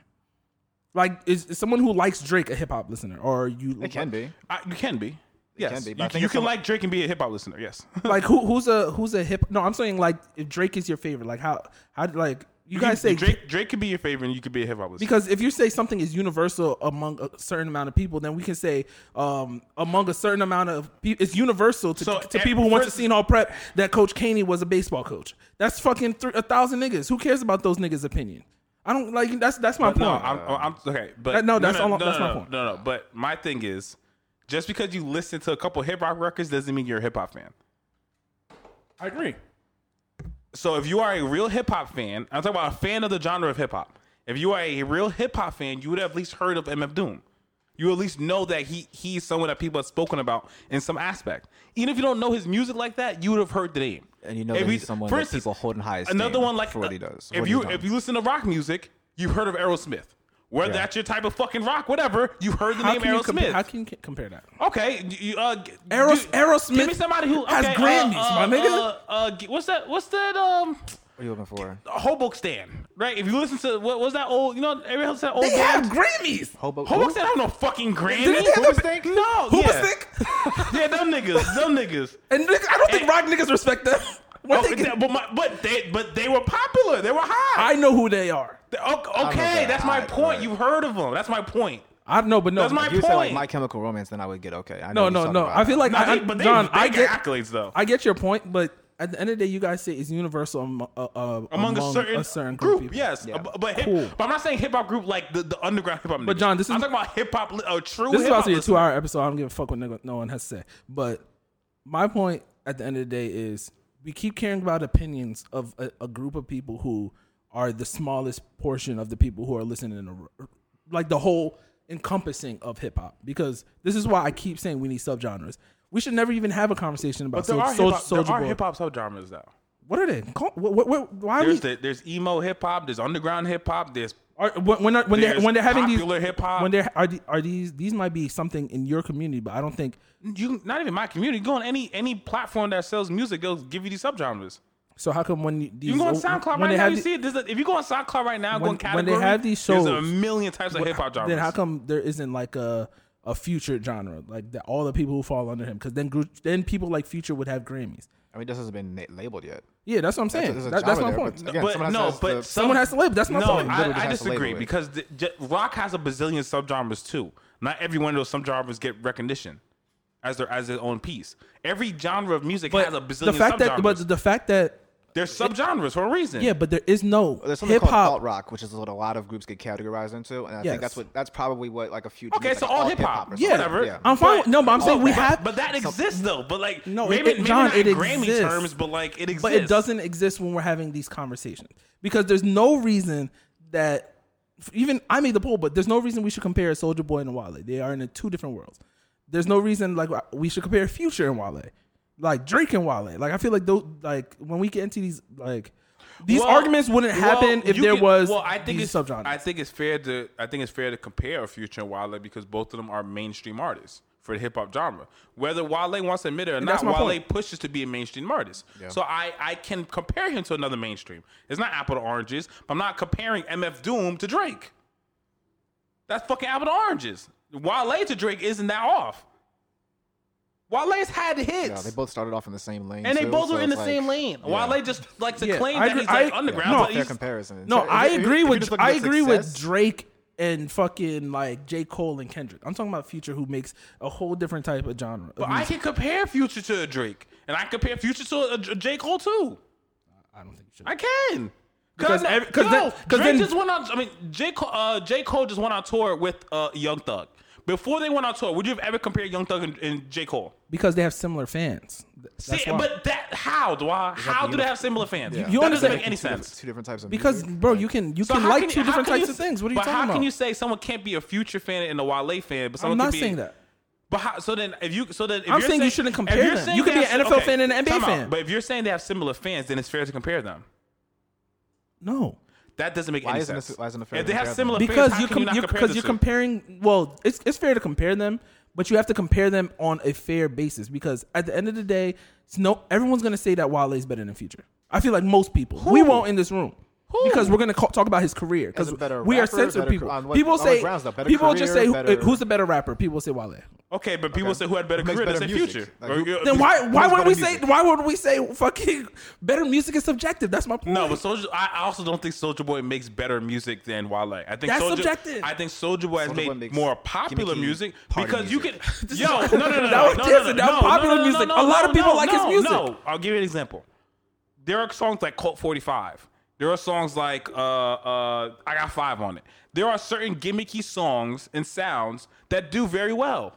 [SPEAKER 1] Like is, is someone who likes Drake a hip hop listener, or you?
[SPEAKER 3] it can be.
[SPEAKER 2] I, you can be. Yes,
[SPEAKER 3] can be, but I
[SPEAKER 2] you,
[SPEAKER 3] think
[SPEAKER 2] you
[SPEAKER 3] it's
[SPEAKER 2] can
[SPEAKER 3] some-
[SPEAKER 2] like Drake and be a hip hop listener. Yes.
[SPEAKER 1] Like who who's a who's a hip? No, I'm saying like if Drake is your favorite, like how how like you guys say
[SPEAKER 2] Drake. Drake could be your favorite, and you could be a hip hop listener.
[SPEAKER 1] Because if you say something is universal among a certain amount of people, then we can say um, among a certain amount of people, it's universal to,
[SPEAKER 2] So,
[SPEAKER 1] to
[SPEAKER 2] at
[SPEAKER 1] people who went to
[SPEAKER 2] first-
[SPEAKER 1] seen all prep that Coach Caney was a baseball coach. That's fucking three, a thousand niggas. Who cares about those niggas' opinion? I don't like. That's that's my point.
[SPEAKER 2] No, I'm, oh, I'm okay, but
[SPEAKER 1] That- no, that's all-
[SPEAKER 2] no,
[SPEAKER 1] that's
[SPEAKER 2] no,
[SPEAKER 1] my
[SPEAKER 2] no,
[SPEAKER 1] point.
[SPEAKER 2] No, no, but my thing is, just because you listen to a couple hip hop records doesn't mean you're a hip hop fan.
[SPEAKER 1] I agree.
[SPEAKER 2] So if you are a real hip hop fan, I'm talking about a fan of the genre of hip hop. If you are a real hip hop fan, you would have at least heard of MF Doom. You at least know that he he's someone that people have spoken about in some aspect. Even if you don't know his music like that, you would have heard the name.
[SPEAKER 3] And you know
[SPEAKER 2] If
[SPEAKER 3] that
[SPEAKER 2] we-
[SPEAKER 3] he's someone
[SPEAKER 2] for
[SPEAKER 3] that
[SPEAKER 2] instance,
[SPEAKER 3] people hold in high esteem
[SPEAKER 2] Another one like
[SPEAKER 3] for what he does.
[SPEAKER 2] If
[SPEAKER 3] what
[SPEAKER 2] you
[SPEAKER 3] he's done.
[SPEAKER 2] if you listen to rock music, you've heard of Aerosmith. Whether
[SPEAKER 3] Yeah.
[SPEAKER 2] that's your type of fucking rock, whatever, you heard the
[SPEAKER 1] How
[SPEAKER 2] name
[SPEAKER 1] can, you compare,
[SPEAKER 2] Aerosmith.
[SPEAKER 1] how can you compare that?
[SPEAKER 2] Okay, you, uh, g-
[SPEAKER 1] Aeros-
[SPEAKER 2] you-
[SPEAKER 1] Aerosmith
[SPEAKER 2] Give me somebody who
[SPEAKER 1] has
[SPEAKER 2] okay, uh,
[SPEAKER 1] Grammys,
[SPEAKER 2] uh,
[SPEAKER 1] my nigga.
[SPEAKER 2] Uh, uh, g- what's that? What's that? Um,
[SPEAKER 3] what are you looking for?
[SPEAKER 2] Hoboken stand, right? If you listen to what was that old, you know, everyone said old.
[SPEAKER 1] Oh, They have Grammys.
[SPEAKER 3] Hobo.
[SPEAKER 2] Hoboken stand have no fucking Grammy.
[SPEAKER 1] Didn't they have
[SPEAKER 2] Who was
[SPEAKER 1] them-
[SPEAKER 2] think? No,
[SPEAKER 1] Who was
[SPEAKER 2] yeah.
[SPEAKER 1] thick?
[SPEAKER 2] yeah, them niggas, them niggas.
[SPEAKER 1] And nigga- I don't think
[SPEAKER 2] And-
[SPEAKER 1] rock niggas respect them. What
[SPEAKER 2] Oh,
[SPEAKER 1] they get-
[SPEAKER 2] but, my, but they but they were popular. They were high.
[SPEAKER 1] I know who they are.
[SPEAKER 2] They- okay, okay,
[SPEAKER 3] that.
[SPEAKER 2] that's my
[SPEAKER 3] I-
[SPEAKER 2] point.
[SPEAKER 3] right.
[SPEAKER 2] You've heard of them. That's my point.
[SPEAKER 1] I know, but no,
[SPEAKER 2] That's my
[SPEAKER 3] If you said like
[SPEAKER 2] point.
[SPEAKER 3] My Chemical Romance, then I would get okay. I know
[SPEAKER 1] no,
[SPEAKER 3] what he's
[SPEAKER 1] no,
[SPEAKER 3] talking
[SPEAKER 1] no.
[SPEAKER 3] about.
[SPEAKER 1] I feel like
[SPEAKER 2] No,
[SPEAKER 1] I,
[SPEAKER 2] they- but they-
[SPEAKER 1] John,
[SPEAKER 2] they
[SPEAKER 1] I
[SPEAKER 2] get
[SPEAKER 1] get
[SPEAKER 2] accolades, though.
[SPEAKER 1] I get your point, but at the end of the day, you guys say it's universal am, uh, uh,
[SPEAKER 2] among, a certain, group.
[SPEAKER 1] people.
[SPEAKER 2] Yes, Uh,
[SPEAKER 3] Yeah.
[SPEAKER 2] but but, hip,
[SPEAKER 1] Cool.
[SPEAKER 2] but I'm not saying hip hop group like the, the underground hip hop.
[SPEAKER 1] But John, this
[SPEAKER 2] I'm
[SPEAKER 1] is-
[SPEAKER 2] talking about hip hop, a true.
[SPEAKER 1] This is
[SPEAKER 2] hip-hop
[SPEAKER 1] about to be a
[SPEAKER 2] listener.
[SPEAKER 1] two-hour episode. I don't give a fuck what nigga- no one has to say. But my point at the end of the day is we keep caring about opinions of a, a group of people who are the smallest portion of the people who are listening to like the whole encompassing of hip hop because this is why I keep saying we need subgenres. We should never even have a conversation about
[SPEAKER 2] But there are
[SPEAKER 1] Soul-
[SPEAKER 2] hip hop
[SPEAKER 1] Soul-
[SPEAKER 2] there are
[SPEAKER 1] Soulja
[SPEAKER 2] hip
[SPEAKER 1] Boy.
[SPEAKER 2] hop subgenres though.
[SPEAKER 1] What are they? Call- What, what, what, why are we
[SPEAKER 2] There's the, there's emo hip hop. There's underground hip hop. There's
[SPEAKER 1] Are, when when, are, when they
[SPEAKER 2] There's
[SPEAKER 1] when they're having these
[SPEAKER 2] popular hip-hop.
[SPEAKER 1] when they are the- are these these might be something in your community, but I don't think
[SPEAKER 2] you not even my community. Go on any any platform that sells music. They'll give you these subgenres.
[SPEAKER 1] so. How come when you, these,
[SPEAKER 2] You can go on
[SPEAKER 1] when
[SPEAKER 2] SoundCloud
[SPEAKER 1] they
[SPEAKER 2] right now.
[SPEAKER 1] have
[SPEAKER 2] You
[SPEAKER 1] the-
[SPEAKER 2] see it. There's a, if you go on SoundCloud right now, go
[SPEAKER 1] When- when
[SPEAKER 2] on category.
[SPEAKER 1] they have these
[SPEAKER 2] there's
[SPEAKER 1] shows,
[SPEAKER 2] a million types of hip hop genres.
[SPEAKER 1] Then how come there isn't like a a future genre like that? All the people who fall under him, because then group, then people like Future would have Grammys.
[SPEAKER 3] I mean, this hasn't been na- labeled yet.
[SPEAKER 1] Yeah, that's what I'm saying.
[SPEAKER 3] there's a
[SPEAKER 1] That- that's my
[SPEAKER 3] genre there,
[SPEAKER 1] point.
[SPEAKER 3] but again-
[SPEAKER 2] but
[SPEAKER 3] someone has
[SPEAKER 2] no,
[SPEAKER 3] to-
[SPEAKER 2] but
[SPEAKER 3] the-
[SPEAKER 1] Someone has to label. That's my
[SPEAKER 2] no,
[SPEAKER 1] point.
[SPEAKER 2] I,
[SPEAKER 3] Literally just
[SPEAKER 2] I
[SPEAKER 3] has to label
[SPEAKER 2] disagree
[SPEAKER 3] it.
[SPEAKER 2] because the, j- rock has a bazillion subgenres too. Not every one of those subgenres get recognition as their as their own piece. Every genre of music
[SPEAKER 1] But
[SPEAKER 2] has a bazillion
[SPEAKER 1] the fact
[SPEAKER 2] subgenres.
[SPEAKER 1] that but the fact that
[SPEAKER 2] There's subgenres for a reason.
[SPEAKER 1] yeah, but there is no
[SPEAKER 3] There's something
[SPEAKER 1] hip
[SPEAKER 3] called
[SPEAKER 1] hop.
[SPEAKER 3] alt rock, which is what a lot of groups get categorized into, and I
[SPEAKER 1] Yes.
[SPEAKER 3] think that's what that's probably what like a future.
[SPEAKER 2] Okay,
[SPEAKER 3] like
[SPEAKER 2] so
[SPEAKER 3] an
[SPEAKER 2] all
[SPEAKER 3] alt
[SPEAKER 2] hip hop,
[SPEAKER 3] or
[SPEAKER 2] yeah,
[SPEAKER 3] something.
[SPEAKER 2] whatever.
[SPEAKER 3] Yeah.
[SPEAKER 1] I'm fine. with- no, but I'm saying we
[SPEAKER 2] but,
[SPEAKER 1] have,
[SPEAKER 2] but that exists though. But like,
[SPEAKER 1] No,
[SPEAKER 2] no,
[SPEAKER 1] it-
[SPEAKER 2] maybe,
[SPEAKER 1] it-
[SPEAKER 2] maybe
[SPEAKER 1] John,
[SPEAKER 2] not
[SPEAKER 1] it
[SPEAKER 2] in Grammy
[SPEAKER 1] exists.
[SPEAKER 2] terms, but like it exists.
[SPEAKER 1] but it doesn't exist when we're having these conversations because there's no reason that even I made the poll, but there's no reason we should compare Soldier Boy and Wale. They are in two different worlds. There's no reason like we should compare Future and Wale, like Drake and Wale. Like I feel like those like when we get into these like these
[SPEAKER 2] Well,
[SPEAKER 1] arguments wouldn't
[SPEAKER 2] well,
[SPEAKER 1] happen if
[SPEAKER 2] you
[SPEAKER 1] there
[SPEAKER 2] can-
[SPEAKER 1] was
[SPEAKER 2] Well, I think
[SPEAKER 1] these
[SPEAKER 2] it's
[SPEAKER 1] subgenres.
[SPEAKER 2] I think it's fair to I think it's fair to compare Future and Wale because both of them are mainstream artists for the hip hop genre. Whether Wale wants to admit it or
[SPEAKER 1] that's
[SPEAKER 2] not,
[SPEAKER 1] my
[SPEAKER 2] Wale
[SPEAKER 1] point.
[SPEAKER 2] pushes to be a mainstream artist. So I I can compare him to another mainstream. It's not apple to oranges. But I'm not comparing MF Doom to Drake. That's fucking apple to oranges. Wale to Drake isn't that off. Wale's had hits.
[SPEAKER 3] Yeah, they both started off in the same lane,
[SPEAKER 2] and they
[SPEAKER 3] too,
[SPEAKER 2] both
[SPEAKER 3] so
[SPEAKER 2] were in the
[SPEAKER 3] it's
[SPEAKER 2] same
[SPEAKER 3] like-
[SPEAKER 2] lane.
[SPEAKER 3] yeah.
[SPEAKER 2] Wale just likes to
[SPEAKER 1] Yeah,
[SPEAKER 2] claim
[SPEAKER 1] I
[SPEAKER 2] that
[SPEAKER 1] agree-
[SPEAKER 2] he's like
[SPEAKER 1] I-
[SPEAKER 2] underground.
[SPEAKER 1] no,
[SPEAKER 2] but
[SPEAKER 3] fair
[SPEAKER 2] he's-
[SPEAKER 3] comparison.
[SPEAKER 1] No,
[SPEAKER 3] So if-
[SPEAKER 1] I
[SPEAKER 3] if- if
[SPEAKER 1] agree
[SPEAKER 3] you're
[SPEAKER 1] with
[SPEAKER 3] just looking
[SPEAKER 1] I
[SPEAKER 3] at
[SPEAKER 1] agree with
[SPEAKER 3] success-
[SPEAKER 1] Drake and fucking like J Cole and Kendrick. I'm talking about Future, who makes a whole different type of genre. of
[SPEAKER 2] But I
[SPEAKER 1] music.
[SPEAKER 2] can compare Future to a Drake, and I compare Future to a, a J Cole too.
[SPEAKER 1] I don't think you should.
[SPEAKER 2] I can.
[SPEAKER 1] Because
[SPEAKER 2] I-
[SPEAKER 1] every- 'cause
[SPEAKER 2] yo,
[SPEAKER 1] then- 'cause
[SPEAKER 2] Drake
[SPEAKER 1] then-
[SPEAKER 2] just went on. I mean, J Cole, uh, J Cole just went on tour with uh, Young Thug. Before they went on tour, would you have ever compared Young Thug and, and J Cole?
[SPEAKER 1] because they have similar fans. Th-
[SPEAKER 2] See,
[SPEAKER 1] That's why.
[SPEAKER 2] but that how do I? How do they have similar fans?
[SPEAKER 1] You
[SPEAKER 2] that doesn't
[SPEAKER 1] understand-
[SPEAKER 2] make any
[SPEAKER 3] two different-
[SPEAKER 2] sense.
[SPEAKER 3] Two different types of
[SPEAKER 1] because
[SPEAKER 3] music.
[SPEAKER 1] bro, you can you
[SPEAKER 2] Mm-hmm. So
[SPEAKER 1] can
[SPEAKER 2] how
[SPEAKER 1] like
[SPEAKER 2] can you-
[SPEAKER 1] two
[SPEAKER 2] how
[SPEAKER 1] different
[SPEAKER 2] can
[SPEAKER 1] types
[SPEAKER 2] you
[SPEAKER 1] of
[SPEAKER 2] say-
[SPEAKER 1] things. What are you
[SPEAKER 2] but
[SPEAKER 1] talking
[SPEAKER 2] how
[SPEAKER 1] about?
[SPEAKER 2] can you say someone can't be a Future fan and a Wale fan? But
[SPEAKER 1] I'm
[SPEAKER 2] someone
[SPEAKER 1] not
[SPEAKER 2] could be,
[SPEAKER 1] saying that.
[SPEAKER 2] But how, so then, if you so then if
[SPEAKER 1] I'm
[SPEAKER 2] you're
[SPEAKER 1] saying you
[SPEAKER 2] saying-
[SPEAKER 1] shouldn't
[SPEAKER 2] if
[SPEAKER 1] compare
[SPEAKER 2] you're
[SPEAKER 1] them.
[SPEAKER 2] saying
[SPEAKER 1] You could
[SPEAKER 2] they
[SPEAKER 1] be
[SPEAKER 2] have
[SPEAKER 1] an
[SPEAKER 2] sim-
[SPEAKER 1] NFL fan and an NBA
[SPEAKER 2] time out.
[SPEAKER 1] fan.
[SPEAKER 2] But if you're saying they have similar fans, then it's fair to compare them.
[SPEAKER 1] No,
[SPEAKER 2] That doesn't make
[SPEAKER 3] Why
[SPEAKER 2] any
[SPEAKER 3] isn't
[SPEAKER 2] sense.
[SPEAKER 3] it- why isn't it fair
[SPEAKER 2] if
[SPEAKER 3] to
[SPEAKER 2] they have
[SPEAKER 3] compare
[SPEAKER 2] similar
[SPEAKER 3] them?
[SPEAKER 2] fans,
[SPEAKER 1] because
[SPEAKER 2] how
[SPEAKER 1] you
[SPEAKER 2] can
[SPEAKER 1] com-
[SPEAKER 2] you not
[SPEAKER 1] you
[SPEAKER 2] compare
[SPEAKER 1] because
[SPEAKER 2] the
[SPEAKER 1] you're
[SPEAKER 2] two?
[SPEAKER 1] comparing. Well, it's it's fair to compare them, but you have to compare them on a fair basis because at the end of the day, it's no everyone's gonna say that Wale is better than Future. I feel like most people. We won't in this room. Because we're gonna call, talk about his career. Because
[SPEAKER 3] a better
[SPEAKER 1] we are
[SPEAKER 3] rapper,
[SPEAKER 1] censored
[SPEAKER 3] better-
[SPEAKER 1] people.
[SPEAKER 3] on what-
[SPEAKER 1] people
[SPEAKER 3] on what
[SPEAKER 1] say
[SPEAKER 3] grounds, though? Better
[SPEAKER 1] people just
[SPEAKER 3] career,
[SPEAKER 1] say who-
[SPEAKER 3] better-
[SPEAKER 1] who's the better rapper. People say Wale.
[SPEAKER 2] Okay, but people say who had better
[SPEAKER 3] Who makes
[SPEAKER 2] career. They
[SPEAKER 3] better
[SPEAKER 2] say
[SPEAKER 3] music?
[SPEAKER 2] Future.
[SPEAKER 3] Like, who-
[SPEAKER 1] Then why why
[SPEAKER 3] who's
[SPEAKER 1] would
[SPEAKER 3] better
[SPEAKER 1] we say
[SPEAKER 3] music?
[SPEAKER 1] why would we say fucking better music is subjective? That's my point.
[SPEAKER 2] No, but Soldier. I I also don't think Soldier Boy makes better music than Wale. I think
[SPEAKER 1] That's
[SPEAKER 2] Soulja-
[SPEAKER 1] subjective.
[SPEAKER 2] I think Soldier Boy has
[SPEAKER 3] Soulja Boy
[SPEAKER 2] made
[SPEAKER 3] makes
[SPEAKER 2] more popular
[SPEAKER 3] gimmicky
[SPEAKER 2] music
[SPEAKER 3] party
[SPEAKER 2] because you can.
[SPEAKER 3] music.
[SPEAKER 2] Yo, no, no, no, no,
[SPEAKER 1] That
[SPEAKER 2] no,
[SPEAKER 1] was
[SPEAKER 2] no,
[SPEAKER 1] different.
[SPEAKER 2] no,
[SPEAKER 1] That was
[SPEAKER 2] no,
[SPEAKER 1] popular
[SPEAKER 2] no, no,
[SPEAKER 1] music.
[SPEAKER 2] no,
[SPEAKER 1] A lot of
[SPEAKER 2] no,
[SPEAKER 1] people
[SPEAKER 2] no,
[SPEAKER 1] like his
[SPEAKER 2] no,
[SPEAKER 1] music.
[SPEAKER 2] No, I'll give you an example. There are songs like Colt 45. There are songs like uh, uh, I Got Five on it. There are certain gimmicky songs and sounds that do very well.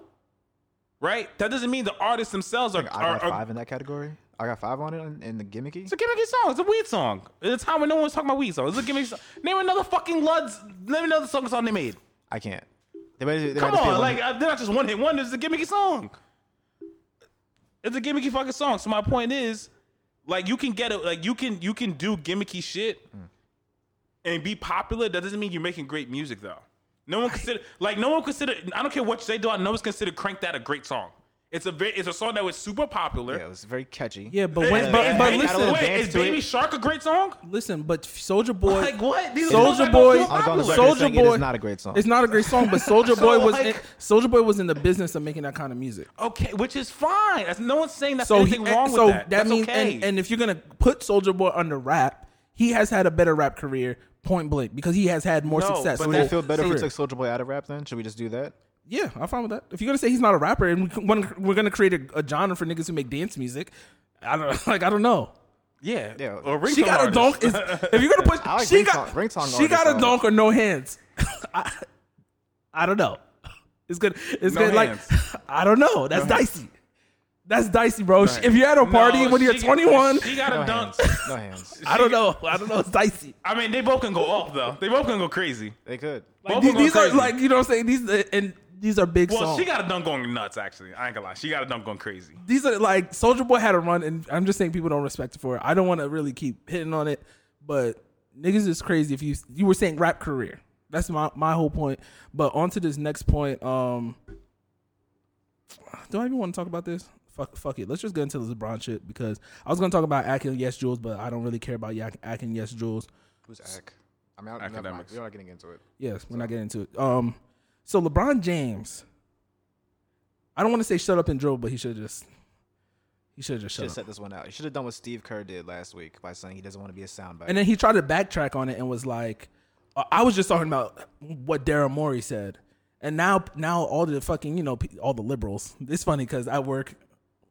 [SPEAKER 2] Right? That doesn't mean the artists themselves are,
[SPEAKER 3] I got
[SPEAKER 2] are, are
[SPEAKER 3] five in that category. I got five on it in, in the gimmicky.
[SPEAKER 2] it's a gimmicky song. It's a weed song. At a time when no one's talking about weed song. It's a gimmicky song. Name another fucking Luds. Name another song song they made.
[SPEAKER 3] I can't. They might, they
[SPEAKER 2] Come
[SPEAKER 3] might just be
[SPEAKER 2] on,
[SPEAKER 3] one-
[SPEAKER 2] like uh, they're not just one hit wonders. It's a gimmicky song. It's a gimmicky fucking song. So my point is, like you can get it. Like you can you can do gimmicky shit and be popular. That doesn't mean you're making great music though. No one consider like no one consider. I don't care what you say though. No one's considered "Crank That" a great song. It's a very, it's a song that was super popular.
[SPEAKER 3] yeah, it was very catchy.
[SPEAKER 1] Yeah, but
[SPEAKER 2] Is-
[SPEAKER 1] when, but,
[SPEAKER 2] is
[SPEAKER 1] but
[SPEAKER 2] Baby-
[SPEAKER 1] listen,
[SPEAKER 2] wait,
[SPEAKER 3] dance
[SPEAKER 2] is
[SPEAKER 3] to it.
[SPEAKER 2] Baby Shark a great song?
[SPEAKER 1] listen, but Soldier Boy,
[SPEAKER 2] Like what? These
[SPEAKER 1] Soulja
[SPEAKER 2] songs are
[SPEAKER 1] Boy- I
[SPEAKER 2] so
[SPEAKER 3] was on the
[SPEAKER 2] popular.
[SPEAKER 3] record
[SPEAKER 1] Soldier
[SPEAKER 3] saying it
[SPEAKER 1] Boy
[SPEAKER 3] is not a great song.
[SPEAKER 1] It's not a great song, but Soldier
[SPEAKER 2] So,
[SPEAKER 1] Boy was
[SPEAKER 2] like-
[SPEAKER 1] in, Soldier Boy was in the business of making that kind of music.
[SPEAKER 2] Okay, which is fine. That's, no one's saying that's
[SPEAKER 1] So he, eh,
[SPEAKER 2] anything wrong
[SPEAKER 1] so
[SPEAKER 2] with that. That's
[SPEAKER 1] means,
[SPEAKER 2] okay.
[SPEAKER 1] and, and if you're gonna put Soldier Boy under rap, he has had a better rap career, point blank, because he has had more
[SPEAKER 2] No,
[SPEAKER 1] success.
[SPEAKER 2] but
[SPEAKER 1] with
[SPEAKER 3] Would it
[SPEAKER 1] his
[SPEAKER 3] feel better if we
[SPEAKER 1] career.
[SPEAKER 3] took Soldier Boy out of rap? Then should we just do that?
[SPEAKER 1] Yeah, I'm fine with that. If you're gonna say he's not a rapper, and we, c- when we're gonna create a, a genre for niggas who make dance music, I don't like. I don't know.
[SPEAKER 2] yeah,
[SPEAKER 3] Yeah.
[SPEAKER 2] Or
[SPEAKER 1] She got a donk. Is, if you're gonna put,
[SPEAKER 3] I like
[SPEAKER 1] she
[SPEAKER 3] ringtone-
[SPEAKER 1] got,
[SPEAKER 3] ringtone
[SPEAKER 1] she got a
[SPEAKER 3] artists,
[SPEAKER 1] donk or no hands. I, I don't know. It's good. It's
[SPEAKER 2] No
[SPEAKER 1] good. Like
[SPEAKER 2] hands.
[SPEAKER 1] I don't know. That's dicey. That's dicey, bro. If you're at a
[SPEAKER 2] No,
[SPEAKER 1] party when you're
[SPEAKER 2] she got-
[SPEAKER 1] 21,
[SPEAKER 2] she got
[SPEAKER 3] No
[SPEAKER 2] a dunk.
[SPEAKER 3] hands. No hands.
[SPEAKER 1] I don't know. I don't know. It's dicey.
[SPEAKER 2] I mean, they both can go off though. They both can go crazy.
[SPEAKER 3] They could.
[SPEAKER 2] Both
[SPEAKER 1] These,
[SPEAKER 2] can go
[SPEAKER 1] these are
[SPEAKER 2] crazy.
[SPEAKER 1] like you know what I'm saying. These uh, and these are big
[SPEAKER 2] Well,
[SPEAKER 1] songs.
[SPEAKER 2] she got a dunk going nuts. Actually, I ain't gonna lie. She got a dunk going crazy.
[SPEAKER 1] these are like Soldier Boy had a run, and I'm just saying people don't respect it for it. I don't want to really keep hitting on it, but niggas is crazy. If you you were saying rap career, that's my my whole point. But on to this next point. Um, do I even want to talk about this? Fuck, fuck it. Let's just get into this LeBron shit because I was gonna talk about Akin Yes Jules, but I don't really care about Yak- Akin Yes Jules.
[SPEAKER 3] Who's Ack? I mean, I don't, never mind.
[SPEAKER 2] Academics.
[SPEAKER 3] We're not getting into it.
[SPEAKER 1] Yes, we're not getting into it. Um, so LeBron James, I don't want to say shut up and dribble, but he should just he should just shut
[SPEAKER 3] Should have
[SPEAKER 1] up.
[SPEAKER 3] set this one out. You should have done what Steve Kerr did last week by saying he doesn't want to be a soundbite.
[SPEAKER 1] And then he tried to backtrack on it and was like, I I was just talking about what Daryl Morey said. And now, now all the fucking, you know, pe- all the liberals. It's funny because I work,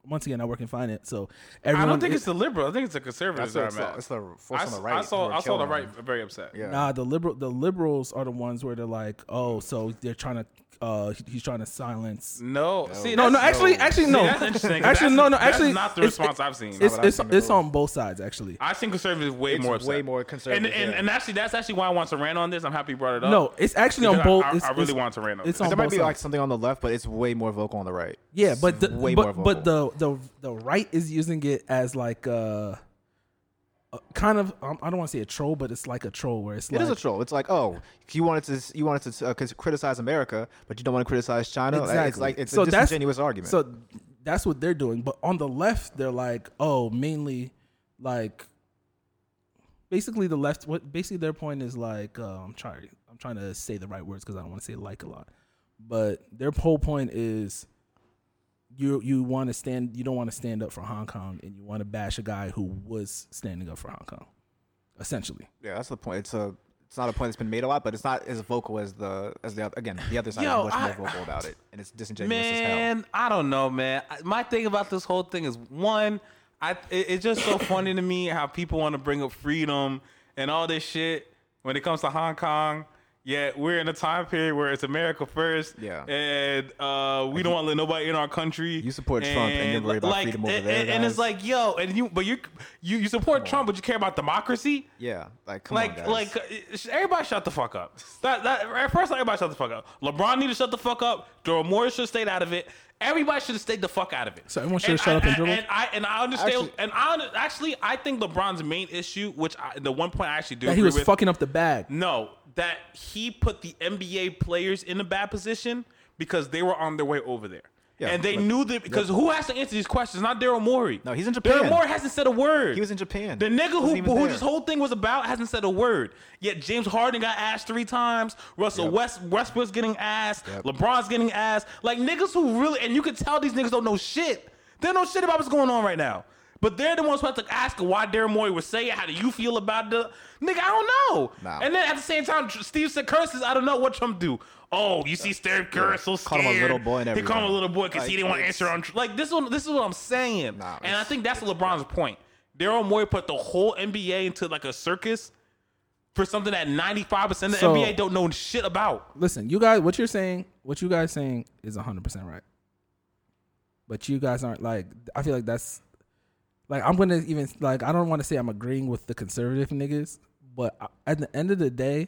[SPEAKER 1] once again, I work in finance. So
[SPEAKER 2] I
[SPEAKER 1] everyone.
[SPEAKER 2] don't think it's the liberal. I think it's the conservatives
[SPEAKER 3] That's
[SPEAKER 2] that
[SPEAKER 3] what
[SPEAKER 2] are
[SPEAKER 3] it's the-
[SPEAKER 2] mad.
[SPEAKER 3] it's the
[SPEAKER 2] I,
[SPEAKER 3] folks on
[SPEAKER 2] s-
[SPEAKER 3] the right
[SPEAKER 2] I saw.
[SPEAKER 3] who are
[SPEAKER 2] I saw the
[SPEAKER 3] killing
[SPEAKER 2] right
[SPEAKER 3] them.
[SPEAKER 2] very upset.
[SPEAKER 3] Yeah.
[SPEAKER 1] Nah, the liberal, the liberals are the ones where they're like, oh, so they're trying to, uh, he- he's trying to silence.
[SPEAKER 2] No. See,
[SPEAKER 1] No, no,
[SPEAKER 2] Mm, that's-
[SPEAKER 1] actually, actually, no.
[SPEAKER 2] See, that's interesting. 'cause
[SPEAKER 1] Actually,
[SPEAKER 2] that's-
[SPEAKER 1] no, no,
[SPEAKER 2] that's
[SPEAKER 1] actually,
[SPEAKER 2] not the
[SPEAKER 1] it's-
[SPEAKER 2] response I've seen.
[SPEAKER 1] It's
[SPEAKER 3] what I've
[SPEAKER 1] it's
[SPEAKER 3] seen in the
[SPEAKER 1] it's on both sides actually.
[SPEAKER 2] I've seen conservatives way
[SPEAKER 3] It's
[SPEAKER 2] more upset.
[SPEAKER 3] way more conservative,
[SPEAKER 2] And, and,
[SPEAKER 3] yeah.
[SPEAKER 2] and actually, that's actually why I want to rant on this. I'm happy you brought it up.
[SPEAKER 1] No, it's actually on
[SPEAKER 2] Because I-
[SPEAKER 1] both.
[SPEAKER 2] I-
[SPEAKER 1] it's-
[SPEAKER 2] I really
[SPEAKER 1] it's-
[SPEAKER 2] want to rant on
[SPEAKER 1] It's
[SPEAKER 2] this.
[SPEAKER 1] on
[SPEAKER 3] There
[SPEAKER 1] both
[SPEAKER 3] might be like
[SPEAKER 1] sides.
[SPEAKER 3] something on the left, but it's way more vocal on the right.
[SPEAKER 1] Yeah, but the,
[SPEAKER 3] way more
[SPEAKER 1] but,
[SPEAKER 3] vocal.
[SPEAKER 1] but the the the right is using it as like uh, a kind of um, I don't want to say a troll, but it's like a troll where it's
[SPEAKER 3] It
[SPEAKER 1] like
[SPEAKER 3] is a troll. It's like, oh, you wanted to, you wanted to uh, cons- criticize America, but you don't want to criticize China. Like, It's like it's a
[SPEAKER 1] that's-
[SPEAKER 3] disingenuous argument.
[SPEAKER 1] So that's what they're doing. But on the left, they're like, oh, mainly like basically the left. What basically their point is like, uh, I'm trying, I'm trying to say the right words because I don't want to say like a lot. But their whole point is you you want to stand, you don't want to stand up for Hong Kong, and you want to bash a guy who was standing up for Hong Kong, essentially.
[SPEAKER 3] yeah, that's the point. It's a it's not a point that's been made a lot, but it's not as vocal as the as the oth- again the other side
[SPEAKER 2] Yo,
[SPEAKER 3] is much
[SPEAKER 2] I-
[SPEAKER 3] more vocal about it, and it's disingenuous as E hell.
[SPEAKER 2] Man, I don't know, man. I- My thing about this whole thing is one, I it, it's just so funny to me how people want to bring up freedom and all this shit when it comes to Hong Kong. Yet we're in a time period where it's America first,
[SPEAKER 3] Yeah.
[SPEAKER 2] and uh, we don't want to let nobody in our country.
[SPEAKER 3] You support Trump and you're worried about
[SPEAKER 2] like,
[SPEAKER 3] freedom over
[SPEAKER 2] and,
[SPEAKER 3] there,
[SPEAKER 2] and- and it's
[SPEAKER 3] guys.
[SPEAKER 2] like, yo, and you, but you, you, you support Trump, but you care about democracy.
[SPEAKER 3] Yeah, like come on,
[SPEAKER 2] Like,
[SPEAKER 3] guys.
[SPEAKER 2] like uh, sh- everybody shut the fuck up. That, that at first, everybody shut the fuck up. LeBron need to shut the fuck up. Daryl Morey should have stayed out of it. Everybody should have stayed the fuck out of it.
[SPEAKER 1] So everyone should have
[SPEAKER 2] And
[SPEAKER 1] shut
[SPEAKER 2] I-
[SPEAKER 1] up and dribbled?
[SPEAKER 2] And I and I understand.
[SPEAKER 3] Actually-
[SPEAKER 2] and I under- actually, I think LeBron's main issue, which I, the one point I actually do
[SPEAKER 1] That
[SPEAKER 2] agree
[SPEAKER 1] he was
[SPEAKER 2] with,
[SPEAKER 1] fucking up the bag.
[SPEAKER 2] no, that he put the NBA players in a bad position because they were on their way over there.
[SPEAKER 3] Yeah,
[SPEAKER 2] and they
[SPEAKER 3] look-
[SPEAKER 2] knew that because who has to answer these questions? Not Daryl Morey.
[SPEAKER 3] No, he's in
[SPEAKER 2] Daryl
[SPEAKER 3] Japan.
[SPEAKER 2] Morey hasn't said a word.
[SPEAKER 3] He was in Japan.
[SPEAKER 2] The nigga who,
[SPEAKER 3] Wasn't even
[SPEAKER 2] who
[SPEAKER 3] there.
[SPEAKER 2] this whole thing was about hasn't said a word. Yet James Harden got asked three times. Russell West Westbrook's getting asked. LeBron's getting asked. Like niggas who really and you can tell these niggas don't know shit. They don't know shit about what's going on right now. But they're the ones who have to ask why Daryl Morey was saying, how do you feel about the nigga? I don't know.
[SPEAKER 3] Nah.
[SPEAKER 2] And then at the same time, Tr- Steve said curses. I don't know what Trump do. Oh, you see, Steve Kerr so scared.
[SPEAKER 3] Called him a little boy and
[SPEAKER 2] He called him a
[SPEAKER 3] everything.
[SPEAKER 2] little boy because he
[SPEAKER 3] Like,
[SPEAKER 2] didn't want to
[SPEAKER 3] it's-
[SPEAKER 2] answer on Tr- like this one. This is what I'm saying,
[SPEAKER 3] Nah,
[SPEAKER 2] and I
[SPEAKER 3] it's-
[SPEAKER 2] think that's LeBron's point. Daryl Morey put the whole NBA into like a circus for something that 95 percent of the
[SPEAKER 1] So-
[SPEAKER 2] NBA don't know shit about.
[SPEAKER 1] Listen, you guys, what you're saying, what you guys saying is 100 percent right. But you guys aren't like. I feel like that's like I'm gonna even like I don't want to say I'm agreeing with the conservative niggas, but I- at the end of the day,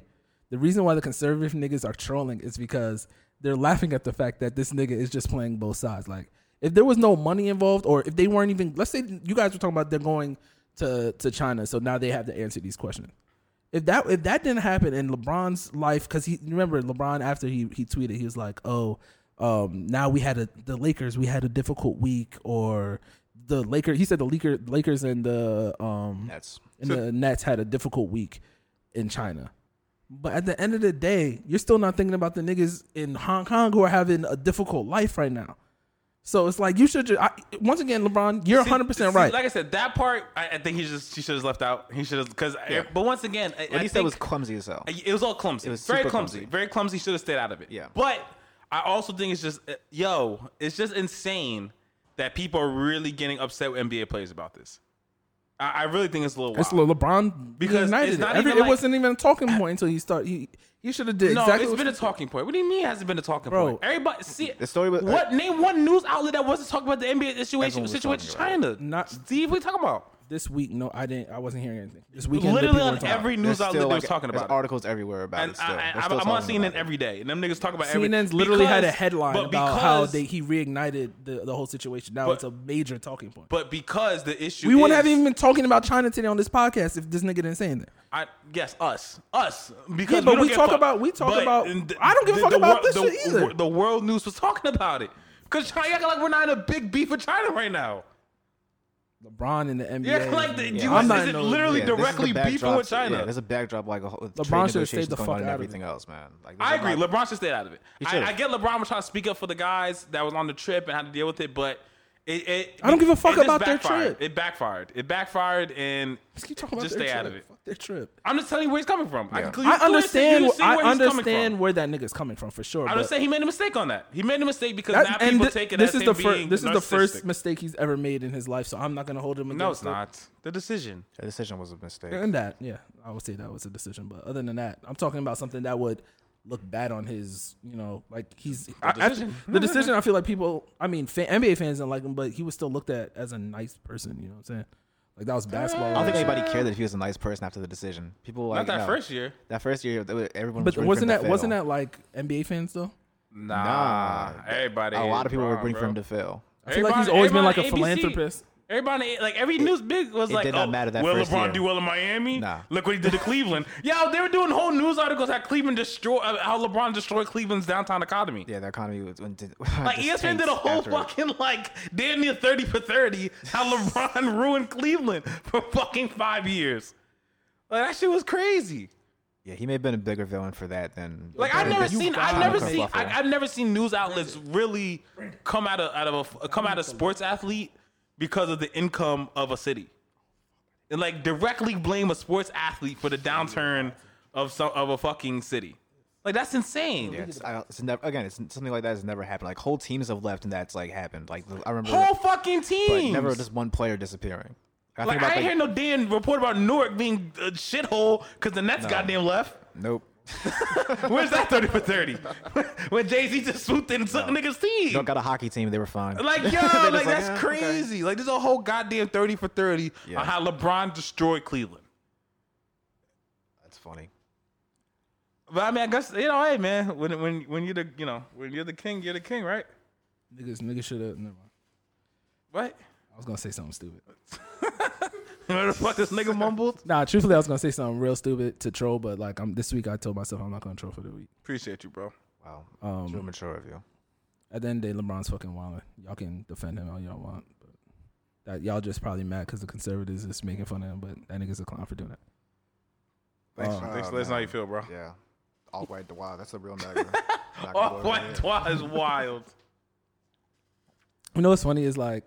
[SPEAKER 1] the reason why the conservative niggas are trolling is because they're laughing at the fact that this nigga is just playing both sides. Like if there was no money involved, or if they weren't even let's say you guys were talking about they're going to to China, so now they have to answer these questions. If that if that didn't happen in LeBron's life, because he remember LeBron after he he tweeted, he was like, oh. Um, now we had a the Lakers. We had a difficult week, or the Lakers. He said the Laker, Lakers and the um
[SPEAKER 3] That's
[SPEAKER 1] and the Nets had a difficult week in China. But at the end of the day, you're still not thinking about the niggas in Hong Kong who are having a difficult life right now. So it's like you should just I, once again, LeBron, you're 100 percent
[SPEAKER 2] See,
[SPEAKER 1] right.
[SPEAKER 2] Like I said, that part I, I think he just he should have left out. He should have because. But once again, I,
[SPEAKER 3] what
[SPEAKER 2] I
[SPEAKER 3] he said
[SPEAKER 2] think-
[SPEAKER 3] was clumsy as hell.
[SPEAKER 2] It was all clumsy.
[SPEAKER 3] was
[SPEAKER 2] very
[SPEAKER 3] super
[SPEAKER 2] clumsy.
[SPEAKER 3] clumsy.
[SPEAKER 2] Very clumsy. Should have stayed out of it.
[SPEAKER 3] Yeah.
[SPEAKER 2] But I also think it's just uh, yo, it's just insane that people are really getting upset with NBA players about this. I, I really think it's a little. Wild.
[SPEAKER 1] it's Le- LeBron
[SPEAKER 2] Because
[SPEAKER 1] because
[SPEAKER 2] it's not
[SPEAKER 1] Every,
[SPEAKER 2] even
[SPEAKER 1] it
[SPEAKER 2] like-
[SPEAKER 1] wasn't even a talking point until he started. He he should have did
[SPEAKER 2] no,
[SPEAKER 1] exactly.
[SPEAKER 2] it's
[SPEAKER 1] what-
[SPEAKER 2] been a talking point. What do you mean it hasn't been a talking
[SPEAKER 1] Bro.
[SPEAKER 2] point? Everybody see
[SPEAKER 3] The story was- uh,
[SPEAKER 2] what name one news outlet that wasn't talking about the NBA situation
[SPEAKER 3] Everyone was
[SPEAKER 2] situation
[SPEAKER 3] talking
[SPEAKER 2] China.
[SPEAKER 1] Not-
[SPEAKER 2] Steve, what are you talking about?
[SPEAKER 1] this week. No, I didn't. I wasn't hearing anything. This weekend,
[SPEAKER 2] Literally
[SPEAKER 1] people
[SPEAKER 2] on
[SPEAKER 1] were talking about it.
[SPEAKER 2] every
[SPEAKER 3] There's
[SPEAKER 2] news
[SPEAKER 3] still,
[SPEAKER 2] outlet that was
[SPEAKER 3] like,
[SPEAKER 2] talking
[SPEAKER 3] there's
[SPEAKER 2] about it.
[SPEAKER 3] articles everywhere about
[SPEAKER 2] And
[SPEAKER 3] it. Still.
[SPEAKER 2] I,
[SPEAKER 3] They're
[SPEAKER 2] I,
[SPEAKER 3] still
[SPEAKER 2] I'm on
[SPEAKER 3] talking about
[SPEAKER 2] CNN
[SPEAKER 3] it.
[SPEAKER 2] every day, and them niggas talk about everything.
[SPEAKER 1] CNN's literally had a
[SPEAKER 2] Because-
[SPEAKER 1] headline
[SPEAKER 2] but
[SPEAKER 1] about how
[SPEAKER 2] because-
[SPEAKER 1] they, he reignited the, the whole situation. Now
[SPEAKER 2] But-
[SPEAKER 1] it's a major talking point.
[SPEAKER 2] But because the issue,
[SPEAKER 1] we wouldn't
[SPEAKER 2] is-
[SPEAKER 1] have even been talking about China today on this podcast if this nigga didn't say anything.
[SPEAKER 2] I yes, us, us. Because
[SPEAKER 1] Yeah, but
[SPEAKER 2] we, don't
[SPEAKER 1] we
[SPEAKER 2] give a
[SPEAKER 1] talk
[SPEAKER 2] fuck.
[SPEAKER 1] about- we talk about-
[SPEAKER 2] and th-
[SPEAKER 1] I don't give a
[SPEAKER 2] the-
[SPEAKER 1] fuck
[SPEAKER 2] the
[SPEAKER 1] about
[SPEAKER 2] wor-
[SPEAKER 1] this shit
[SPEAKER 2] the,
[SPEAKER 1] either.
[SPEAKER 2] The world news was talking about it because China acting like we're not in a big beef with China right now.
[SPEAKER 1] LeBron in the NBA.
[SPEAKER 2] Yeah, like the,
[SPEAKER 1] Yeah,
[SPEAKER 2] you
[SPEAKER 1] I'm
[SPEAKER 2] is,
[SPEAKER 1] not
[SPEAKER 2] it
[SPEAKER 1] in no-
[SPEAKER 2] literally
[SPEAKER 3] Yeah, this is the
[SPEAKER 2] directly beefing
[SPEAKER 3] backdrop-
[SPEAKER 2] with China.
[SPEAKER 3] Yeah, there's a backdrop like a whole trade
[SPEAKER 1] LeBron should've stayed
[SPEAKER 3] negotiations
[SPEAKER 1] the
[SPEAKER 3] going
[SPEAKER 1] fuck
[SPEAKER 3] on and
[SPEAKER 1] out of
[SPEAKER 3] everything
[SPEAKER 1] it.
[SPEAKER 3] else, man. Like,
[SPEAKER 2] I
[SPEAKER 3] there's a
[SPEAKER 2] agree.
[SPEAKER 3] lot-
[SPEAKER 2] LeBron should stay out of it. I,
[SPEAKER 3] should've.
[SPEAKER 2] I get LeBron was trying to speak up for the guys that was on the trip and how to deal with it, but it, it
[SPEAKER 1] I don't give a fuck
[SPEAKER 2] it just
[SPEAKER 1] about their
[SPEAKER 2] backfired.
[SPEAKER 1] trip.
[SPEAKER 2] It backfired. It backfired, and
[SPEAKER 1] Just keep talking about
[SPEAKER 2] just
[SPEAKER 1] their
[SPEAKER 2] stay
[SPEAKER 1] trip.
[SPEAKER 2] out of it.
[SPEAKER 1] Fuck their trip.
[SPEAKER 2] I'm just telling you where he's coming from. I, can clearly-
[SPEAKER 1] I
[SPEAKER 2] clearly see-
[SPEAKER 1] understand.
[SPEAKER 2] you
[SPEAKER 1] wh-
[SPEAKER 2] see
[SPEAKER 1] I
[SPEAKER 2] where he's coming from.
[SPEAKER 1] understand where that nigga's coming from for sure.
[SPEAKER 2] I
[SPEAKER 1] but
[SPEAKER 2] would say he made a mistake on that. He made a mistake because
[SPEAKER 1] that's-
[SPEAKER 2] now
[SPEAKER 1] and
[SPEAKER 2] people
[SPEAKER 1] thi-
[SPEAKER 2] take it
[SPEAKER 1] this
[SPEAKER 2] as
[SPEAKER 1] is
[SPEAKER 2] him
[SPEAKER 1] the first.
[SPEAKER 2] being
[SPEAKER 1] This is the first
[SPEAKER 2] narcissistic.
[SPEAKER 1] mistake he's ever made in his life. So I'm not gonna hold him.
[SPEAKER 2] No,
[SPEAKER 1] against
[SPEAKER 2] it's
[SPEAKER 1] it.
[SPEAKER 2] not the decision.
[SPEAKER 3] The decision was a mistake.
[SPEAKER 1] And that, yeah, I would say that was a decision. But other than that, I'm talking about something that would look bad on his, you know, like he's I- I- the
[SPEAKER 2] decision.
[SPEAKER 1] decision. I, feel like people, I mean, fan, NBA fans didn't like him, but he was still looked at as a nice person. You know what I'm saying? Like that was basketball.
[SPEAKER 3] I don't think anybody cared that he was a nice person after the decision. People like
[SPEAKER 2] Not that
[SPEAKER 3] no.
[SPEAKER 2] first year.
[SPEAKER 3] That first year, they were- everyone. was
[SPEAKER 1] but
[SPEAKER 3] rooting for
[SPEAKER 1] wasn't
[SPEAKER 3] him to
[SPEAKER 1] that wasn't
[SPEAKER 3] fail. Ah,
[SPEAKER 1] that like NBA fans though?
[SPEAKER 2] Nah,
[SPEAKER 3] Nah.
[SPEAKER 2] everybody.
[SPEAKER 3] A lot of people were rooting for him to
[SPEAKER 2] to.
[SPEAKER 3] fail.
[SPEAKER 1] I feel like he's always been like a
[SPEAKER 2] Everybody- everybody
[SPEAKER 1] philanthropist.
[SPEAKER 2] Everybody, like every news big was
[SPEAKER 3] it
[SPEAKER 2] like,
[SPEAKER 3] did not
[SPEAKER 2] oh,
[SPEAKER 3] matter that
[SPEAKER 2] will
[SPEAKER 3] first
[SPEAKER 2] LeBron
[SPEAKER 3] year.
[SPEAKER 2] do well in Miami?
[SPEAKER 3] Nah.
[SPEAKER 2] Look what he did to Cleveland. Yo, they were doing whole news articles how Cleveland destroy, uh, how LeBron destroyed Cleveland's downtown economy.
[SPEAKER 3] Yeah, the economy was went. to-
[SPEAKER 2] Like E
[SPEAKER 3] just
[SPEAKER 2] ESPN did
[SPEAKER 3] tanked
[SPEAKER 2] a whole
[SPEAKER 3] after it.
[SPEAKER 2] fucking like damn near thirty for thirty. How LeBron ruined Cleveland for fucking five years. Like that shit was crazy.
[SPEAKER 3] Yeah, he may have been a bigger villain for that than.
[SPEAKER 2] Like I've
[SPEAKER 3] than-
[SPEAKER 2] never
[SPEAKER 3] than-
[SPEAKER 2] seen, I've
[SPEAKER 3] than
[SPEAKER 2] never
[SPEAKER 3] Coach
[SPEAKER 2] seen,
[SPEAKER 3] Buffalo.
[SPEAKER 2] I, I've never seen news outlets really come out of out of a come out of sports athlete because of the income of a city, and like directly blame a sports athlete for the downturn of some of a fucking city. Like that's insane.
[SPEAKER 3] Yeah, it's, I don't, it's never again. It's something like that has never happened. Like whole teams have left, and that's like happened. Like I remember,
[SPEAKER 2] Whole fucking
[SPEAKER 3] but
[SPEAKER 2] team.
[SPEAKER 3] never just one player disappearing. I
[SPEAKER 2] Like I ain't hear no damn report about Newark being a shithole because the Nets goddamn left.
[SPEAKER 3] nope.
[SPEAKER 2] Where's that thirty for thirty? when Jay Z just swooped in and took a nigga's team.
[SPEAKER 3] Don't got a hockey team. They were fine.
[SPEAKER 2] Like yo,
[SPEAKER 3] They just
[SPEAKER 2] like, that's
[SPEAKER 3] "Ah, okay."
[SPEAKER 2] crazy. Like there's a whole goddamn thirty for thirty
[SPEAKER 3] Yeah.
[SPEAKER 2] on how LeBron destroyed Cleveland.
[SPEAKER 3] That's funny.
[SPEAKER 2] But I mean, I guess you know, hey man, when when when you're the you know when you're the king, you're the king, right?
[SPEAKER 1] Niggas, niggas should have. Never mind.
[SPEAKER 2] Right?
[SPEAKER 1] I was gonna say something stupid.
[SPEAKER 2] You know what the fuck this nigga mumbled?
[SPEAKER 1] Nah, truthfully, I was gonna say something real stupid to troll, but like I'm this week, I told myself I'm not gonna troll for the week.
[SPEAKER 2] Appreciate you, bro.
[SPEAKER 3] Wow. True mature of you.
[SPEAKER 1] Um, At the end of the day, LeBron's fucking wild. Y'all can defend him all y'all want, but that y'all just probably mad because the conservatives is making fun of him. But that nigga's a clown for doing that.
[SPEAKER 3] Thanks,
[SPEAKER 1] Oh,
[SPEAKER 2] Let us let us know how you feel, bro.
[SPEAKER 3] Yeah. All white Wow, that's a real nigga.
[SPEAKER 2] Oh, what? Twa is wild.
[SPEAKER 1] You know what's funny is like,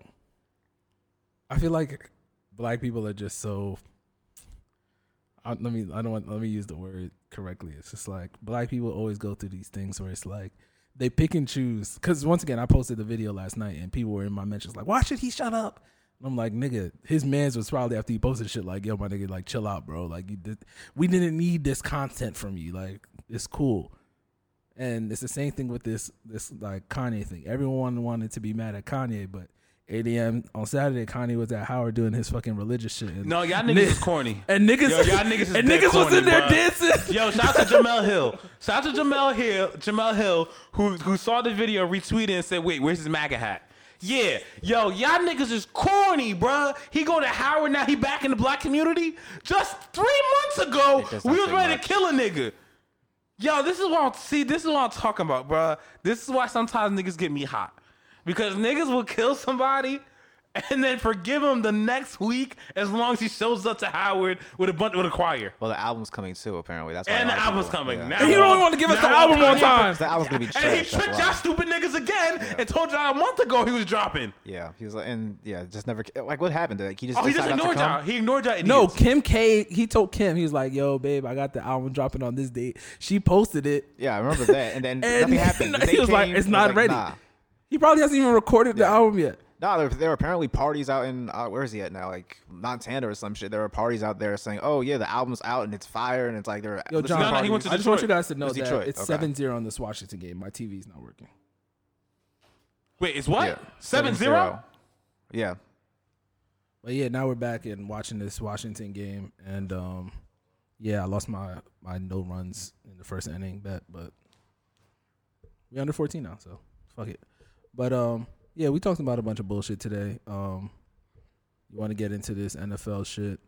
[SPEAKER 1] I feel like black people are just so. I, let me. I don't want. Let me use the word correctly. It's just like black people always go through these things where it's like they pick and choose. Because once again, I posted the video last night and people were in my mentions like, "Why should he shut up?" And I'm like, "Nigga, his man's was probably after he posted shit like, yo, my nigga, like chill out, bro. Like you did. We didn't need this content from you. Like it's cool." And it's the same thing with this this like Kanye thing. Everyone wanted to be mad at Kanye, but 8 a.m. on Saturday, Kanye was at Howard doing his fucking religious shit. And,
[SPEAKER 2] No, y'all niggas is corny.
[SPEAKER 1] and niggas
[SPEAKER 2] Yo, y'all niggas is
[SPEAKER 1] and
[SPEAKER 2] dead
[SPEAKER 1] niggas was
[SPEAKER 2] corny,
[SPEAKER 1] in there
[SPEAKER 2] bruh.
[SPEAKER 1] dancing.
[SPEAKER 2] Yo, shout out to Jamel Hill. Shout out to Jamel Hill, Jamel Hill, who who saw the video, retweeted, and said, "Wait, where's his MAGA hat?" Yeah, yo, y'all niggas is corny, bruh. He go to Howard now. He back in the black community. Just three months ago,
[SPEAKER 3] It does not
[SPEAKER 2] we was
[SPEAKER 3] say
[SPEAKER 2] ready
[SPEAKER 3] much.
[SPEAKER 2] to kill a nigga. Yo, this is what I'm, see. This is what I'm talking about, bruh. This is why sometimes niggas get me hot because niggas will kill somebody and then forgive him the next week as long as he shows up to Howard with a bunch with a choir.
[SPEAKER 3] Well, the album's coming too, apparently. That's why
[SPEAKER 2] And
[SPEAKER 3] a
[SPEAKER 2] the
[SPEAKER 3] lot of
[SPEAKER 2] album's
[SPEAKER 3] people-
[SPEAKER 2] coming.
[SPEAKER 3] yeah.
[SPEAKER 2] Now
[SPEAKER 1] And he don't want to give us the album on time.
[SPEAKER 3] The album's gonna be trash.
[SPEAKER 2] And he
[SPEAKER 3] that's
[SPEAKER 2] tricked
[SPEAKER 3] why.
[SPEAKER 2] y'all stupid niggas again and told y'all a month ago he was dropping.
[SPEAKER 3] Yeah, he was like, and yeah, just never like what happened. Like he just
[SPEAKER 2] Oh, he just
[SPEAKER 3] decided not to
[SPEAKER 2] ignored
[SPEAKER 3] come?
[SPEAKER 2] y'all. He ignored y'all.
[SPEAKER 1] No,
[SPEAKER 2] idiots.
[SPEAKER 1] Kim K. He told Kim he was like, "Yo, babe, I got the album dropping on this date." She posted it.
[SPEAKER 3] Yeah, I remember that. And then
[SPEAKER 1] And
[SPEAKER 3] nothing happened. The
[SPEAKER 1] he
[SPEAKER 3] date
[SPEAKER 1] was like,
[SPEAKER 3] came,
[SPEAKER 1] "It's
[SPEAKER 3] he was
[SPEAKER 1] not ready."
[SPEAKER 3] Nah,
[SPEAKER 1] He probably hasn't even recorded the
[SPEAKER 3] Yeah.
[SPEAKER 1] album yet.
[SPEAKER 3] Nah, there, there were apparently parties out in uh, where is he at now? Like Montana or some shit. There were parties out there saying, "Oh yeah, the album's out and it's fire and it's like they're."
[SPEAKER 1] Yo, John,
[SPEAKER 2] No, no, he went to
[SPEAKER 1] I just want you
[SPEAKER 2] Detroit.
[SPEAKER 1] guys to know
[SPEAKER 3] It was
[SPEAKER 1] that
[SPEAKER 3] Detroit,
[SPEAKER 1] it's
[SPEAKER 3] okay.
[SPEAKER 1] seven zero 7-0 on this Washington game. My TV's not working.
[SPEAKER 2] Wait, it's what?
[SPEAKER 3] Yeah,
[SPEAKER 2] Seven zero?
[SPEAKER 3] Yeah,
[SPEAKER 1] But yeah, now we're back and watching this Washington game, and um, yeah, I lost my my no runs in the first inning bet, but we under fourteen now, so fuck it. But um, yeah, we talked about a bunch of bullshit today. Um, you want to get into this NFL shit?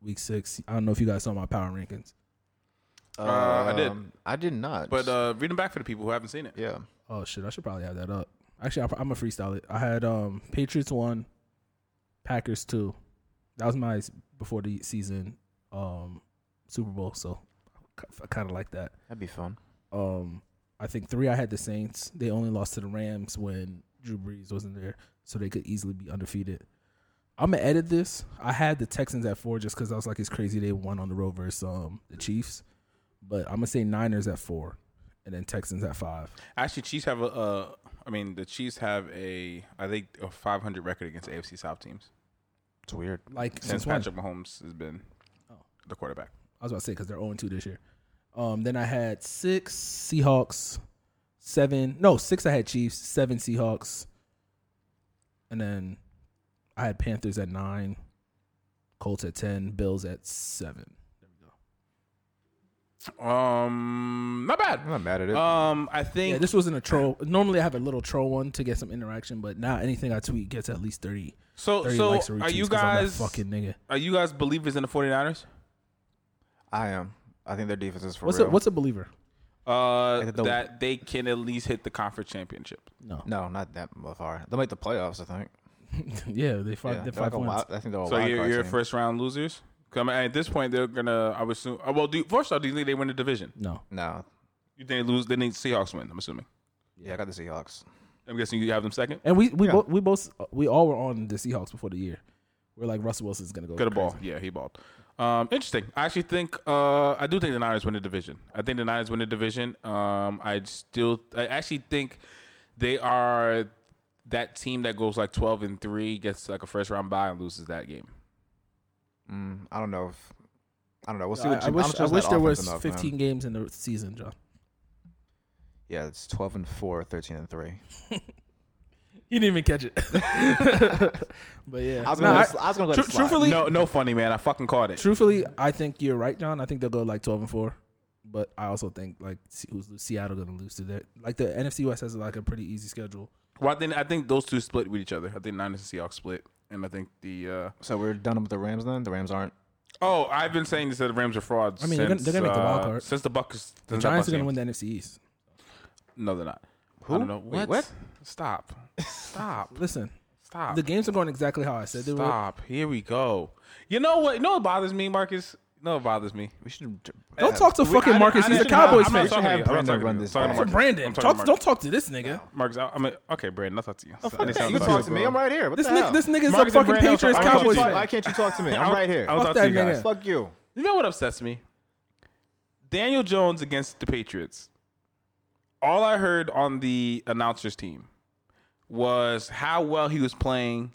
[SPEAKER 1] Week six. I don't know if you guys saw my power rankings.
[SPEAKER 2] Uh, I did.
[SPEAKER 3] Um, I did not.
[SPEAKER 2] But uh, read them back for the people who haven't seen it.
[SPEAKER 3] yeah,
[SPEAKER 1] Oh shit, I should probably have that up. Actually, I'm gonna freestyle it. I had um Patriots one, Packers two. That was my s- before the season um Super Bowl, so I kind of like that.
[SPEAKER 3] that'd be fun.
[SPEAKER 1] Um, I think three I had the Saints. They only lost to the Rams when Drew Brees wasn't there, so they could easily be undefeated. I'm gonna edit this. I had the Texans at four just because I was like, it's crazy they won on the road versus um the Chiefs, but I'm gonna say Niners at four, and then Texans at five.
[SPEAKER 2] Actually, Chiefs have a. Uh, I mean, the Chiefs have a. I think a 500 record against AFC South teams
[SPEAKER 3] It's weird.
[SPEAKER 1] Like
[SPEAKER 2] since
[SPEAKER 1] since when?
[SPEAKER 2] Patrick Mahomes has been the quarterback.
[SPEAKER 1] I was about to say because they're 0 2 this year. Um, then I had six Seahawks, seven, no, six I had Chiefs, seven Seahawks, and then I had Panthers at nine, Colts at 10, Bills at seven.
[SPEAKER 2] Um, not bad.
[SPEAKER 3] I'm not mad at it.
[SPEAKER 2] Um, I think.
[SPEAKER 1] Yeah, this wasn't a troll. Normally I have a little troll one to get some interaction, but now anything I tweet gets at least 30.
[SPEAKER 2] so,
[SPEAKER 1] 30
[SPEAKER 2] so
[SPEAKER 1] likes or
[SPEAKER 2] are you
[SPEAKER 1] retweets 'cause I'm that
[SPEAKER 2] guys
[SPEAKER 1] fucking nigga?
[SPEAKER 2] are you guys believers in the 49ers?
[SPEAKER 3] I am. I think their defense is for
[SPEAKER 1] What's a,
[SPEAKER 3] real.
[SPEAKER 1] what's a believer?
[SPEAKER 2] Uh,
[SPEAKER 3] Like the-
[SPEAKER 2] that they can at least hit the conference championship.
[SPEAKER 1] No.
[SPEAKER 3] no, not that far. They'll make the playoffs. I think.
[SPEAKER 1] yeah, they five, they're
[SPEAKER 3] Yeah, they're
[SPEAKER 1] Oh, five
[SPEAKER 3] like a
[SPEAKER 1] wins.
[SPEAKER 3] wild, I think they're a
[SPEAKER 2] So
[SPEAKER 3] wild
[SPEAKER 2] you're,
[SPEAKER 3] card
[SPEAKER 2] you're
[SPEAKER 3] team.
[SPEAKER 2] first round losers. Come at this point, they're gonna. I would assume. oh, Well, do, first off, do you think they win the division?
[SPEAKER 1] No.
[SPEAKER 3] No.
[SPEAKER 2] You think they lose? They need Seahawks win. I'm assuming.
[SPEAKER 3] Yeah, I got the Seahawks.
[SPEAKER 2] I'm guessing you have them second.
[SPEAKER 1] And we we
[SPEAKER 3] Yeah.
[SPEAKER 1] both we both we all were on the Seahawks before the year. We're like Russell Wilson's gonna go
[SPEAKER 2] Could have
[SPEAKER 1] crazy.
[SPEAKER 2] ball. Yeah, he balled. Um, interesting. I actually think uh, I do think the Niners win the division. I think the Niners win the division. Um, I still I actually think they are that team that goes like 12 and 3 gets like a first round bye and loses that game.
[SPEAKER 3] Mm, I don't know if. I don't know. We'll
[SPEAKER 1] I,
[SPEAKER 3] see. What
[SPEAKER 1] I
[SPEAKER 3] Jim- I'm
[SPEAKER 1] wish,
[SPEAKER 3] not
[SPEAKER 1] I
[SPEAKER 3] sure if
[SPEAKER 1] wish
[SPEAKER 3] that
[SPEAKER 1] there
[SPEAKER 3] offense
[SPEAKER 1] was
[SPEAKER 3] enough, man.
[SPEAKER 1] 15 games in the season, John.
[SPEAKER 3] Yeah, it's 12 and 4, 13 and 3.
[SPEAKER 1] You didn't even catch it. but yeah,
[SPEAKER 3] I was
[SPEAKER 1] No,
[SPEAKER 3] gonna,
[SPEAKER 1] I-
[SPEAKER 3] let, it sl- I was gonna let
[SPEAKER 1] tru-
[SPEAKER 3] it slide.
[SPEAKER 1] truthfully,
[SPEAKER 2] No no funny man. I fucking caught it.
[SPEAKER 1] truthfully, I think you're right, John. I think they'll go like 12 and four. But I also think like Se- who's Seattle gonna lose to that? Like the NFC West has like a pretty easy schedule.
[SPEAKER 2] Well, I think I think those two split with each other. I think Niners and Seahawks split and I think the uh,
[SPEAKER 3] So we're done with the Rams then? The Rams aren't.
[SPEAKER 2] Oh, I've been saying this that the Rams are frauds.
[SPEAKER 1] I mean, they're gonna-
[SPEAKER 2] since,
[SPEAKER 1] they're gonna make the wild
[SPEAKER 2] uh,
[SPEAKER 1] card.
[SPEAKER 2] Since the Bucks
[SPEAKER 1] The Giants are gonna win the NFC East.
[SPEAKER 2] No, they're not. I don't know.
[SPEAKER 3] Wait,
[SPEAKER 2] What?
[SPEAKER 3] what?
[SPEAKER 2] Stop. Stop.
[SPEAKER 1] Listen,
[SPEAKER 3] Ah.
[SPEAKER 2] Stop.
[SPEAKER 1] the games are going exactly how I said they were.
[SPEAKER 2] Stop. Here we go. You know what? You know what bothers me, Marcus? You know what bothers me?
[SPEAKER 3] We should.
[SPEAKER 1] Don't talk to fucking Marcus. He's a Cowboys fan.
[SPEAKER 3] not talking- Have Brandon run this back.
[SPEAKER 1] Talk to Brandon. Talk, don't talk to this nigga.
[SPEAKER 2] Marcus, I- I'm a, okay, Brandon. I'll talk to you. I need
[SPEAKER 3] You
[SPEAKER 2] something
[SPEAKER 3] can
[SPEAKER 2] about
[SPEAKER 3] talk to me. I'm right here. What
[SPEAKER 1] This
[SPEAKER 3] the
[SPEAKER 1] nigga,
[SPEAKER 3] hell?
[SPEAKER 1] this nigga's
[SPEAKER 2] Marcus
[SPEAKER 1] a
[SPEAKER 2] and
[SPEAKER 1] fucking
[SPEAKER 2] Brandon,
[SPEAKER 1] Patriots
[SPEAKER 2] I'm talking
[SPEAKER 1] Cowboys
[SPEAKER 2] to you.
[SPEAKER 1] fan.
[SPEAKER 3] Why can't you talk to me? I'm right here.
[SPEAKER 2] I was
[SPEAKER 1] Fuck
[SPEAKER 2] out to
[SPEAKER 1] that
[SPEAKER 2] you guys.
[SPEAKER 1] nigga.
[SPEAKER 3] Fuck you.
[SPEAKER 2] You know what upsets me? Daniel Jones against the Patriots. All I heard on the announcers team was how well he was playing,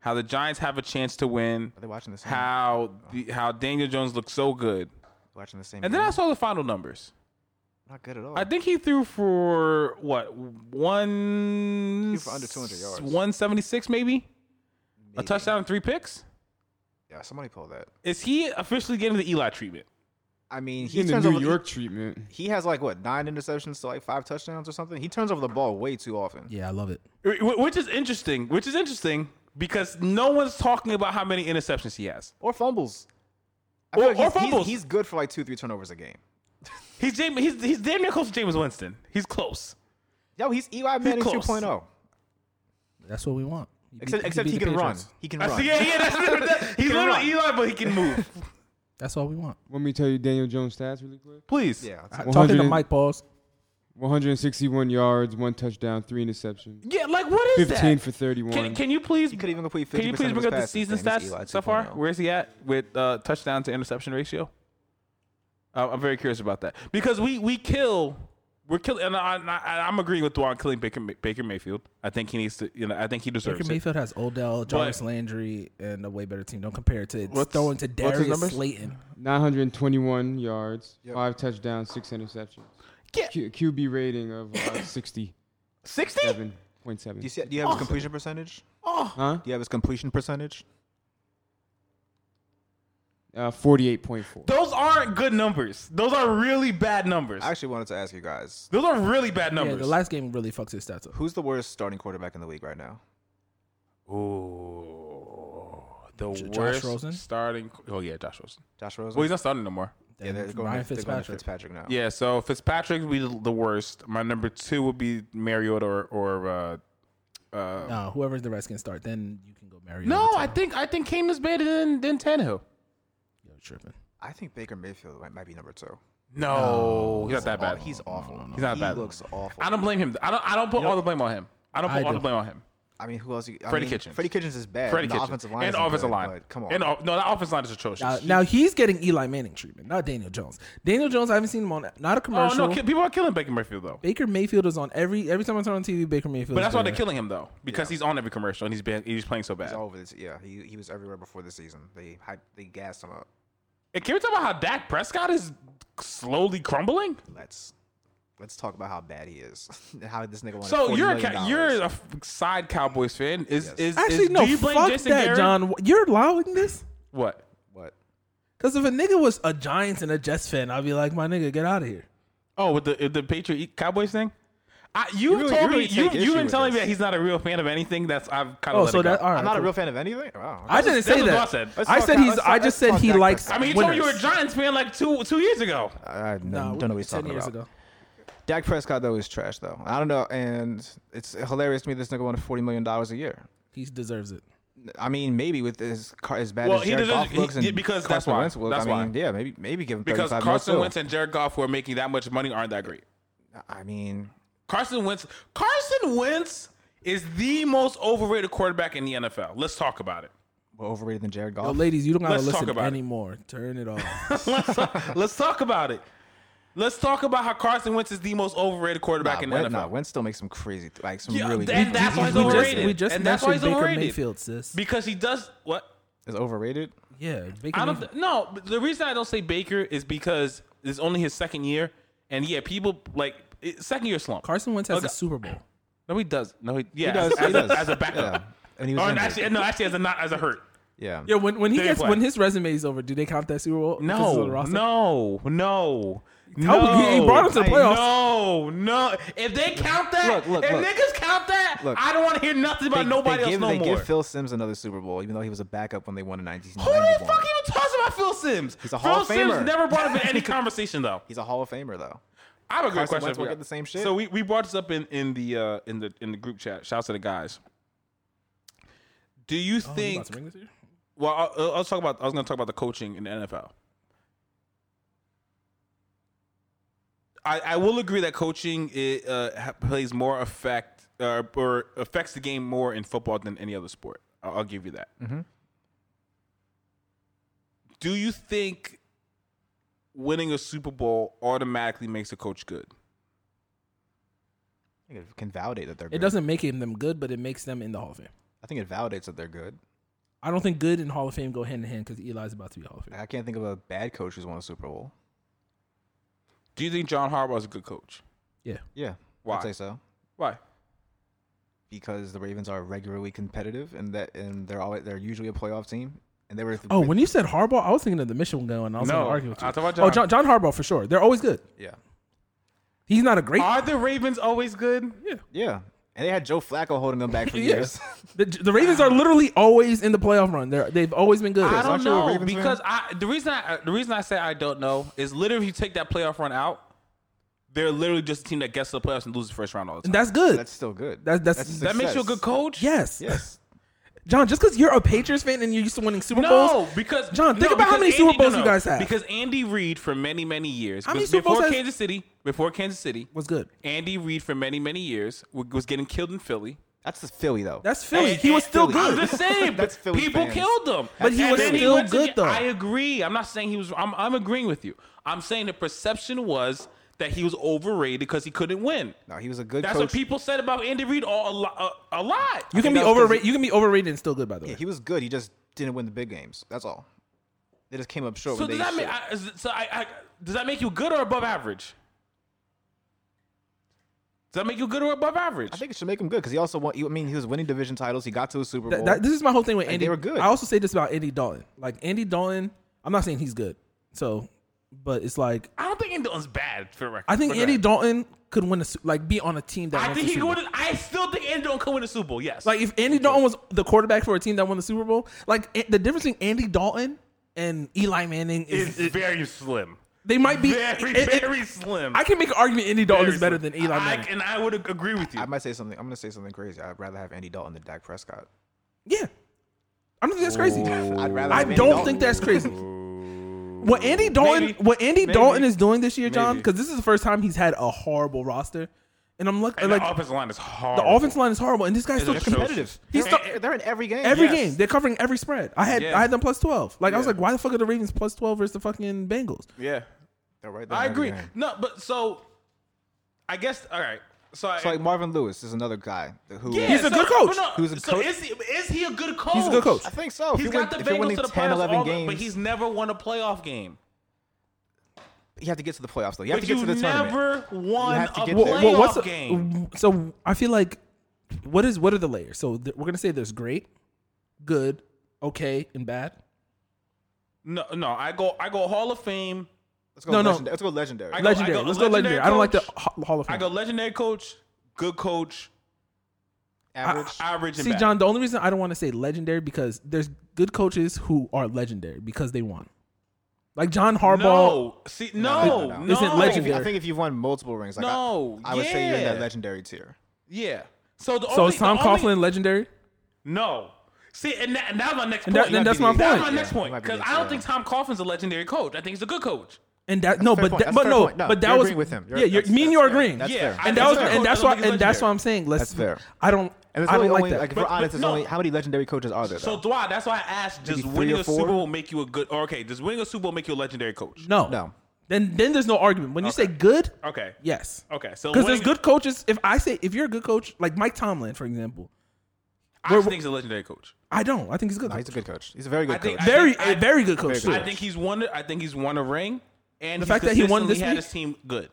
[SPEAKER 2] how the Giants have a chance to win,
[SPEAKER 3] Are they watching the same?
[SPEAKER 2] how the, how Daniel Jones looked so good.
[SPEAKER 3] Watching the same.
[SPEAKER 2] And then I
[SPEAKER 3] game?
[SPEAKER 2] saw the final numbers.
[SPEAKER 3] not good at all.
[SPEAKER 2] I think he threw for what one
[SPEAKER 3] Threw for under 200 yards.
[SPEAKER 2] one seventy six maybe, a touchdown and three picks.
[SPEAKER 3] Yeah, somebody pull that.
[SPEAKER 2] Is he officially getting the Eli treatment?
[SPEAKER 3] I mean,
[SPEAKER 6] He's
[SPEAKER 3] he
[SPEAKER 6] in
[SPEAKER 3] turns
[SPEAKER 6] the New
[SPEAKER 3] over,
[SPEAKER 6] York treatment.
[SPEAKER 3] He has like what nine interceptions to like five touchdowns or something. He turns over the ball way too often.
[SPEAKER 1] Yeah, I love it.
[SPEAKER 2] Wh- which is interesting. Which is interesting because no one's talking about how many interceptions he has.
[SPEAKER 3] Or fumbles. I
[SPEAKER 2] Or-
[SPEAKER 3] feel
[SPEAKER 2] or
[SPEAKER 3] he's, he's-
[SPEAKER 2] fumbles.
[SPEAKER 3] He's, good for like two, three turnovers a game.
[SPEAKER 2] He's James, he's he's damn near close to James Winston. He's close.
[SPEAKER 3] Yo, he's Eli Manning
[SPEAKER 2] close.
[SPEAKER 3] 2.0.
[SPEAKER 1] That's what we want. He beat-
[SPEAKER 3] Except,
[SPEAKER 1] he
[SPEAKER 3] except
[SPEAKER 1] beat
[SPEAKER 3] he
[SPEAKER 1] the
[SPEAKER 3] can run.
[SPEAKER 1] Patriots.
[SPEAKER 3] He can
[SPEAKER 2] I
[SPEAKER 3] run.
[SPEAKER 2] see, yeah, yeah, that's that, he's
[SPEAKER 3] can
[SPEAKER 2] literally Eli, but he can move.
[SPEAKER 1] That's all we want.
[SPEAKER 6] Want me to tell you Daniel Jones stats really quick?
[SPEAKER 2] Please,
[SPEAKER 3] Yeah,
[SPEAKER 1] Uh, Talking to
[SPEAKER 6] 100
[SPEAKER 1] Mike Balls.
[SPEAKER 6] 161 yards, one touchdown, three interceptions.
[SPEAKER 2] yeah. Like what is
[SPEAKER 6] 15
[SPEAKER 2] that?
[SPEAKER 6] for 31.
[SPEAKER 2] Can, can you please
[SPEAKER 3] He could even complete 50%
[SPEAKER 2] Can you please
[SPEAKER 3] of
[SPEAKER 2] bring
[SPEAKER 3] his
[SPEAKER 2] up the
[SPEAKER 3] passes,
[SPEAKER 2] season
[SPEAKER 3] man. He's
[SPEAKER 2] stats
[SPEAKER 3] Eli oh.
[SPEAKER 2] so far?
[SPEAKER 3] 2.0.
[SPEAKER 2] Where is he at with uh, touchdown to interception ratio? Uh, I'm very curious about that because we we kill we're killing and I, I, I'm agreeing with Dwan killing Baker May- Baker Mayfield. I think he needs to you know I think he deserves
[SPEAKER 1] Baker
[SPEAKER 2] it.
[SPEAKER 1] Mayfield has Odell, Jarvis Landry, and a way better team. Don't compare it to it's
[SPEAKER 2] What's-
[SPEAKER 1] throwing to
[SPEAKER 2] what's his
[SPEAKER 1] Darius
[SPEAKER 2] numbers?
[SPEAKER 1] Slayton.
[SPEAKER 6] 921 yards, five touchdowns, six interceptions.
[SPEAKER 2] Yeah.
[SPEAKER 6] Q- QB rating of uh, 67.7.
[SPEAKER 2] Sixty.
[SPEAKER 3] Do you, see, do you have his completion percentage?
[SPEAKER 6] Huh?
[SPEAKER 3] Do you have his completion percentage?
[SPEAKER 6] Uh, 48.4.
[SPEAKER 2] Those aren't good numbers. Those are really bad numbers.
[SPEAKER 3] I actually wanted to ask you guys,
[SPEAKER 2] Those are really bad
[SPEAKER 1] Yeah,
[SPEAKER 2] numbers.
[SPEAKER 1] the last game really fucks his stats up.
[SPEAKER 3] who's the worst starting quarterback in the league right now?
[SPEAKER 2] Ooh, the
[SPEAKER 1] J- Josh
[SPEAKER 2] worst
[SPEAKER 1] Rosen?
[SPEAKER 2] starting. Oh yeah, Josh Rosen.
[SPEAKER 3] Josh Rosen.
[SPEAKER 2] Well, he's not starting no more.
[SPEAKER 3] yeah, they're
[SPEAKER 1] Then
[SPEAKER 3] going,
[SPEAKER 1] Ryan
[SPEAKER 3] Ryan Fitzpatrick. They're going to
[SPEAKER 1] Fitzpatrick.
[SPEAKER 3] Fitzpatrick now.
[SPEAKER 2] Yeah, so Fitzpatrick would be the- the worst. My number two would be Mariota or or uh, uh,
[SPEAKER 1] No, whoever's the Redskins start, then you can go marry.
[SPEAKER 2] no. I think I think Kane is better than than Tannehill.
[SPEAKER 1] you're tripping.
[SPEAKER 3] I think Baker Mayfield might, might be number two.
[SPEAKER 2] No, he's not that bad.
[SPEAKER 3] Oh, he's awful.
[SPEAKER 2] He's not
[SPEAKER 3] he
[SPEAKER 2] bad.
[SPEAKER 3] looks awful.
[SPEAKER 2] I don't blame him. I don't I don't put all the blame on him. I don't
[SPEAKER 1] I
[SPEAKER 2] put all
[SPEAKER 1] do.
[SPEAKER 2] the blame on him.
[SPEAKER 3] I mean, who else? You, I
[SPEAKER 2] Freddie
[SPEAKER 3] mean,
[SPEAKER 2] Kitchens.
[SPEAKER 3] Freddie Kitchens is bad.
[SPEAKER 2] Freddie
[SPEAKER 3] and the
[SPEAKER 2] Kitchens
[SPEAKER 3] offensive line.
[SPEAKER 2] and
[SPEAKER 3] isn't
[SPEAKER 2] offensive
[SPEAKER 3] good,
[SPEAKER 2] line.
[SPEAKER 3] but Come on.
[SPEAKER 2] And o- no, that offensive line is
[SPEAKER 1] Now,
[SPEAKER 2] atrocious.
[SPEAKER 1] now he's getting Eli Manning treatment, not Daniel Jones. Daniel Jones, I haven't seen him on not a
[SPEAKER 2] oh
[SPEAKER 1] commercial.
[SPEAKER 2] no, ki- people are killing Baker Mayfield though.
[SPEAKER 1] Baker Mayfield is on every every time I turn on TV. Baker Mayfield,
[SPEAKER 2] But
[SPEAKER 1] is
[SPEAKER 2] that's why
[SPEAKER 1] there.
[SPEAKER 2] they're killing him though, because he's on every commercial and he's been he's playing so bad.
[SPEAKER 3] He's all over this. Yeah, he, he was everywhere before the season. They hyped, they gassed him up.
[SPEAKER 2] And can we talk about how Dak Prescott is slowly crumbling?
[SPEAKER 3] Let's let's talk about how bad he is. and how this nigga won.
[SPEAKER 2] So you're a
[SPEAKER 3] cow.
[SPEAKER 2] ca- you're a f- side Cowboys fan. Is
[SPEAKER 3] Yes.
[SPEAKER 2] is,
[SPEAKER 1] Actually,
[SPEAKER 2] is-
[SPEAKER 1] no.
[SPEAKER 2] do you blame
[SPEAKER 1] fuck
[SPEAKER 2] Jason
[SPEAKER 1] that,
[SPEAKER 2] Garrett?
[SPEAKER 1] John. You're allowing this
[SPEAKER 2] What?
[SPEAKER 3] what?
[SPEAKER 1] because if a nigga was a Giants and a Jets fan, I'd be like, my nigga, get out of here.
[SPEAKER 2] Oh, with the the Patriot Cowboys thing. I, you've
[SPEAKER 3] really-
[SPEAKER 2] told
[SPEAKER 3] you really
[SPEAKER 2] me you,
[SPEAKER 3] take issue
[SPEAKER 2] you've been
[SPEAKER 3] with
[SPEAKER 2] telling me
[SPEAKER 3] this.
[SPEAKER 2] that he's not a real fan of anything. That's I've kind of.
[SPEAKER 1] Oh,
[SPEAKER 2] let
[SPEAKER 1] so
[SPEAKER 2] it go.
[SPEAKER 1] that all right,
[SPEAKER 3] I'm not a
[SPEAKER 1] cool.
[SPEAKER 3] real fan of anything. Wow.
[SPEAKER 1] I didn't
[SPEAKER 2] That's
[SPEAKER 1] say
[SPEAKER 2] what
[SPEAKER 1] that.
[SPEAKER 2] I said. Let's
[SPEAKER 1] I
[SPEAKER 3] talk-
[SPEAKER 1] said he's.
[SPEAKER 3] let's
[SPEAKER 1] I
[SPEAKER 3] talk-
[SPEAKER 1] just
[SPEAKER 3] let's
[SPEAKER 1] said
[SPEAKER 3] talk
[SPEAKER 1] he
[SPEAKER 3] Dak
[SPEAKER 1] likes.
[SPEAKER 2] I mean, he told me you were a Giants fan like two two years ago.
[SPEAKER 3] I don't,
[SPEAKER 1] Nah,
[SPEAKER 3] don't know what he's
[SPEAKER 1] ten
[SPEAKER 3] talking
[SPEAKER 1] years
[SPEAKER 3] about.
[SPEAKER 1] ago.
[SPEAKER 3] Dak Prescott though is trash though. I don't know, and it's hilarious to me. This nigga won forty million dollars a year.
[SPEAKER 1] He deserves it.
[SPEAKER 3] I mean, maybe with his car as bad
[SPEAKER 2] Well,
[SPEAKER 3] as
[SPEAKER 2] he
[SPEAKER 3] Jared
[SPEAKER 2] deserves-
[SPEAKER 3] Goff looks
[SPEAKER 2] he-
[SPEAKER 3] and
[SPEAKER 2] yeah, because
[SPEAKER 3] Carson
[SPEAKER 2] that's why.
[SPEAKER 3] Wentz looks,
[SPEAKER 2] That's
[SPEAKER 3] I mean,
[SPEAKER 2] why.
[SPEAKER 3] yeah, maybe maybe give him
[SPEAKER 2] Because
[SPEAKER 3] 35
[SPEAKER 2] Carson
[SPEAKER 3] million
[SPEAKER 2] Wentz
[SPEAKER 3] too.
[SPEAKER 2] and Jared Goff, who are making that much money, aren't that great.
[SPEAKER 3] I mean,
[SPEAKER 2] Carson Wentz. Carson Wentz is the most overrated quarterback in the NFL. Let's talk about it.
[SPEAKER 3] more overrated than Jared Goff.
[SPEAKER 1] But ladies, you don't gotta
[SPEAKER 2] Let's talk
[SPEAKER 1] listen
[SPEAKER 2] about it.
[SPEAKER 1] anymore. Turn it off.
[SPEAKER 2] let's, talk, let's talk about it. Let's talk about how Carson Wentz is the most overrated quarterback in the
[SPEAKER 3] Wentz,
[SPEAKER 2] NFL.
[SPEAKER 3] nah, Wentz still makes some crazy, like some
[SPEAKER 2] Yeah,
[SPEAKER 3] really.
[SPEAKER 2] then that's why he's
[SPEAKER 1] we just-
[SPEAKER 2] overrated.
[SPEAKER 1] we just
[SPEAKER 2] and that's why he's
[SPEAKER 1] mentioned Baker
[SPEAKER 2] overrated.
[SPEAKER 1] Mayfield, sis.
[SPEAKER 2] Because he does what?
[SPEAKER 3] It's overrated.
[SPEAKER 1] yeah, Baker
[SPEAKER 2] I don't.
[SPEAKER 1] Mayfield-
[SPEAKER 2] th- no, but the reason I don't say Baker is because it's only his second year, and yeah, people like it, second year slump.
[SPEAKER 1] Carson Wentz has
[SPEAKER 2] Okay.
[SPEAKER 1] a Super Bowl.
[SPEAKER 2] no, he does. No, he yeah,
[SPEAKER 3] He does.
[SPEAKER 2] as,
[SPEAKER 3] he
[SPEAKER 2] a,
[SPEAKER 3] does.
[SPEAKER 2] as a backup.
[SPEAKER 3] Yeah. And he was
[SPEAKER 2] Or
[SPEAKER 3] injured.
[SPEAKER 2] actually, no, actually, as a not as a hurt.
[SPEAKER 3] yeah.
[SPEAKER 1] Yeah, when when he
[SPEAKER 2] Fair
[SPEAKER 1] gets
[SPEAKER 2] play.
[SPEAKER 1] when his resume is over, do they count that Super Bowl? because he's on
[SPEAKER 2] No,
[SPEAKER 1] the roster?
[SPEAKER 2] no, no.
[SPEAKER 1] Cowboy-
[SPEAKER 2] no,
[SPEAKER 1] he- he brought him to the playoffs.
[SPEAKER 2] No, no. If they count that,
[SPEAKER 3] Look, look,
[SPEAKER 2] if
[SPEAKER 3] look.
[SPEAKER 2] niggas count that,
[SPEAKER 3] Look.
[SPEAKER 2] I don't want to hear nothing about
[SPEAKER 3] They-
[SPEAKER 2] nobody
[SPEAKER 3] they
[SPEAKER 2] else
[SPEAKER 3] give,
[SPEAKER 2] no
[SPEAKER 3] they
[SPEAKER 2] more.
[SPEAKER 3] give Phil Sims another Super Bowl, even though he was a backup when they won in
[SPEAKER 2] Who the
[SPEAKER 3] 1991.
[SPEAKER 2] fuck even talks about Phil Sims?
[SPEAKER 3] He's a
[SPEAKER 2] Phil
[SPEAKER 3] Hall of
[SPEAKER 2] Sims
[SPEAKER 3] Famer.
[SPEAKER 2] never brought up in any conversation though.
[SPEAKER 3] He's a Hall of Famer though.
[SPEAKER 2] I have a great
[SPEAKER 3] Carson
[SPEAKER 2] question.
[SPEAKER 3] Wentz
[SPEAKER 2] for
[SPEAKER 3] won't
[SPEAKER 2] you.
[SPEAKER 3] get the same shit?
[SPEAKER 2] So we, we brought this up in in the uh, in the in the group chat. Shouts to the guys. Do you
[SPEAKER 1] Oh, you
[SPEAKER 2] think?
[SPEAKER 1] about to bring this here?
[SPEAKER 2] well, I, I was talking about. I was going to talk about the coaching in the NFL. I, I will agree that coaching it, uh, ha- plays more effect uh, or affects the game more in football than any other sport. I'll, I'll give you that. Do you think winning a Super Bowl automatically makes a coach good?
[SPEAKER 3] I think it can validate that they're good.
[SPEAKER 1] It doesn't make him them good, but it makes them in the Hall of Fame.
[SPEAKER 3] I think it validates that they're good.
[SPEAKER 1] I don't think good and Hall of Fame go hand in hand because Eli's about to be Hall of Fame.
[SPEAKER 3] I can't think of a bad coach who's won a Super Bowl.
[SPEAKER 2] Do you think John Harbaugh is a good coach?
[SPEAKER 1] Yeah.
[SPEAKER 3] Yeah.
[SPEAKER 2] Why?
[SPEAKER 3] I'd say so.
[SPEAKER 2] Why?
[SPEAKER 3] Because the Ravens are regularly competitive and that and they're always they're usually a playoff team. And they were
[SPEAKER 1] Oh, when you said Harbaugh, I was thinking of the Michigan guy, and I was
[SPEAKER 2] No,
[SPEAKER 1] going to argue with you.
[SPEAKER 2] I'll talk about
[SPEAKER 1] Oh,
[SPEAKER 2] John.
[SPEAKER 1] John, John Harbaugh for sure. They're always good.
[SPEAKER 3] Yeah.
[SPEAKER 1] He's not a great.
[SPEAKER 2] Are the Ravens always good?
[SPEAKER 3] Yeah. And they had Joe Flacco holding them back for
[SPEAKER 1] Yeah.
[SPEAKER 3] years.
[SPEAKER 1] The, the Ravens are literally always in the playoff run. They're, they've always been good.
[SPEAKER 2] I don't
[SPEAKER 3] you a
[SPEAKER 2] know
[SPEAKER 3] Ravens fan?
[SPEAKER 2] because I the reason I the reason I say I don't know is literally if you take that playoff run out, they're literally just a team that gets to the playoffs and loses the first round all the time.
[SPEAKER 1] And that's good.
[SPEAKER 3] that's still good.
[SPEAKER 1] That- that's-
[SPEAKER 3] a
[SPEAKER 2] that makes you a
[SPEAKER 3] success.
[SPEAKER 2] good coach.
[SPEAKER 1] yes.
[SPEAKER 3] Yes.
[SPEAKER 1] John, just because you're a Patriots fan and you're used to winning Super
[SPEAKER 2] No,
[SPEAKER 1] Bowls.
[SPEAKER 2] because
[SPEAKER 1] John, think
[SPEAKER 2] no,
[SPEAKER 1] about how
[SPEAKER 2] because
[SPEAKER 1] many Super
[SPEAKER 2] Andy- no,
[SPEAKER 1] Bowls you
[SPEAKER 2] no,
[SPEAKER 1] guys have.
[SPEAKER 2] Because Andy Reid for many many years,
[SPEAKER 1] How many
[SPEAKER 2] be-
[SPEAKER 1] Super Bowls
[SPEAKER 2] before
[SPEAKER 1] has-
[SPEAKER 2] Kansas City, before Kansas City,
[SPEAKER 1] was good.
[SPEAKER 2] Andy Reid for many many years w- was getting killed in Philly.
[SPEAKER 3] That's the Philly though.
[SPEAKER 1] That's Philly.
[SPEAKER 2] And-
[SPEAKER 1] he was
[SPEAKER 2] and-
[SPEAKER 1] still
[SPEAKER 2] I'm
[SPEAKER 1] good.
[SPEAKER 2] just saying,
[SPEAKER 3] That's
[SPEAKER 2] but
[SPEAKER 3] Philly
[SPEAKER 2] people
[SPEAKER 3] fans.
[SPEAKER 2] killed him.
[SPEAKER 1] But he
[SPEAKER 2] And
[SPEAKER 1] was
[SPEAKER 2] then
[SPEAKER 1] still
[SPEAKER 2] went to
[SPEAKER 1] good,
[SPEAKER 2] get-
[SPEAKER 1] though.
[SPEAKER 2] I agree. I'm not saying he was. I'm, I'm agreeing with you. I'm saying the perception was that he was overrated because he couldn't win.
[SPEAKER 3] no, he was a good
[SPEAKER 2] That's
[SPEAKER 3] coach.
[SPEAKER 2] what people said about Andy Reid all a, lo- a, a lot.
[SPEAKER 1] You can be
[SPEAKER 3] that was 'cause
[SPEAKER 1] overrated. You can be overrated and still good. By the way,
[SPEAKER 3] Yeah, he was good. He just didn't win the big games. That's all. They just came up short.
[SPEAKER 2] so
[SPEAKER 3] when
[SPEAKER 2] does that
[SPEAKER 3] they
[SPEAKER 2] make?
[SPEAKER 3] should.
[SPEAKER 2] I, is- so I, I does that make you good or above average? Does that make you good or above average?
[SPEAKER 3] I think it should make him good because he also won. I mean, he was winning division titles. He got to a Super
[SPEAKER 1] Th-
[SPEAKER 3] Bowl.
[SPEAKER 1] that- this is my whole thing with Andy.
[SPEAKER 3] they were good.
[SPEAKER 1] I also say this about Andy Dalton. Like Andy Dalton, I'm not saying he's good. So, but it's like
[SPEAKER 2] I don't think Andy Dalton's bad for the record.
[SPEAKER 1] I think
[SPEAKER 2] For the
[SPEAKER 1] Andy
[SPEAKER 2] record.
[SPEAKER 1] Dalton could win a Su- like be on a team that.
[SPEAKER 2] I
[SPEAKER 1] wins
[SPEAKER 2] think
[SPEAKER 1] the
[SPEAKER 2] he
[SPEAKER 1] Super
[SPEAKER 2] could.
[SPEAKER 1] Bowl.
[SPEAKER 2] win- I still think Andy Dalton could win a Super Bowl. Yes.
[SPEAKER 1] Like if Andy Dalton was the quarterback for a team that won the Super Bowl, like a- the difference between Andy Dalton and Eli Manning is,
[SPEAKER 2] is very slim.
[SPEAKER 1] they might be
[SPEAKER 2] Very,
[SPEAKER 1] it- it-
[SPEAKER 2] very slim.
[SPEAKER 1] I can make an argument Andy Dalton
[SPEAKER 2] Very
[SPEAKER 1] is better
[SPEAKER 2] slim.
[SPEAKER 1] than Eli
[SPEAKER 2] I,
[SPEAKER 1] Manning.
[SPEAKER 2] and I would agree with you.
[SPEAKER 3] I might say something. I'm going to say something crazy. I'd rather have Andy Dalton than Dak Prescott.
[SPEAKER 1] yeah, I don't think that's crazy.
[SPEAKER 3] I'd rather.
[SPEAKER 1] I
[SPEAKER 3] have Andy
[SPEAKER 1] don't
[SPEAKER 3] Dalton.
[SPEAKER 1] think that's crazy. What Andy Dalton,
[SPEAKER 2] Maybe.
[SPEAKER 1] what Andy
[SPEAKER 2] Maybe.
[SPEAKER 1] Dalton is doing this year, John,
[SPEAKER 2] Maybe.
[SPEAKER 1] because this is the first time he's had a horrible roster, and I'm look,
[SPEAKER 2] and
[SPEAKER 1] like
[SPEAKER 2] the offensive line is hard.
[SPEAKER 1] the offense line is horrible, and this guy's still
[SPEAKER 2] It's
[SPEAKER 1] competitive.
[SPEAKER 3] competitive.
[SPEAKER 1] He's
[SPEAKER 3] They're,
[SPEAKER 1] not-
[SPEAKER 3] they're in every game.
[SPEAKER 1] Every
[SPEAKER 2] Yes.
[SPEAKER 1] game they're covering every spread. I had
[SPEAKER 2] Yeah.
[SPEAKER 1] I had them plus twelve. Like I was like, why the fuck are the Ravens plus twelve versus the fucking Bengals?
[SPEAKER 2] Yeah,
[SPEAKER 3] They're right there
[SPEAKER 2] I
[SPEAKER 3] in every
[SPEAKER 2] agree.
[SPEAKER 3] game.
[SPEAKER 2] No, but so I guess all right. So, I,
[SPEAKER 3] So like Marvin Lewis is another guy who.
[SPEAKER 2] yeah,
[SPEAKER 1] He's a
[SPEAKER 2] so-
[SPEAKER 1] good coach.
[SPEAKER 2] but No,
[SPEAKER 3] He's a
[SPEAKER 2] so
[SPEAKER 3] coach.
[SPEAKER 2] Is he, is he a good coach?
[SPEAKER 1] He's a good coach.
[SPEAKER 3] I think so. If
[SPEAKER 2] He's
[SPEAKER 3] you
[SPEAKER 2] got
[SPEAKER 3] win-
[SPEAKER 2] the
[SPEAKER 3] if you're
[SPEAKER 2] Bengals
[SPEAKER 3] winning
[SPEAKER 2] to the
[SPEAKER 3] 10,
[SPEAKER 2] playoffs,
[SPEAKER 3] 11
[SPEAKER 2] all the-
[SPEAKER 3] games,
[SPEAKER 2] but he's never won a playoff game.
[SPEAKER 3] you have to get to the playoffs though. You have
[SPEAKER 2] But
[SPEAKER 3] to get
[SPEAKER 2] you
[SPEAKER 3] to the tournament.
[SPEAKER 2] never won
[SPEAKER 3] You
[SPEAKER 2] a
[SPEAKER 3] have to get there.
[SPEAKER 2] playoff
[SPEAKER 1] Well, what's the-
[SPEAKER 2] game.
[SPEAKER 1] so I feel like what is what are the layers? So th- we're gonna say there's great, good, okay, and bad.
[SPEAKER 2] No, no, I go, I go Hall of Fame.
[SPEAKER 3] Let's go
[SPEAKER 1] No, no.
[SPEAKER 3] legendary. Let's go legendary.
[SPEAKER 2] I go-
[SPEAKER 1] Legendary.
[SPEAKER 2] go
[SPEAKER 1] Let's go legendary.
[SPEAKER 2] legendary
[SPEAKER 1] I don't like the
[SPEAKER 2] coach.
[SPEAKER 1] Ho- Hall of Fame.
[SPEAKER 2] I go legendary coach, good coach,
[SPEAKER 3] Average.
[SPEAKER 2] average. And
[SPEAKER 1] See,
[SPEAKER 2] bad.
[SPEAKER 1] John, the only reason I don't want to say legendary because there's good coaches who are legendary because they won. Like John Harbaugh.
[SPEAKER 2] No, see, no, no,
[SPEAKER 3] no, no,
[SPEAKER 2] no.
[SPEAKER 1] Isn't
[SPEAKER 3] no. I think, if
[SPEAKER 1] legendary.
[SPEAKER 3] you, I think if you've won multiple rings, like
[SPEAKER 2] No,
[SPEAKER 3] I, I would say you're in
[SPEAKER 2] yeah.
[SPEAKER 3] that legendary tier.
[SPEAKER 2] Yeah. So the
[SPEAKER 1] So
[SPEAKER 2] only,
[SPEAKER 1] is Tom
[SPEAKER 2] the only-
[SPEAKER 1] Coughlin legendary?
[SPEAKER 2] No. See, and, that, and that's my next
[SPEAKER 1] And
[SPEAKER 2] point.
[SPEAKER 1] that- and that's my
[SPEAKER 2] That's my
[SPEAKER 1] point.
[SPEAKER 2] next
[SPEAKER 3] Yeah,
[SPEAKER 2] point
[SPEAKER 3] might be
[SPEAKER 2] because
[SPEAKER 3] the
[SPEAKER 2] I don't
[SPEAKER 3] answer,
[SPEAKER 2] think Tom Coughlin's a legendary coach. I think he's a good coach.
[SPEAKER 1] And that no,
[SPEAKER 3] a fair
[SPEAKER 1] but
[SPEAKER 3] point.
[SPEAKER 1] that,
[SPEAKER 3] That's a
[SPEAKER 1] but
[SPEAKER 3] fair
[SPEAKER 1] no,
[SPEAKER 3] point. No,
[SPEAKER 1] but that
[SPEAKER 3] you're
[SPEAKER 1] was
[SPEAKER 3] agreeing with him.
[SPEAKER 1] yeah,
[SPEAKER 3] You're-
[SPEAKER 1] you're,
[SPEAKER 3] that's-
[SPEAKER 1] me and
[SPEAKER 3] that's
[SPEAKER 1] you are
[SPEAKER 3] fair.
[SPEAKER 1] agreeing.
[SPEAKER 3] That's
[SPEAKER 2] Yeah,
[SPEAKER 3] fair.
[SPEAKER 2] I
[SPEAKER 1] and
[SPEAKER 2] think
[SPEAKER 1] that was
[SPEAKER 2] he's a
[SPEAKER 1] and
[SPEAKER 2] coach.
[SPEAKER 1] that's
[SPEAKER 2] I
[SPEAKER 1] why
[SPEAKER 2] don't think he's
[SPEAKER 1] and that's why
[SPEAKER 2] legendary.
[SPEAKER 1] I'm saying let's
[SPEAKER 3] That's fair.
[SPEAKER 1] I don't
[SPEAKER 3] And it's
[SPEAKER 1] I
[SPEAKER 3] only,
[SPEAKER 1] don't like
[SPEAKER 3] only-
[SPEAKER 1] that.
[SPEAKER 3] Like, if we're
[SPEAKER 2] But-
[SPEAKER 3] honest,
[SPEAKER 2] but
[SPEAKER 3] it's
[SPEAKER 2] no.
[SPEAKER 3] only how many legendary coaches are there?
[SPEAKER 2] So
[SPEAKER 3] Though?
[SPEAKER 2] Dwight, that's why I asked: Does
[SPEAKER 3] Maybe three
[SPEAKER 2] winning
[SPEAKER 3] or
[SPEAKER 2] a
[SPEAKER 3] four?
[SPEAKER 2] Super Bowl make you a good? Or okay, does winning a Super Bowl make you a legendary coach?
[SPEAKER 1] no,
[SPEAKER 3] No.
[SPEAKER 1] Then then there's no argument. When you say good,
[SPEAKER 2] Okay. Uh,
[SPEAKER 1] yes,
[SPEAKER 2] Okay. So
[SPEAKER 1] because there's
[SPEAKER 2] winning-
[SPEAKER 1] good coaches. If I say if you're a good coach, like Mike Tomlin, for example,
[SPEAKER 2] I just think he's a legendary coach.
[SPEAKER 1] I don't. I think he's a good.
[SPEAKER 3] No,
[SPEAKER 1] coach.
[SPEAKER 3] he's a good coach. He's a very
[SPEAKER 2] I
[SPEAKER 3] good
[SPEAKER 2] think-
[SPEAKER 3] coach.
[SPEAKER 1] very
[SPEAKER 2] I-
[SPEAKER 1] a very good coach. too.
[SPEAKER 2] I think he's won. I think he's won a ring. And
[SPEAKER 1] The
[SPEAKER 2] he's
[SPEAKER 1] fact that he won this
[SPEAKER 2] consistently had
[SPEAKER 1] week?
[SPEAKER 2] his team good.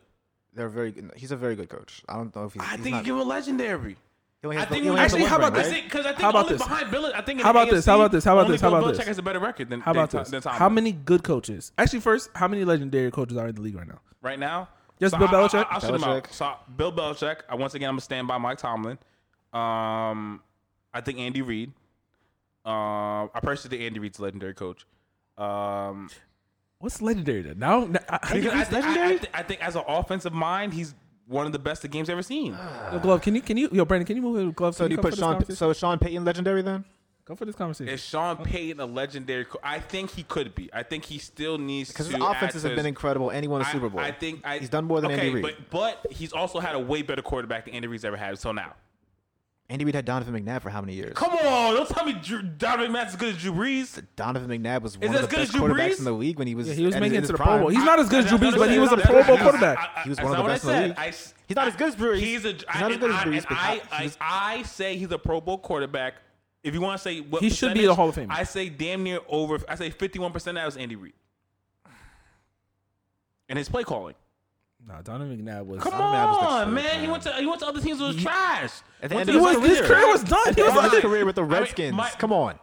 [SPEAKER 3] They're very. good- He's a very good coach. I don't know if he's.
[SPEAKER 2] I
[SPEAKER 3] he's
[SPEAKER 2] think
[SPEAKER 3] not,
[SPEAKER 2] you give him legendary.
[SPEAKER 3] he only
[SPEAKER 2] I
[SPEAKER 3] has the-
[SPEAKER 2] think
[SPEAKER 3] he
[SPEAKER 2] when
[SPEAKER 3] only has
[SPEAKER 1] actually,
[SPEAKER 3] the one
[SPEAKER 1] how about
[SPEAKER 3] ring,
[SPEAKER 1] this?
[SPEAKER 3] right?
[SPEAKER 2] Because I think
[SPEAKER 1] How about
[SPEAKER 2] only
[SPEAKER 1] this?
[SPEAKER 2] behind Bill, I think in
[SPEAKER 1] How
[SPEAKER 2] the
[SPEAKER 1] about this?
[SPEAKER 2] AFC,
[SPEAKER 1] How about this? How about
[SPEAKER 2] only
[SPEAKER 1] this? How
[SPEAKER 2] Bill
[SPEAKER 1] about
[SPEAKER 2] Belichick
[SPEAKER 1] this?
[SPEAKER 2] has a better record than
[SPEAKER 1] How about
[SPEAKER 2] than-
[SPEAKER 1] this?
[SPEAKER 2] than Tomlin.
[SPEAKER 1] How many good coaches? Actually, first, how many legendary coaches are in the league right now?
[SPEAKER 2] right now?
[SPEAKER 1] Just
[SPEAKER 2] So
[SPEAKER 1] Bill
[SPEAKER 2] I-
[SPEAKER 1] Belichick?
[SPEAKER 2] I, will shoot him out.
[SPEAKER 3] Belichick.
[SPEAKER 2] So I- Bill Belichick. I once again I'm gonna stand by Mike Tomlin. Um, I think Andy Reid. Um, I personally think Andy Reid's a legendary coach. Um,
[SPEAKER 1] What's legendary then? Now, now- I-
[SPEAKER 2] Because I,
[SPEAKER 1] I-
[SPEAKER 2] think, I, I, thi- I think as an offensive mind, he's one of the best the game's ever seen.
[SPEAKER 3] Ah.
[SPEAKER 1] Yo, glove. Can you can you yo Brandon? Can you move your glove?
[SPEAKER 3] So
[SPEAKER 1] Can
[SPEAKER 3] do you
[SPEAKER 1] come for
[SPEAKER 3] put
[SPEAKER 1] this
[SPEAKER 3] Sean?
[SPEAKER 1] conversation?
[SPEAKER 3] So is Sean Payton legendary then?
[SPEAKER 1] come for this conversation.
[SPEAKER 2] Is Sean Payton a legendary? co- I think he could be. I think he still needs
[SPEAKER 3] Because
[SPEAKER 2] to.
[SPEAKER 3] his
[SPEAKER 2] add
[SPEAKER 3] offenses
[SPEAKER 2] to
[SPEAKER 3] have been
[SPEAKER 2] his-
[SPEAKER 3] incredible, and he won a
[SPEAKER 2] I-
[SPEAKER 3] Super Bowl.
[SPEAKER 2] I think I,
[SPEAKER 3] he's done more than
[SPEAKER 2] okay,
[SPEAKER 3] Andy Reid.
[SPEAKER 2] But, but he's also had a way better quarterback than Andy Reid's ever had until now.
[SPEAKER 3] Andy Reid had Donovan McNabb for how many years?
[SPEAKER 2] Come on, don't tell me Drew, Donovan McNabb's as good as Drew Brees.
[SPEAKER 3] Donovan McNabb was one
[SPEAKER 2] that
[SPEAKER 3] of
[SPEAKER 2] as
[SPEAKER 3] the
[SPEAKER 2] good
[SPEAKER 3] best
[SPEAKER 2] as Drew
[SPEAKER 3] quarterbacks
[SPEAKER 2] Brees?
[SPEAKER 3] in the league when he was
[SPEAKER 1] yeah, he was
[SPEAKER 3] at
[SPEAKER 1] making it
[SPEAKER 3] his
[SPEAKER 1] to the
[SPEAKER 3] prime.
[SPEAKER 1] Pro Bowl. He's not as good as Drew
[SPEAKER 2] That's
[SPEAKER 1] Brees, but he was a
[SPEAKER 2] what I
[SPEAKER 1] Pro
[SPEAKER 2] said.
[SPEAKER 1] Bowl
[SPEAKER 2] I-
[SPEAKER 1] quarterback.
[SPEAKER 2] I- I-
[SPEAKER 3] He was
[SPEAKER 2] that's
[SPEAKER 3] one of
[SPEAKER 2] not
[SPEAKER 3] the
[SPEAKER 2] what
[SPEAKER 3] best
[SPEAKER 2] I said.
[SPEAKER 3] in the league.
[SPEAKER 2] I s-
[SPEAKER 3] He's not as good as Brees.
[SPEAKER 2] He's a.
[SPEAKER 3] He's
[SPEAKER 2] I-
[SPEAKER 3] not as
[SPEAKER 2] and
[SPEAKER 3] good as
[SPEAKER 2] I-
[SPEAKER 3] Brees,
[SPEAKER 2] and
[SPEAKER 3] but
[SPEAKER 2] I,
[SPEAKER 3] he-
[SPEAKER 2] I,
[SPEAKER 3] he's-
[SPEAKER 2] I say he's a Pro Bowl quarterback. If you want to say what
[SPEAKER 1] He should be
[SPEAKER 2] percentage,
[SPEAKER 1] a Hall of Famer.
[SPEAKER 2] I say damn near over. I say fifty-one percent. That was Andy Reid, and his play calling.
[SPEAKER 1] Nah, Donovan McNabb was.
[SPEAKER 2] Come
[SPEAKER 3] Donovan was the
[SPEAKER 2] on,
[SPEAKER 3] truth,
[SPEAKER 2] man. He
[SPEAKER 3] man.
[SPEAKER 2] went to he went to other teams. That was trash.
[SPEAKER 3] At the
[SPEAKER 2] Went
[SPEAKER 3] end
[SPEAKER 2] to
[SPEAKER 3] of
[SPEAKER 2] the
[SPEAKER 3] his
[SPEAKER 1] was- his career was done. He was
[SPEAKER 3] His
[SPEAKER 1] like-
[SPEAKER 3] career with the Redskins.
[SPEAKER 2] my-
[SPEAKER 3] Come on.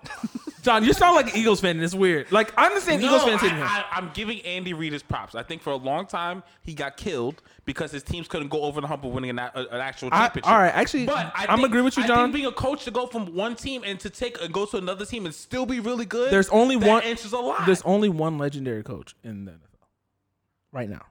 [SPEAKER 1] John, you sound like an Eagles fan, and it's weird. Like I understand
[SPEAKER 2] No,
[SPEAKER 1] Eagles fans
[SPEAKER 2] I,
[SPEAKER 1] hating him.
[SPEAKER 2] I, I'm giving Andy Reid his props. I think for a long time he got killed because his teams couldn't go over the hump of winning an, a- an actual
[SPEAKER 1] I-
[SPEAKER 2] championship.
[SPEAKER 1] all right, actually, I'm
[SPEAKER 2] think-
[SPEAKER 1] agree with you,
[SPEAKER 2] I
[SPEAKER 1] John.
[SPEAKER 2] Think being a coach to go from one team and to take and go to another team and still be really good.
[SPEAKER 1] There's only
[SPEAKER 2] that
[SPEAKER 1] one.
[SPEAKER 2] Answers a lot.
[SPEAKER 1] There's only one legendary coach in the NFL right now.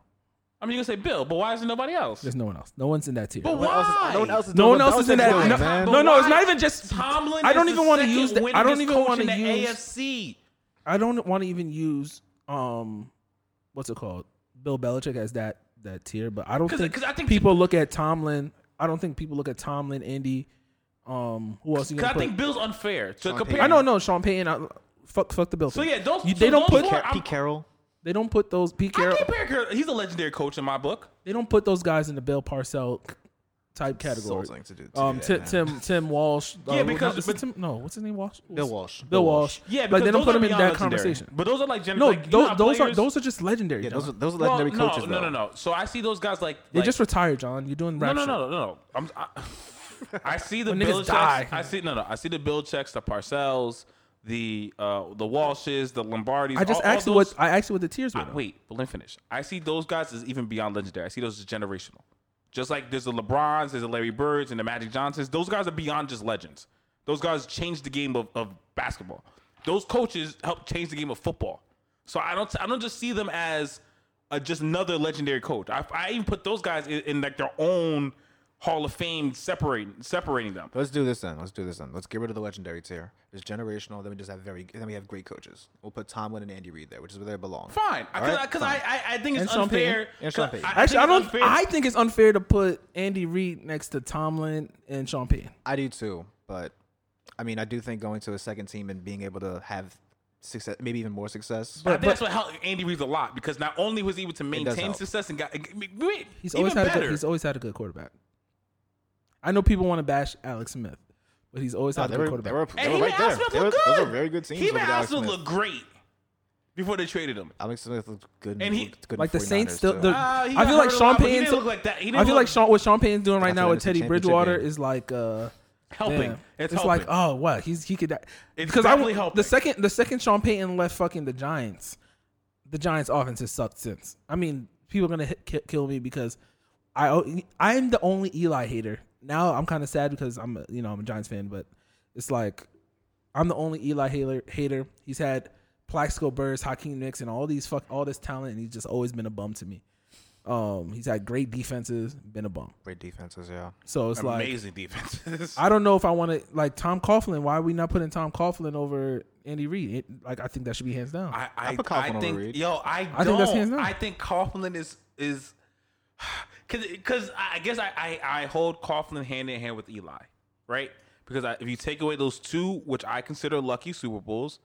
[SPEAKER 2] I mean, you can say Bill, but why is there nobody else?
[SPEAKER 1] There's no one else. No one's in that tier.
[SPEAKER 2] But why?
[SPEAKER 3] No one else is,
[SPEAKER 1] No
[SPEAKER 3] doing
[SPEAKER 1] one
[SPEAKER 3] what
[SPEAKER 1] else is in that.
[SPEAKER 3] Belichick's doing,
[SPEAKER 1] No,
[SPEAKER 3] man.
[SPEAKER 1] no, no, it's
[SPEAKER 2] Why?
[SPEAKER 1] not even just
[SPEAKER 2] Tomlin.
[SPEAKER 1] I don't
[SPEAKER 2] is
[SPEAKER 1] even
[SPEAKER 2] the
[SPEAKER 1] want to
[SPEAKER 2] second
[SPEAKER 1] use. The, I
[SPEAKER 2] winningest
[SPEAKER 1] don't even
[SPEAKER 2] coach
[SPEAKER 1] want to
[SPEAKER 2] in the
[SPEAKER 1] use.
[SPEAKER 2] AFC.
[SPEAKER 1] I don't want to even use. Um, what's it called? Bill Belichick as that that tier, but I don't
[SPEAKER 2] 'Cause-
[SPEAKER 1] think,
[SPEAKER 2] 'cause I think-
[SPEAKER 1] people look at Tomlin. I don't think people look at Tomlin, Indy. Um, who else? You gonna
[SPEAKER 2] Because I
[SPEAKER 1] put?
[SPEAKER 2] think Bill's unfair to compare.
[SPEAKER 1] I know, no, Sean Payton. I, fuck, fuck the Bill.
[SPEAKER 2] So
[SPEAKER 1] thing.
[SPEAKER 2] yeah, those-
[SPEAKER 1] You-
[SPEAKER 2] so
[SPEAKER 1] they don't
[SPEAKER 2] those
[SPEAKER 1] put.
[SPEAKER 2] who are-
[SPEAKER 3] Pete Carroll.
[SPEAKER 1] They don't put those Pete
[SPEAKER 2] I
[SPEAKER 1] Carroll.
[SPEAKER 2] compare Carroll. He's a legendary coach in my book.
[SPEAKER 1] They don't put those guys in the Bill Parcell type category.
[SPEAKER 3] Insulting to do- to do
[SPEAKER 1] um,
[SPEAKER 3] that,
[SPEAKER 1] Tim,
[SPEAKER 3] man.
[SPEAKER 1] Tim Tim Walsh. uh,
[SPEAKER 2] Yeah, because-
[SPEAKER 1] no, is it Tim- no, what's his name? Walsh.
[SPEAKER 3] Bill Walsh.
[SPEAKER 1] Bill Walsh.
[SPEAKER 2] Yeah,
[SPEAKER 1] like they
[SPEAKER 2] because
[SPEAKER 1] don't
[SPEAKER 2] those
[SPEAKER 1] put
[SPEAKER 2] are
[SPEAKER 1] him in
[SPEAKER 2] beyond
[SPEAKER 1] that
[SPEAKER 2] legendary.
[SPEAKER 1] conversation.
[SPEAKER 2] But those are like gen-
[SPEAKER 1] No,
[SPEAKER 2] like, you know
[SPEAKER 1] those
[SPEAKER 2] how
[SPEAKER 1] those are
[SPEAKER 2] players-
[SPEAKER 1] those are just legendary.
[SPEAKER 3] Yeah,
[SPEAKER 1] John.
[SPEAKER 3] those are, those are
[SPEAKER 2] Well,
[SPEAKER 3] legendary
[SPEAKER 2] no,
[SPEAKER 3] coaches.
[SPEAKER 2] No, no,
[SPEAKER 3] though.
[SPEAKER 2] no. So I see those guys like
[SPEAKER 1] they
[SPEAKER 2] like-
[SPEAKER 1] just retired, John. You're doing
[SPEAKER 2] no,
[SPEAKER 1] rap
[SPEAKER 2] no,
[SPEAKER 1] shit.
[SPEAKER 2] no, no, no. I'm, I, I see the
[SPEAKER 1] When niggas
[SPEAKER 2] bill checks.
[SPEAKER 1] die.
[SPEAKER 2] I see no, no. I see the bill checks, the Parcells, the uh, the Walshes, the Lombardis.
[SPEAKER 1] I just
[SPEAKER 2] all,
[SPEAKER 1] asked you
[SPEAKER 2] all
[SPEAKER 1] what
[SPEAKER 2] those-
[SPEAKER 1] I asked you what the tiers were.
[SPEAKER 2] I-
[SPEAKER 1] though.
[SPEAKER 2] wait, but let me finish. I see those guys as even beyond legendary. I see those as generational. Just like there's the LeBrons, there's the Larry Birds, and the Magic Johnsons. Those guys are beyond just legends. Those guys changed the game of, of basketball. Those coaches helped change the game of football. So I don't I don't just see them as a, just another legendary coach. I, I even put those guys in, in like their own Hall of Fame, separating separating them.
[SPEAKER 3] Let's do this then. Let's do this then. Let's get rid of the legendary tier. It's generational. Then we just have very. Then we have great coaches. We'll put Tomlin and Andy Reid there, which is where they belong.
[SPEAKER 2] Fine,
[SPEAKER 3] All
[SPEAKER 2] because
[SPEAKER 3] right? Fine.
[SPEAKER 2] I, I I think
[SPEAKER 1] And
[SPEAKER 2] it's
[SPEAKER 1] Sean Payton.
[SPEAKER 2] unfair.
[SPEAKER 3] And Sean
[SPEAKER 2] 'cause
[SPEAKER 3] Payton.
[SPEAKER 1] Actually, I
[SPEAKER 2] think
[SPEAKER 1] don't.
[SPEAKER 2] it's unfair.
[SPEAKER 1] I think it's unfair to put Andy Reid next to Tomlin and Sean Payton.
[SPEAKER 3] I do too, but I mean, I do think going to a second team and being able to have success, maybe even more success.
[SPEAKER 2] I think that's what helped Andy Reid a lot because not only was he able to maintain
[SPEAKER 3] help.
[SPEAKER 2] success and got wait,
[SPEAKER 1] He's
[SPEAKER 2] even
[SPEAKER 1] always had a
[SPEAKER 2] better.
[SPEAKER 1] good, he's always had a good quarterback. I know people want to bash Alex Smith, but he's always
[SPEAKER 3] No,
[SPEAKER 1] had a
[SPEAKER 3] they
[SPEAKER 1] good
[SPEAKER 3] were,
[SPEAKER 1] quarterback.
[SPEAKER 3] they were, they
[SPEAKER 2] and
[SPEAKER 3] were
[SPEAKER 2] he
[SPEAKER 3] right
[SPEAKER 2] made
[SPEAKER 3] there.
[SPEAKER 2] Alex Smith
[SPEAKER 3] They were,
[SPEAKER 2] look
[SPEAKER 3] those
[SPEAKER 2] good.
[SPEAKER 3] are very good teams.
[SPEAKER 2] He
[SPEAKER 3] over
[SPEAKER 2] made
[SPEAKER 3] the
[SPEAKER 2] Alex
[SPEAKER 3] Alex
[SPEAKER 2] Smith
[SPEAKER 3] Smith.
[SPEAKER 2] look great before they traded him.
[SPEAKER 3] Alex Smith looked good.
[SPEAKER 2] And
[SPEAKER 3] And
[SPEAKER 2] he-
[SPEAKER 3] he looked good.
[SPEAKER 1] like the
[SPEAKER 3] in 49ers
[SPEAKER 1] Saints still.
[SPEAKER 3] too.
[SPEAKER 1] The,
[SPEAKER 2] Ah, he
[SPEAKER 1] I
[SPEAKER 2] got
[SPEAKER 1] feel
[SPEAKER 2] hurt
[SPEAKER 1] like
[SPEAKER 2] a
[SPEAKER 1] Sean
[SPEAKER 2] lot, but he
[SPEAKER 1] Payton's.
[SPEAKER 2] didn't look like that. He didn't
[SPEAKER 1] I feel
[SPEAKER 2] look-
[SPEAKER 1] like Sean. What Sean Payton's doing right
[SPEAKER 3] After
[SPEAKER 1] now
[SPEAKER 3] the
[SPEAKER 1] with
[SPEAKER 3] NFC
[SPEAKER 1] Teddy
[SPEAKER 3] Championship
[SPEAKER 1] Bridgewater
[SPEAKER 3] game.
[SPEAKER 1] is like. uh
[SPEAKER 2] Helping.
[SPEAKER 1] yeah.
[SPEAKER 2] It's,
[SPEAKER 1] like
[SPEAKER 2] helping.
[SPEAKER 1] oh what he's he could.
[SPEAKER 2] It's
[SPEAKER 1] Because I w-
[SPEAKER 2] definitely helping.
[SPEAKER 1] the second the second Sean Payton left fucking the Giants, the Giants offense has sucked since. I mean, people are gonna hit, ki- kill me because I o- I'm the only Eli hater. Now I'm kind of sad because I'm a, you know I'm a Giants fan, but it's like I'm the only Eli hater. hater. He's had Plaxico Burrs, Hakeem Nicks, and all these fuck all this talent, and he's just always been a bum to me. Um, he's had great defenses, been a bum.
[SPEAKER 3] great defenses. Yeah,
[SPEAKER 1] So it's like
[SPEAKER 2] amazing defenses.
[SPEAKER 1] I don't know if I want to like Tom Coughlin. Why are we not putting Tom Coughlin over Andy Reid? It, like I think that should be hands down.
[SPEAKER 2] I, I,
[SPEAKER 3] put Coughlin
[SPEAKER 2] I
[SPEAKER 3] over
[SPEAKER 2] think
[SPEAKER 3] Reed.
[SPEAKER 2] yo, I don't. I
[SPEAKER 1] I think
[SPEAKER 2] think,
[SPEAKER 1] that's hands down.
[SPEAKER 2] Coughlin is is because because I guess I, I I hold Coughlin hand in hand with Eli, right? Because I, if you take away those two, which I consider lucky Super Bowls,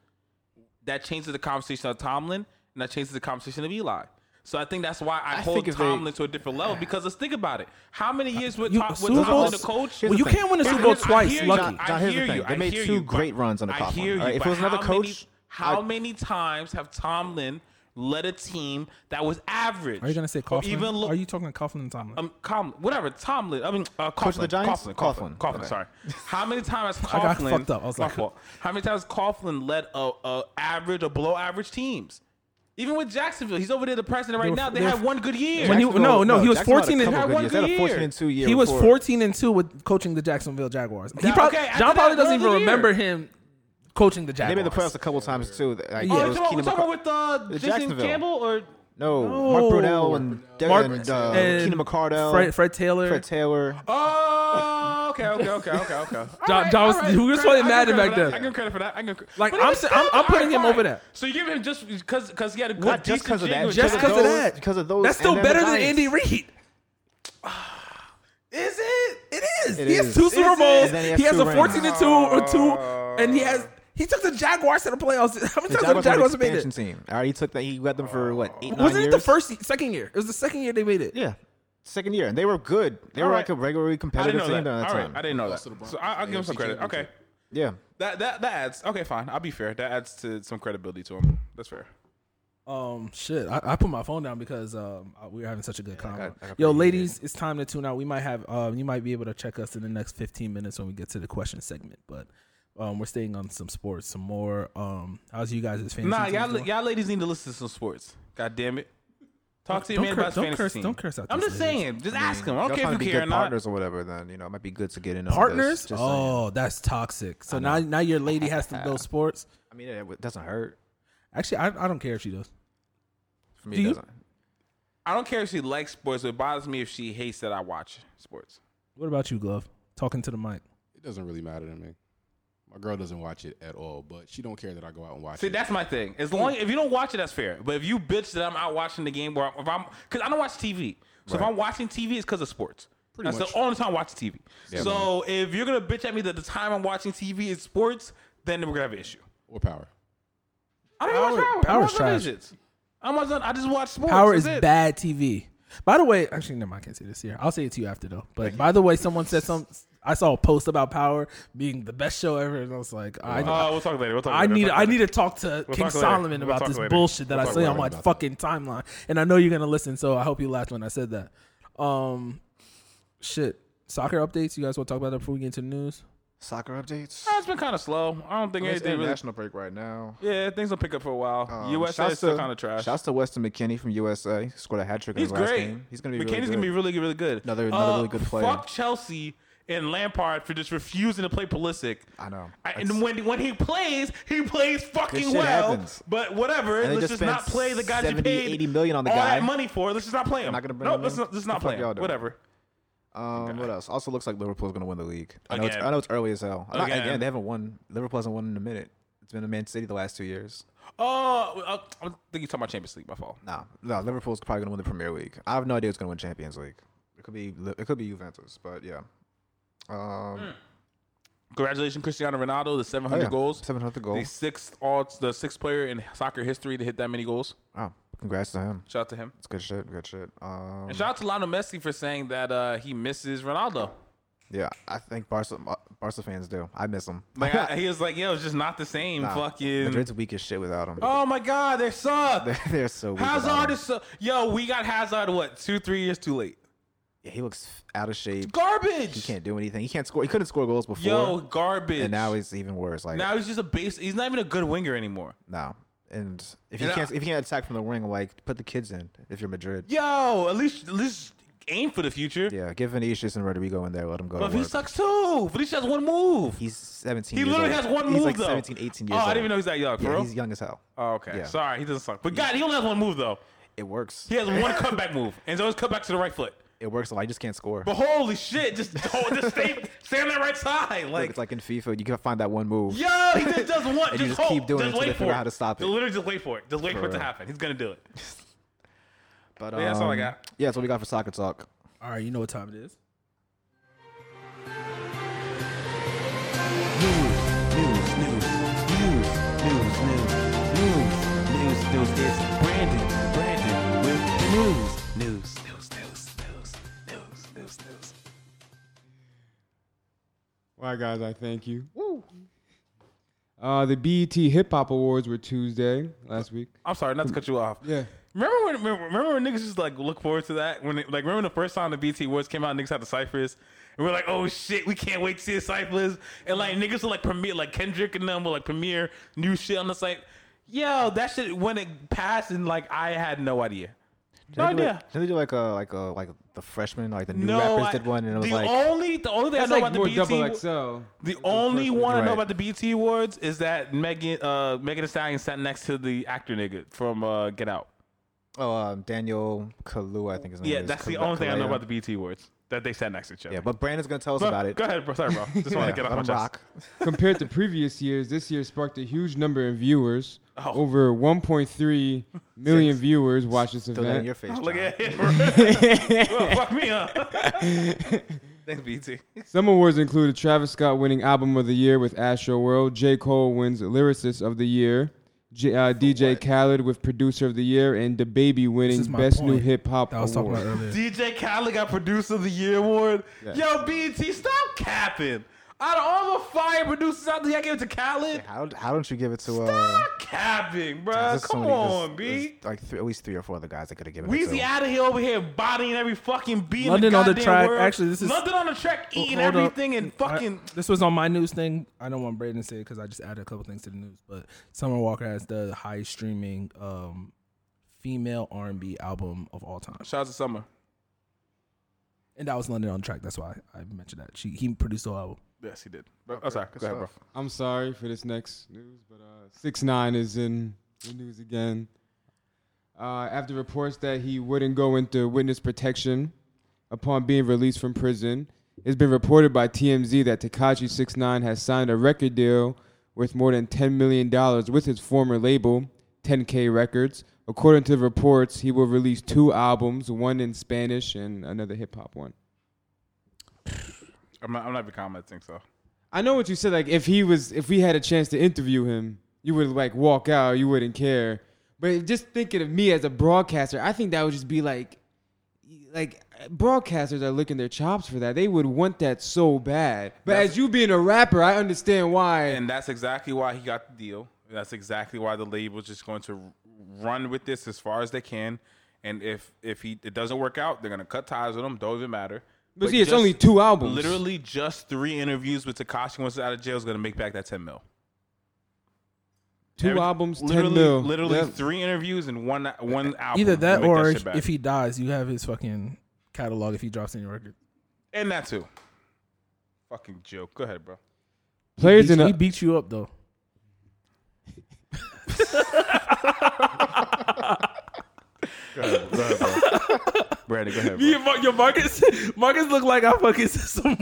[SPEAKER 2] that changes the conversation of Tomlin and that changes the conversation of Eli. So I think that's why I, hold
[SPEAKER 3] think if they-
[SPEAKER 2] Tomlin to a different level because let's think about it. How many years with,
[SPEAKER 1] You-
[SPEAKER 2] Tom, with
[SPEAKER 1] Super
[SPEAKER 2] Tomlin
[SPEAKER 1] Bowls-
[SPEAKER 2] the coach?
[SPEAKER 1] Well, you can't win a
[SPEAKER 2] Here's
[SPEAKER 1] Super
[SPEAKER 2] the
[SPEAKER 1] Bowl
[SPEAKER 2] thing. I
[SPEAKER 1] twice.
[SPEAKER 2] hear you.
[SPEAKER 1] Lucky.
[SPEAKER 2] I
[SPEAKER 3] John, here's the
[SPEAKER 2] hear
[SPEAKER 3] thing.
[SPEAKER 2] you.
[SPEAKER 3] They
[SPEAKER 2] I
[SPEAKER 3] made
[SPEAKER 2] hear
[SPEAKER 3] two
[SPEAKER 2] you,
[SPEAKER 3] great
[SPEAKER 2] but
[SPEAKER 3] runs under
[SPEAKER 2] I
[SPEAKER 3] Coughlin.
[SPEAKER 2] hear you,
[SPEAKER 3] All right, if it
[SPEAKER 2] but
[SPEAKER 3] was another
[SPEAKER 2] how many-
[SPEAKER 3] coach,
[SPEAKER 2] how
[SPEAKER 3] I-
[SPEAKER 2] many times have Tomlin led a team that was average?
[SPEAKER 1] are you gonna say
[SPEAKER 2] Or
[SPEAKER 1] Coughlin?
[SPEAKER 2] Even look,
[SPEAKER 1] are you talking Coughlin and Tomlin?
[SPEAKER 2] um, Coughlin, whatever, Tomlin. I mean, uh, Coughlin,
[SPEAKER 3] of the Giants?
[SPEAKER 2] Coughlin, Coughlin,
[SPEAKER 3] Coughlin.
[SPEAKER 2] Coughlin.
[SPEAKER 3] Okay.
[SPEAKER 2] Sorry. How many times has Coughlin?
[SPEAKER 1] got fucked up. I was
[SPEAKER 2] My
[SPEAKER 1] like-
[SPEAKER 2] fault. how many times Coughlin led a, a average or below average teams? Even with Jacksonville, he's over there the president right
[SPEAKER 1] were-
[SPEAKER 2] now. They
[SPEAKER 1] they were-
[SPEAKER 2] had one good year.
[SPEAKER 1] When he- no, no, he was
[SPEAKER 3] Jackson had a
[SPEAKER 1] 14 and
[SPEAKER 3] couple
[SPEAKER 2] had
[SPEAKER 3] good
[SPEAKER 2] one
[SPEAKER 3] years.
[SPEAKER 2] good
[SPEAKER 3] He had a fourteen
[SPEAKER 2] year.
[SPEAKER 3] and two year.
[SPEAKER 1] he was
[SPEAKER 3] before.
[SPEAKER 1] 14 and two with coaching the Jacksonville Jaguars. He
[SPEAKER 2] That-
[SPEAKER 1] probably
[SPEAKER 2] okay, after
[SPEAKER 1] John probably
[SPEAKER 2] that
[SPEAKER 1] doesn't
[SPEAKER 2] one
[SPEAKER 1] even
[SPEAKER 2] other year.
[SPEAKER 1] remember him coaching the
[SPEAKER 3] They
[SPEAKER 1] Jaguars.
[SPEAKER 3] made the playoffs a couple times too. Like,
[SPEAKER 1] Yeah.
[SPEAKER 5] Oh,
[SPEAKER 3] it
[SPEAKER 5] you
[SPEAKER 3] was
[SPEAKER 5] talking
[SPEAKER 3] Keenan
[SPEAKER 5] about
[SPEAKER 3] McCar-
[SPEAKER 5] with uh, Jason
[SPEAKER 3] Jacksonville.
[SPEAKER 5] Campbell or
[SPEAKER 3] no, Mark Brunell and,
[SPEAKER 1] Mark-
[SPEAKER 3] and, uh,
[SPEAKER 1] and
[SPEAKER 3] Keenan McCardell,
[SPEAKER 1] Fred, Fred Taylor.
[SPEAKER 3] Fred Taylor.
[SPEAKER 2] Oh, okay, okay, okay, okay, okay.
[SPEAKER 1] John- John was- we was playing Madden back
[SPEAKER 2] there.
[SPEAKER 1] then.
[SPEAKER 2] I give him credit for that. I give him credit.
[SPEAKER 1] Like,
[SPEAKER 2] But
[SPEAKER 1] I'm
[SPEAKER 2] it's
[SPEAKER 1] sa- I'm-
[SPEAKER 2] still-
[SPEAKER 1] I'm putting
[SPEAKER 2] all
[SPEAKER 1] him over that.
[SPEAKER 2] So you give him just because because he had a good
[SPEAKER 3] Not
[SPEAKER 2] decent
[SPEAKER 3] just because of that,
[SPEAKER 2] jingle
[SPEAKER 1] just
[SPEAKER 2] to
[SPEAKER 1] because of
[SPEAKER 2] those-
[SPEAKER 1] that.
[SPEAKER 3] because of those.
[SPEAKER 1] That's still
[SPEAKER 3] and then the
[SPEAKER 1] better than
[SPEAKER 3] Giants.
[SPEAKER 1] Andy Reid. Is it? It is.
[SPEAKER 3] It
[SPEAKER 1] he has
[SPEAKER 3] is.
[SPEAKER 1] two Super
[SPEAKER 3] Is it?
[SPEAKER 1] Bowls.
[SPEAKER 3] And then
[SPEAKER 1] He
[SPEAKER 3] he
[SPEAKER 1] has,
[SPEAKER 3] has two
[SPEAKER 1] a
[SPEAKER 3] rings.
[SPEAKER 1] 14 and two or two, and he has. He took the Jaguars to the playoffs. How many times have
[SPEAKER 3] The
[SPEAKER 1] the
[SPEAKER 3] Jaguars, Jaguars
[SPEAKER 1] Jaguars
[SPEAKER 3] an
[SPEAKER 1] made it?
[SPEAKER 3] expansion team. All right, he took that. He got them for what? Eight, nine
[SPEAKER 1] Wasn't it
[SPEAKER 3] years?
[SPEAKER 1] the first, second year? It was the second year they made it.
[SPEAKER 3] Yeah, second year, and they were good. They
[SPEAKER 2] All
[SPEAKER 3] were
[SPEAKER 2] right.
[SPEAKER 3] like a regularly
[SPEAKER 2] I didn't
[SPEAKER 3] competitive
[SPEAKER 2] know that.
[SPEAKER 3] team during that
[SPEAKER 2] All right,
[SPEAKER 3] time.
[SPEAKER 2] I didn't know that.
[SPEAKER 7] to the
[SPEAKER 2] So I, I'll give him some
[SPEAKER 7] AFC
[SPEAKER 2] credit. Okay,
[SPEAKER 7] Championship.
[SPEAKER 3] yeah,
[SPEAKER 2] that that that adds. Okay, fine. I'll be fair. That adds to some credibility to him. That's fair.
[SPEAKER 1] Um, shit, I, I put my phone down because um I- we were having such a good convo.
[SPEAKER 3] I got
[SPEAKER 1] Yo,
[SPEAKER 3] pretty
[SPEAKER 1] ladies, it's time to tune out. We might have um you might be able to check us in the next fifteen minutes when we get to the question segment, but um we're staying on some sports, some more. Um, how's you guys' fantasy?
[SPEAKER 2] Nah,
[SPEAKER 1] teams
[SPEAKER 2] y'all
[SPEAKER 1] doing?
[SPEAKER 2] y'all ladies need to listen to some sports. God damn it. Talk to your
[SPEAKER 1] Don't
[SPEAKER 2] man
[SPEAKER 1] cur-
[SPEAKER 2] about his
[SPEAKER 1] don't
[SPEAKER 2] fantasy
[SPEAKER 1] curse-
[SPEAKER 2] team.
[SPEAKER 1] don't curse out
[SPEAKER 2] I'm
[SPEAKER 1] these
[SPEAKER 2] just
[SPEAKER 1] ladies.
[SPEAKER 2] saying. Just ask him. I
[SPEAKER 3] Y'all
[SPEAKER 2] don't care
[SPEAKER 3] trying
[SPEAKER 2] if
[SPEAKER 3] to
[SPEAKER 2] you
[SPEAKER 3] be
[SPEAKER 2] care or
[SPEAKER 3] good
[SPEAKER 2] not.
[SPEAKER 3] partners or whatever. Then you know, it might be good to get in on this,
[SPEAKER 1] partners.
[SPEAKER 3] just saying.
[SPEAKER 1] oh, that's toxic. So now now your lady has to go sports.
[SPEAKER 3] I mean, it, it doesn't hurt.
[SPEAKER 1] Actually, I, I don't care if she does.
[SPEAKER 3] For me,
[SPEAKER 1] Do
[SPEAKER 3] it
[SPEAKER 1] you-
[SPEAKER 3] doesn't.
[SPEAKER 2] I don't care if she likes sports. It bothers me if she hates that I watch sports.
[SPEAKER 1] What about you, Glove? Talking to the mic.
[SPEAKER 7] It doesn't really matter to me. My girl doesn't watch it at all, but she don't care that I go out and watch
[SPEAKER 2] See,
[SPEAKER 7] it.
[SPEAKER 2] that's my thing. As long if you don't watch it, that's fair. But if you bitch that I'm out watching the game, or if I'm because I don't watch TV, so if I'm watching TV, it's because of sports. that's
[SPEAKER 7] much.
[SPEAKER 2] the only time I watch TV. so if you're gonna bitch at me that the time I'm watching TV is sports, then we're gonna have an issue.
[SPEAKER 7] Or power.
[SPEAKER 2] I don't even watch power.
[SPEAKER 1] Power's
[SPEAKER 2] I don't watch
[SPEAKER 1] trash.
[SPEAKER 2] that shit. I'm not, I just watch sports.
[SPEAKER 1] Power
[SPEAKER 2] That's
[SPEAKER 1] is
[SPEAKER 2] it.
[SPEAKER 1] bad TV. By the way, actually, never mind. I can't say this here. I'll say it to you after though. But by the way, someone said some. I saw a post about Power being the best show ever, and I was like, I,
[SPEAKER 2] Uh, we'll talk later. We'll talk
[SPEAKER 1] I
[SPEAKER 2] later. We'll
[SPEAKER 1] need
[SPEAKER 2] talk
[SPEAKER 1] I
[SPEAKER 2] later.
[SPEAKER 1] need to talk to King
[SPEAKER 2] talk later.
[SPEAKER 1] Solomon
[SPEAKER 2] We'll
[SPEAKER 1] about
[SPEAKER 2] talk
[SPEAKER 1] this
[SPEAKER 2] later.
[SPEAKER 1] bullshit that
[SPEAKER 2] We'll
[SPEAKER 1] I
[SPEAKER 2] talk
[SPEAKER 1] say on
[SPEAKER 2] later
[SPEAKER 1] my
[SPEAKER 7] about that.
[SPEAKER 1] fucking timeline, and I know you're gonna listen. So I hope you laughed when I said that. Um, shit, soccer updates. You guys want to talk about that before we get into the news?
[SPEAKER 3] Soccer updates.
[SPEAKER 2] Uh, It's been kind of slow. I don't think
[SPEAKER 3] It's
[SPEAKER 2] anything really.
[SPEAKER 3] international break right now.
[SPEAKER 2] Yeah, things will pick up for a while.
[SPEAKER 3] Um,
[SPEAKER 2] USA
[SPEAKER 3] shouts
[SPEAKER 2] is still
[SPEAKER 3] to-
[SPEAKER 2] kind of trash.
[SPEAKER 3] Shouts to Weston McKinney from USA. Scored a hat trick in
[SPEAKER 2] He's
[SPEAKER 3] his last
[SPEAKER 2] great.
[SPEAKER 3] game. He's gonna be
[SPEAKER 2] McKinney's
[SPEAKER 3] really
[SPEAKER 2] gonna be
[SPEAKER 3] good.
[SPEAKER 2] really, really good. Uh,
[SPEAKER 3] Another- another really good player.
[SPEAKER 2] Fuck Chelsea and Lampard for just refusing to play Pulisic.
[SPEAKER 3] I know.
[SPEAKER 2] and
[SPEAKER 3] It's-
[SPEAKER 2] when when he plays, he plays fucking
[SPEAKER 3] shit
[SPEAKER 2] well.
[SPEAKER 3] happens.
[SPEAKER 2] But whatever,
[SPEAKER 3] And they
[SPEAKER 2] let's just
[SPEAKER 3] just
[SPEAKER 2] not
[SPEAKER 3] spent
[SPEAKER 2] play the guy you
[SPEAKER 3] 70,
[SPEAKER 2] paid
[SPEAKER 3] 80 million on the
[SPEAKER 2] all
[SPEAKER 3] guy.
[SPEAKER 2] that money for. Let's just not play him.
[SPEAKER 3] not gonna bring
[SPEAKER 2] no,
[SPEAKER 3] him
[SPEAKER 2] let's
[SPEAKER 3] in?
[SPEAKER 2] not, let's
[SPEAKER 3] The
[SPEAKER 2] not
[SPEAKER 3] fuck
[SPEAKER 2] play him.
[SPEAKER 3] y'all doing?
[SPEAKER 2] Whatever.
[SPEAKER 3] Um, what else? Also, looks like Liverpool's gonna win the league. I know, it's,
[SPEAKER 2] Again.
[SPEAKER 3] I know it's early as hell. Not-
[SPEAKER 2] Again.
[SPEAKER 3] Again. they haven't won. Liverpool hasn't won in a minute. It's been a Man City the last two years.
[SPEAKER 2] Oh, I, I think you're talking about Champions League. My fault.
[SPEAKER 3] Nah, no, Liverpool's probably gonna win the Premier League. I have no idea who's gonna win Champions League. It could be Li- it could be Juventus, but yeah.
[SPEAKER 2] Mm.
[SPEAKER 3] Um,
[SPEAKER 2] Congratulations, Cristiano Ronaldo, the 700 goals,
[SPEAKER 3] Oh, seven hundred
[SPEAKER 2] the
[SPEAKER 3] goals.
[SPEAKER 2] sixth all, the sixth player in soccer history to hit that many goals.
[SPEAKER 3] Wow, congrats to him.
[SPEAKER 2] Shout out to him.
[SPEAKER 3] It's good shit. Good shit. Um,
[SPEAKER 2] And shout out to Lionel Messi for saying that uh, he misses Ronaldo.
[SPEAKER 3] yeah, I think Barca uh, Barca fans do. I miss him.
[SPEAKER 2] Like I, he was like, "Yo, it's just not the same."
[SPEAKER 3] Nah,
[SPEAKER 2] fucking.
[SPEAKER 3] Madrid's weak as shit without him.
[SPEAKER 2] Oh my God, they suck.
[SPEAKER 3] They're, they're so weak. without
[SPEAKER 2] Hazard
[SPEAKER 3] him.
[SPEAKER 2] is so. Yo, we got Hazard. What two, three years too late.
[SPEAKER 3] Yeah, he looks out of shape.
[SPEAKER 2] Garbage.
[SPEAKER 3] He can't do anything. He can't score. He couldn't score goals before.
[SPEAKER 2] Yo, garbage.
[SPEAKER 3] and now he's even worse. Like
[SPEAKER 2] now he's just a base. He's not even a good winger anymore.
[SPEAKER 3] no. And if you
[SPEAKER 2] And I-
[SPEAKER 3] can't if you can't attack from the wing, like put the kids in. If you're Madrid,
[SPEAKER 2] Yo, at least at least aim for the future.
[SPEAKER 3] yeah, give Vinicius and Rodrigo in there. Let them go.
[SPEAKER 2] but
[SPEAKER 3] to
[SPEAKER 2] he
[SPEAKER 3] work.
[SPEAKER 2] sucks too. But he just has one move.
[SPEAKER 3] He's 17.
[SPEAKER 2] he
[SPEAKER 3] years
[SPEAKER 2] literally
[SPEAKER 3] old.
[SPEAKER 2] has one
[SPEAKER 3] he's
[SPEAKER 2] move
[SPEAKER 3] like
[SPEAKER 2] though.
[SPEAKER 3] 17, 18 years
[SPEAKER 2] Oh,
[SPEAKER 3] old.
[SPEAKER 2] I didn't even know he's that young,
[SPEAKER 3] Yeah,
[SPEAKER 2] bro.
[SPEAKER 3] he's young as hell.
[SPEAKER 2] Oh, okay.
[SPEAKER 3] Yeah.
[SPEAKER 2] Sorry, he doesn't suck. But God, he only has one move though.
[SPEAKER 3] It works.
[SPEAKER 2] He has one comeback move, and so his comeback to the right foot.
[SPEAKER 3] It works. a lot. He just can't score.
[SPEAKER 2] But holy shit, just hold, just stay, stay on that right side.
[SPEAKER 3] Look,
[SPEAKER 2] Like,
[SPEAKER 3] it's like in FIFA, you can find that one move.
[SPEAKER 2] yo, he just does one.
[SPEAKER 3] And
[SPEAKER 2] just
[SPEAKER 3] you just
[SPEAKER 2] hold,
[SPEAKER 3] keep doing it
[SPEAKER 2] just
[SPEAKER 3] until
[SPEAKER 2] wait
[SPEAKER 3] they
[SPEAKER 2] for
[SPEAKER 3] figure out how to stop it.
[SPEAKER 2] Literally, just wait for it. Just wait for, it to
[SPEAKER 3] real.
[SPEAKER 2] happen. He's gonna do it.
[SPEAKER 3] But,
[SPEAKER 2] Yeah, that's all I
[SPEAKER 3] um,
[SPEAKER 2] got.
[SPEAKER 3] Yeah, that's what we got for soccer talk.
[SPEAKER 1] All right, you know what time it is.
[SPEAKER 6] All right, guys, I thank you. Woo. Uh, the BET Hip Hop Awards were Tuesday last week.
[SPEAKER 2] I'm sorry, not to cut you off.
[SPEAKER 6] Yeah.
[SPEAKER 2] Remember when? Remember, remember when niggas just like look forward to that? When it, like remember the first time the BT Awards came out, niggas had the ciphers, and we're like, oh shit, we can't wait to see the ciphers. And like niggas will like premiere, like Kendrick and them will like premiere new shit on the site. Yo, that shit when it passed, and like I had no idea.
[SPEAKER 3] Did they do,
[SPEAKER 2] idea.
[SPEAKER 3] Like, did they do like a like a like the freshman like the new
[SPEAKER 2] no,
[SPEAKER 3] rappers
[SPEAKER 2] I-
[SPEAKER 3] did one and it was
[SPEAKER 2] the
[SPEAKER 3] like
[SPEAKER 2] only the only thing I
[SPEAKER 6] That's
[SPEAKER 2] know
[SPEAKER 6] like
[SPEAKER 2] about
[SPEAKER 6] more
[SPEAKER 2] the E BET
[SPEAKER 6] double XL.
[SPEAKER 2] The only
[SPEAKER 6] first
[SPEAKER 2] one I know
[SPEAKER 3] Right.
[SPEAKER 2] about the BT Awards is that Megan uh Megan Thee Stallion sat next to the actor nigga from uh Get Out.
[SPEAKER 3] oh um, Daniel Kalu I think his name
[SPEAKER 2] Yeah,
[SPEAKER 3] is.
[SPEAKER 2] that's the
[SPEAKER 3] Kal-
[SPEAKER 2] only thing I know
[SPEAKER 3] Kalea.
[SPEAKER 2] about the BT Awards that they sat next to each other.
[SPEAKER 3] Yeah, but Brandon's gonna tell us
[SPEAKER 2] But-
[SPEAKER 3] about it.
[SPEAKER 2] Go ahead, bro. Sorry, bro. Just want to get
[SPEAKER 3] Yeah,
[SPEAKER 2] off my
[SPEAKER 3] let him
[SPEAKER 2] chest.
[SPEAKER 3] rock.
[SPEAKER 6] Compared to previous years, this year sparked a huge number of viewers.
[SPEAKER 2] Oh.
[SPEAKER 6] Over 1.3 million
[SPEAKER 3] Six.
[SPEAKER 6] viewers watched this
[SPEAKER 3] Throw that in your
[SPEAKER 6] event.
[SPEAKER 3] face.
[SPEAKER 2] Look
[SPEAKER 3] John.
[SPEAKER 2] at him. Well, fuck me up. Thanks, BT.
[SPEAKER 6] Some awards included Travis Scott winning Album of the Year with Astro World. J. Cole wins Lyricist of the Year. J, uh, DJ Khaled with Producer of the Year. And the Baby
[SPEAKER 1] This
[SPEAKER 6] winning
[SPEAKER 1] is my
[SPEAKER 6] Best New
[SPEAKER 1] point
[SPEAKER 6] Hip Hop
[SPEAKER 1] that I was talking about
[SPEAKER 6] Award.
[SPEAKER 1] earlier.
[SPEAKER 2] DJ Khaled got Producer of the Year award. Yo, BT, stop capping. Out of all the fire producers out there, I give it to Khaled.
[SPEAKER 3] How, how don't you give it to uh?
[SPEAKER 2] Stop capping, bro.
[SPEAKER 3] there's so
[SPEAKER 2] Come
[SPEAKER 3] many- there's-
[SPEAKER 2] on, B.
[SPEAKER 3] there's, Like three, at least three or four other guys that could have given it
[SPEAKER 2] Weezy
[SPEAKER 3] to.
[SPEAKER 2] out of here over here bodying every fucking beat.
[SPEAKER 1] London
[SPEAKER 2] in the
[SPEAKER 1] on the
[SPEAKER 2] goddamn
[SPEAKER 1] track.
[SPEAKER 2] World.
[SPEAKER 1] Actually, this is-
[SPEAKER 2] London on the track,
[SPEAKER 1] Hold
[SPEAKER 2] eating
[SPEAKER 1] up.
[SPEAKER 2] everything and
[SPEAKER 1] I-
[SPEAKER 2] fucking.
[SPEAKER 1] this was on my news thing. I don't want Braden to say it because I just added a couple things to the news. But Summer Walker has the highest streaming um, female R and B album of all time,
[SPEAKER 2] Shout out to Summer.
[SPEAKER 1] and that was London on track. That's why I mentioned that. She he produced the whole album.
[SPEAKER 2] Yes, he did. But, oh, sorry. Go ahead, bro.
[SPEAKER 6] I'm sorry for this next news, but uh, six nine is in the news again. Uh, after reports that he wouldn't go into witness protection upon being released from prison, it's been reported by TMZ that Takashi Six Nine has signed a record deal worth more than ten million dollars with his former label, 10K Records. According to the reports, he will release two albums, one in Spanish and another hip hop one.
[SPEAKER 2] I'm not, I'm not even commenting, so.
[SPEAKER 6] I know what you said. Like if he was, if we had a chance to interview him, you would like walk out. You wouldn't care. But just thinking of me as a broadcaster, I think that would just be like, like broadcasters are licking their chops for that. They would want that so bad. But as you being a rapper, I understand why.
[SPEAKER 2] And that's exactly why he got the deal. That's exactly why the label's just going to run with this as far as they can. And if if he it doesn't work out, they're gonna cut ties with him. Doesn't matter.
[SPEAKER 6] But see, it's only two albums.
[SPEAKER 2] Literally, just three interviews with Takashi once out of jail is gonna make back that ten mil.
[SPEAKER 6] Two
[SPEAKER 2] Every-
[SPEAKER 6] albums,
[SPEAKER 2] literally,
[SPEAKER 6] ten mil.
[SPEAKER 2] Literally
[SPEAKER 6] Yep.
[SPEAKER 2] three interviews and one one album.
[SPEAKER 1] Either
[SPEAKER 2] to
[SPEAKER 1] that
[SPEAKER 2] make
[SPEAKER 1] or
[SPEAKER 2] shit back.
[SPEAKER 1] if he dies, you have his fucking catalog if he drops any record.
[SPEAKER 2] and that too. Fucking joke. Go ahead, bro.
[SPEAKER 6] Players
[SPEAKER 1] He,
[SPEAKER 6] in
[SPEAKER 1] he
[SPEAKER 6] a
[SPEAKER 1] beat you up though.
[SPEAKER 2] Go ahead, bro. Go ahead, bro. Brandon, go ahead, bro.
[SPEAKER 1] your Marcus Marcus look like I fucking some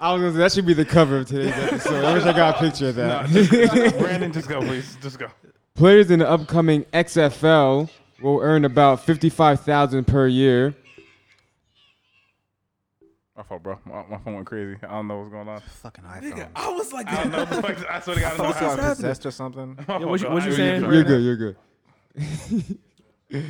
[SPEAKER 6] I was gonna say that should be the cover of today's episode. I wish I got a picture of that.
[SPEAKER 2] Brandon, just go, please. Just go.
[SPEAKER 6] Players in the upcoming XFL will earn about fifty-five thousand per year.
[SPEAKER 2] My fault, bro. My, my phone went crazy. I don't know what's going on.
[SPEAKER 3] Fucking iPhone.
[SPEAKER 1] I was like
[SPEAKER 2] I don't know. what the fuck- I swear to God, I don't know
[SPEAKER 3] What's
[SPEAKER 2] how.
[SPEAKER 3] up, possessed or something?
[SPEAKER 1] Yeah, what you-
[SPEAKER 2] Oh,
[SPEAKER 1] what you
[SPEAKER 2] God.
[SPEAKER 1] saying?
[SPEAKER 6] You're good. You're good.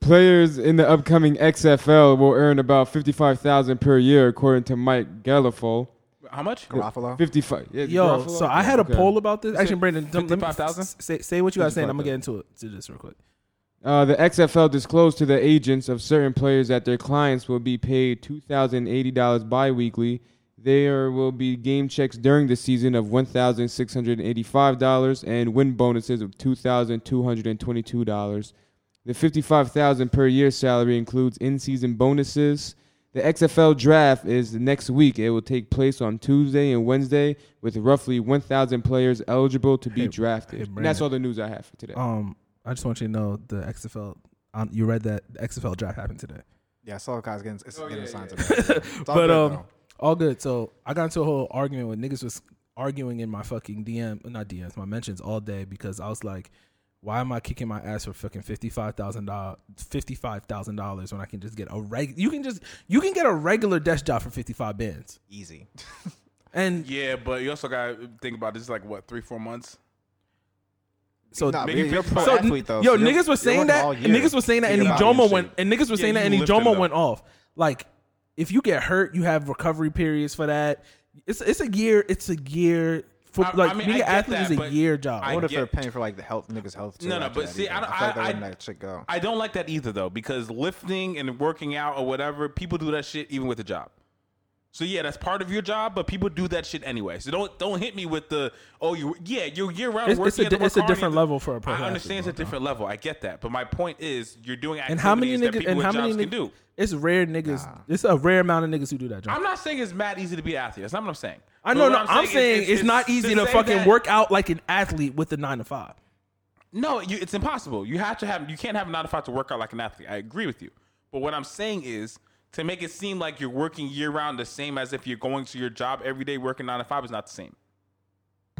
[SPEAKER 6] Players in the upcoming XFL will earn about fifty-five thousand per year, according to Mike Gallifol.
[SPEAKER 2] How much?
[SPEAKER 3] Ruffalo.
[SPEAKER 6] Fifty-five. Yeah,
[SPEAKER 1] Yo,
[SPEAKER 6] Garoppolo?
[SPEAKER 1] so I had a
[SPEAKER 6] Okay.
[SPEAKER 1] poll about this. Actually, Brandon, don't- let me
[SPEAKER 2] 55,000?
[SPEAKER 1] s- say say what you guys saying. I'm gonna
[SPEAKER 6] 55,000.
[SPEAKER 1] get into it to this real quick.
[SPEAKER 6] Uh, the XFL disclosed to the agents of certain players that their clients will be paid two thousand eighty dollars biweekly. There will be game checks during the season of one thousand six hundred eighty-five dollars and win bonuses of two thousand two hundred and twenty-two dollars. The fifty-five thousand per year salary includes in-season bonuses. The XFL draft is next week. It will take place on Tuesday and Wednesday, with roughly one thousand players eligible to be
[SPEAKER 1] Hey,
[SPEAKER 6] drafted.
[SPEAKER 1] hey,
[SPEAKER 6] and that's
[SPEAKER 1] Brandon.
[SPEAKER 6] all the news I have for today.
[SPEAKER 1] Um, I just want you to know the XFL. Um, you read that the XFL draft happened today,
[SPEAKER 3] Yeah, I saw guys getting, it's
[SPEAKER 2] Oh,
[SPEAKER 3] getting signs of
[SPEAKER 1] but um, all good. So I got into a whole argument with niggas was arguing in my fucking DM, not DMs, my mentions all day because I was like, why am I kicking my ass for fucking fifty five thousand dollars, fifty five thousand dollars when I can just get a reg? You can just you can get a regular desk job for fifty five bands,
[SPEAKER 3] easy.
[SPEAKER 1] and
[SPEAKER 2] Yeah, but you also got to think about this is like, what, three, four months?
[SPEAKER 1] so
[SPEAKER 3] Nah,
[SPEAKER 2] Nigga,
[SPEAKER 3] you're, you're a
[SPEAKER 2] so-
[SPEAKER 3] pro
[SPEAKER 2] so
[SPEAKER 3] athlete though.
[SPEAKER 1] Yo,
[SPEAKER 3] so you're-
[SPEAKER 1] niggas
[SPEAKER 3] you're
[SPEAKER 1] was saying
[SPEAKER 3] working
[SPEAKER 1] that.
[SPEAKER 3] all
[SPEAKER 1] and
[SPEAKER 3] year
[SPEAKER 1] niggas was saying that,
[SPEAKER 3] to
[SPEAKER 1] and
[SPEAKER 3] get body in
[SPEAKER 1] Ijoma
[SPEAKER 3] shape.
[SPEAKER 1] went. And niggas was
[SPEAKER 2] Yeah,
[SPEAKER 1] saying that,
[SPEAKER 2] you
[SPEAKER 1] and
[SPEAKER 2] lifting,
[SPEAKER 1] Ijoma
[SPEAKER 2] though.
[SPEAKER 1] went off. Like, if you get hurt, you have recovery periods for that. It's it's a year. It's a year. For,
[SPEAKER 2] I- I
[SPEAKER 1] like
[SPEAKER 2] mean,
[SPEAKER 1] being
[SPEAKER 2] I
[SPEAKER 1] an
[SPEAKER 2] get
[SPEAKER 1] athlete
[SPEAKER 2] that,
[SPEAKER 1] is a
[SPEAKER 2] but
[SPEAKER 1] year job.
[SPEAKER 2] I
[SPEAKER 3] I wonder if
[SPEAKER 2] get-
[SPEAKER 3] they're paying for like the health niggas' health too.
[SPEAKER 2] No, no,
[SPEAKER 3] after
[SPEAKER 2] but
[SPEAKER 3] that
[SPEAKER 2] see,
[SPEAKER 3] even.
[SPEAKER 2] I don't-
[SPEAKER 3] I feel like
[SPEAKER 2] I-
[SPEAKER 3] they're letting
[SPEAKER 2] I-
[SPEAKER 3] that shit go.
[SPEAKER 2] I don't like that either though, because lifting and working out or whatever, people do that shit even with a job. So yeah, that's part of your job, but people do that shit anyway. So don't don't hit me with the oh you yeah you're year round
[SPEAKER 1] It's-
[SPEAKER 2] working.
[SPEAKER 1] it's a
[SPEAKER 2] at the
[SPEAKER 1] di- it's a
[SPEAKER 2] Bacardi.
[SPEAKER 1] different level for a pro
[SPEAKER 2] I understand it's a
[SPEAKER 1] athlete,
[SPEAKER 2] different level. I get that, but my point is you're doing activities
[SPEAKER 1] And how many
[SPEAKER 2] that
[SPEAKER 1] niggas?
[SPEAKER 2] people
[SPEAKER 1] And
[SPEAKER 2] with
[SPEAKER 1] how
[SPEAKER 2] jobs
[SPEAKER 1] many
[SPEAKER 2] can do.
[SPEAKER 1] niggas? It's rare niggas. It's a rare amount of niggas who do that job.
[SPEAKER 2] I'm not saying it's mad easy to be an athlete. That's not what I'm saying.
[SPEAKER 1] I
[SPEAKER 2] But
[SPEAKER 1] know.
[SPEAKER 2] what
[SPEAKER 1] No, I'm, saying,
[SPEAKER 2] is-
[SPEAKER 1] it's,
[SPEAKER 2] is-
[SPEAKER 1] not easy to
[SPEAKER 2] say
[SPEAKER 1] fucking
[SPEAKER 2] that-
[SPEAKER 1] work out like an athlete with a nine to five.
[SPEAKER 2] No, you, it's impossible. You have to have. You can't have a nine to five to work out like an athlete. I agree with you. But what I'm saying is to make it seem like you're working year round the same as if you're going to your job every day working nine to five is not the same.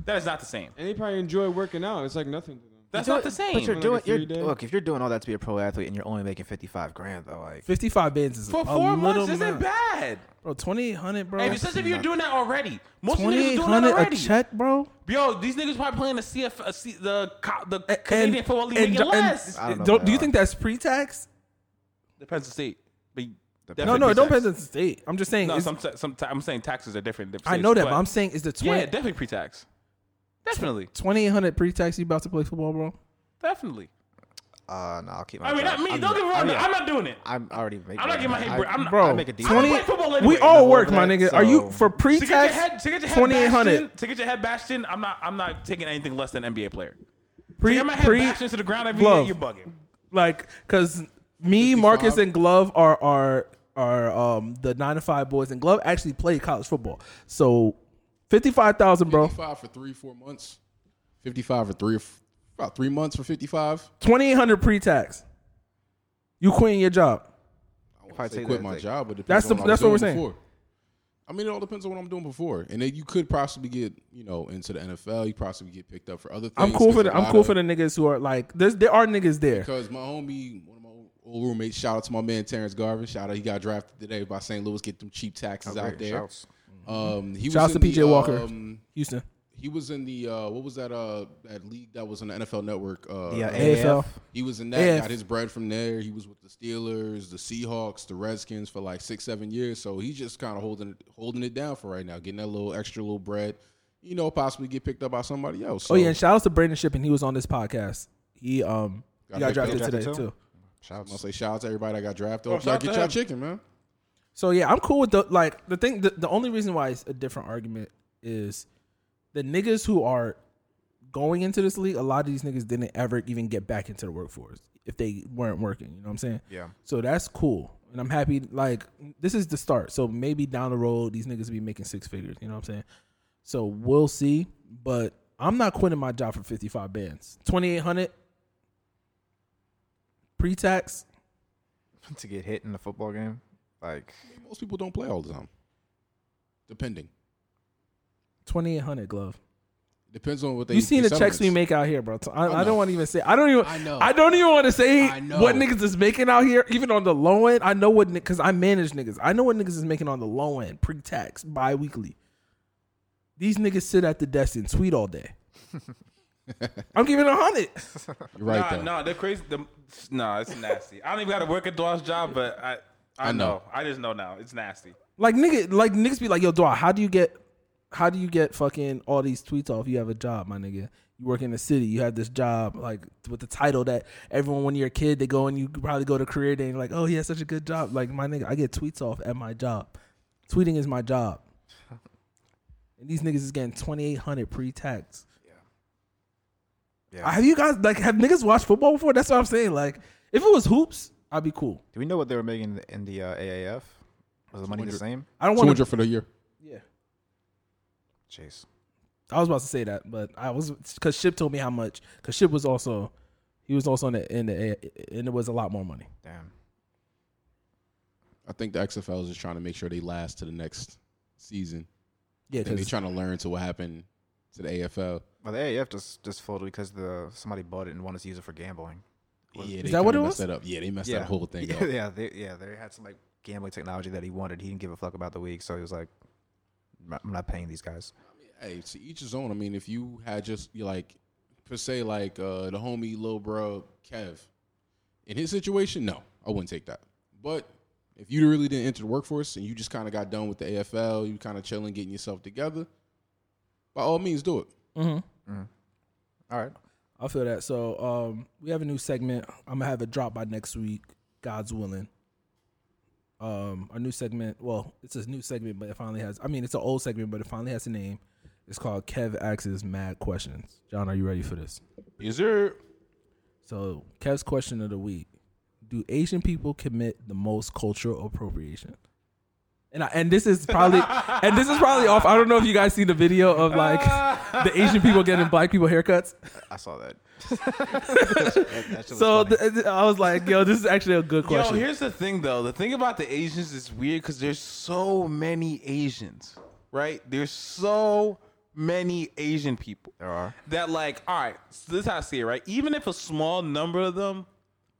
[SPEAKER 2] That is not the same.
[SPEAKER 6] And they probably enjoy working out. It's like nothing to them.
[SPEAKER 2] That's
[SPEAKER 3] Do
[SPEAKER 2] not
[SPEAKER 3] it-
[SPEAKER 2] the same.
[SPEAKER 3] But you're
[SPEAKER 6] Like
[SPEAKER 3] doing.
[SPEAKER 6] a
[SPEAKER 3] You're,
[SPEAKER 6] three day?
[SPEAKER 3] look, if you're doing all that to be a pro athlete and you're only making fifty five grand though, like
[SPEAKER 1] Fifty five bands is
[SPEAKER 2] for
[SPEAKER 1] a
[SPEAKER 2] four
[SPEAKER 1] little
[SPEAKER 2] months isn't
[SPEAKER 1] amount.
[SPEAKER 2] bad.
[SPEAKER 1] Bro, twenty eight hundred, bro.
[SPEAKER 2] Hey, just if you're doing that already, most of the
[SPEAKER 1] Twenty
[SPEAKER 2] niggas
[SPEAKER 1] eight
[SPEAKER 2] doing that
[SPEAKER 1] hundred a
[SPEAKER 2] already.
[SPEAKER 1] check, bro.
[SPEAKER 2] Yo, these niggas probably playing the CF, uh, C, the co- the
[SPEAKER 1] A-
[SPEAKER 2] Canadian football league making
[SPEAKER 1] Uh, and-
[SPEAKER 2] less.
[SPEAKER 3] I don't know
[SPEAKER 1] don't-
[SPEAKER 3] if
[SPEAKER 1] do
[SPEAKER 3] they
[SPEAKER 1] you
[SPEAKER 3] are.
[SPEAKER 1] think that's pre-tax?
[SPEAKER 2] depends on state. But you-
[SPEAKER 1] No,
[SPEAKER 2] definitely
[SPEAKER 1] no, it don't
[SPEAKER 2] pre-tax.
[SPEAKER 1] depend on the state. I'm just saying.
[SPEAKER 2] No,
[SPEAKER 1] it's-
[SPEAKER 2] some, some, I'm saying taxes are different. in different
[SPEAKER 1] I know that,
[SPEAKER 2] states,
[SPEAKER 1] but I'm saying is the
[SPEAKER 2] yeah,
[SPEAKER 1] twenty
[SPEAKER 2] definitely pre-tax. Definitely,
[SPEAKER 1] twenty eight hundred pre-tax. You about to play football, bro?
[SPEAKER 2] definitely.
[SPEAKER 3] uh, no, I'll keep my.
[SPEAKER 2] I mean,
[SPEAKER 3] job.
[SPEAKER 2] not me.
[SPEAKER 3] I'm-
[SPEAKER 2] don't get me wrong.
[SPEAKER 3] I'm, yeah,
[SPEAKER 2] I'm not doing it.
[SPEAKER 3] I'm already making.
[SPEAKER 2] I'm not getting my
[SPEAKER 3] I-
[SPEAKER 2] head. I'm not,
[SPEAKER 1] Bro,
[SPEAKER 3] I make a decent-
[SPEAKER 1] 20
[SPEAKER 2] I play football anyway.
[SPEAKER 1] We all
[SPEAKER 3] No,
[SPEAKER 1] work,
[SPEAKER 3] but
[SPEAKER 1] my
[SPEAKER 3] that-
[SPEAKER 1] nigga. Are you
[SPEAKER 3] so-
[SPEAKER 1] for
[SPEAKER 2] to get your head
[SPEAKER 1] pre-tax?
[SPEAKER 2] to get your head
[SPEAKER 1] Twenty eight
[SPEAKER 2] bashed
[SPEAKER 1] hundred
[SPEAKER 2] in- to get your head bashed in. I'm not. I'm not taking anything less than NBA player. to
[SPEAKER 1] pre
[SPEAKER 2] get my head
[SPEAKER 1] pre
[SPEAKER 2] bashed into the ground every
[SPEAKER 1] glove.
[SPEAKER 2] year, you're bugging.
[SPEAKER 1] like because me, Marcus, and Glove are are are um the nine to five boys, and Glove actually played college football. So fifty five thousand, bro.
[SPEAKER 7] Fifty-five for three, four months. Fifty-five for three, or f- about three months for fifty-five.
[SPEAKER 1] Twenty eight hundred pre-tax. You quitting your job?
[SPEAKER 3] If I
[SPEAKER 7] Say
[SPEAKER 3] take
[SPEAKER 7] quit
[SPEAKER 3] that,
[SPEAKER 7] my
[SPEAKER 3] like-
[SPEAKER 7] job, but it
[SPEAKER 1] That's
[SPEAKER 7] depends
[SPEAKER 1] the-
[SPEAKER 7] on
[SPEAKER 1] that's
[SPEAKER 7] I'm
[SPEAKER 1] what we're
[SPEAKER 7] doing
[SPEAKER 1] saying.
[SPEAKER 7] Before. I mean, it all depends on what I'm doing before, and then you could possibly get you know into the NFL. You possibly get picked up for other things.
[SPEAKER 1] I'm cool for
[SPEAKER 7] 'cause
[SPEAKER 1] the
[SPEAKER 7] a
[SPEAKER 1] I'm
[SPEAKER 7] lot
[SPEAKER 1] cool
[SPEAKER 7] of-
[SPEAKER 1] for the niggas who are like there's there are niggas there.
[SPEAKER 7] Because my homie, one of my old- old roommates, shout out to my man Terrence Garvin. Shout out, he got drafted today by St. Louis. Get them cheap taxes
[SPEAKER 3] Okay,
[SPEAKER 7] out there.
[SPEAKER 3] Oh, shouts.
[SPEAKER 7] Um, he
[SPEAKER 1] Shout out
[SPEAKER 7] was
[SPEAKER 1] to
[SPEAKER 7] in the,
[SPEAKER 1] PJ Walker,
[SPEAKER 7] um,
[SPEAKER 1] Houston.
[SPEAKER 7] he was in the uh, what was that uh that league that was on the NFL Network? Uh,
[SPEAKER 3] Yeah,
[SPEAKER 1] AFL.
[SPEAKER 3] AF.
[SPEAKER 7] he was in that.
[SPEAKER 1] AF.
[SPEAKER 7] Got his bread from there. He was with the Steelers, the Seahawks, the Redskins for like six, seven years. So he's just kind of holding it, holding it down for right now, getting that little extra little bread. You know, possibly get picked up by somebody else. So
[SPEAKER 1] Oh yeah, and shout out to Brandon Shippen. He was on this podcast. He um he got
[SPEAKER 7] picked
[SPEAKER 1] drafted
[SPEAKER 7] up.
[SPEAKER 1] today
[SPEAKER 3] Drafted
[SPEAKER 1] too.
[SPEAKER 3] too?
[SPEAKER 7] I'm gonna say shout out to everybody that got drafted.
[SPEAKER 2] shout
[SPEAKER 7] Y'all
[SPEAKER 2] out to
[SPEAKER 7] get y'all
[SPEAKER 2] him.
[SPEAKER 7] chicken, man.
[SPEAKER 1] So yeah, I'm cool with the like the thing. The, the only reason why it's a different argument is the niggas who are going into this league. A lot of these niggas didn't ever even get back into the workforce if they weren't working. You know what I'm saying?
[SPEAKER 3] Yeah.
[SPEAKER 1] So that's cool, and I'm happy. Like this is the start. So maybe down the road these niggas be making six figures. You know what I'm saying? So we'll see. But I'm not quitting my job for 55 bands. 2,800 pre-tax.
[SPEAKER 3] to get hit in a football game, like
[SPEAKER 7] Most people don't play all the time. Depending,
[SPEAKER 1] 2,800 glove.
[SPEAKER 7] depends on what they.
[SPEAKER 1] You seen the
[SPEAKER 7] their
[SPEAKER 1] checks we
[SPEAKER 7] settlements.
[SPEAKER 1] make out here, bro. So I, I,
[SPEAKER 7] know.
[SPEAKER 1] don't want to even say. I don't even. I
[SPEAKER 7] I know.
[SPEAKER 1] don't even want to say
[SPEAKER 7] I know.
[SPEAKER 1] what niggas is making out here, even on the low end. I know what because I manage niggas. I know what niggas is making on the low end, pre-tax, bi-weekly. These niggas sit at the desk and tweet all day. I'm giving a hundred.
[SPEAKER 7] You're right
[SPEAKER 2] nah,
[SPEAKER 7] though.
[SPEAKER 2] nah, they're crazy. The, nah, it's nasty. I don't even got to work a dog's job, but I, I,
[SPEAKER 7] I
[SPEAKER 2] know.
[SPEAKER 7] know.
[SPEAKER 2] I just know now. It's nasty.
[SPEAKER 1] Like nigga, like niggas be like, yo, dog, how do you get, how do you get fucking all these tweets off? You have a job, my nigga. You work in the city. You have this job, like with the title that everyone when you're a kid they go and you probably go to career day and you're like, oh, he has such a good job. Like my nigga, I get tweets off at my job. Tweeting is my job. And these niggas is getting twenty eight hundred pre tax.
[SPEAKER 3] Yeah.
[SPEAKER 1] Have you guys like have niggas watched football before? That's what I'm saying. Like if it was hoops, I'd be cool.
[SPEAKER 3] do we know what they were making in the, in the uh, AAF? Was the money the
[SPEAKER 7] 200.
[SPEAKER 3] same?
[SPEAKER 1] I don't
[SPEAKER 7] Two
[SPEAKER 1] want to.
[SPEAKER 7] hundred for the year.
[SPEAKER 1] Yeah.
[SPEAKER 3] Jeez.
[SPEAKER 1] I was about to say that, but I was because Ship told me how much. Because Ship was also, he was also in the in the and it was a lot more money.
[SPEAKER 3] Damn.
[SPEAKER 7] I think the XFL is just trying to make sure they last to the next season.
[SPEAKER 1] Yeah,
[SPEAKER 7] And they're
[SPEAKER 1] because
[SPEAKER 7] trying to learn to what happened to the AFL.
[SPEAKER 3] Well, the AAF just just folded because the somebody bought it and wanted to use it for gambling.
[SPEAKER 7] Yeah,
[SPEAKER 1] that what it
[SPEAKER 7] kinda
[SPEAKER 1] was?
[SPEAKER 7] messed That up. Yeah, they messed that whole thing
[SPEAKER 3] yeah,
[SPEAKER 7] up.
[SPEAKER 3] Yeah, they, yeah, they had some like gambling technology that he wanted. He didn't give a fuck about the league, so he was like, "I'm not- "I'm not paying these guys."
[SPEAKER 7] Hey, to each his own. I mean, if you had just you like per se like uh, the homie Lil Bro Kev in his situation, no, I wouldn't take that. But if you really didn't enter the workforce and you just kind of got done with the AFL, you kind of chilling, getting yourself together, by all means, do it.
[SPEAKER 3] All right,
[SPEAKER 1] I feel that. So um, we have a new segment. I'm gonna have it drop by next week, God's willing. um, a new segment. Well, it's a new segment, but it finally has. I mean, it's an old segment, but it finally has a name. It's called Kev Axes Mad Questions. John, are you ready for this?
[SPEAKER 2] Is there?
[SPEAKER 1] So Kev's question of the week: Do Asian people commit the most cultural appropriation? And I, and this is probably and this is probably off. I don't know if you guys seen the video of like the Asian people getting black people haircuts.
[SPEAKER 3] I saw that.
[SPEAKER 1] So th- th- I was like, yo, this is actually a good
[SPEAKER 2] Yo,
[SPEAKER 1] question.
[SPEAKER 2] here's the thing though. The thing about the Asians is weird because there's so many Asians, right? There's so many Asian people.
[SPEAKER 3] There are.
[SPEAKER 2] That like, all right, so this is how I see it, right? Even if a small number of them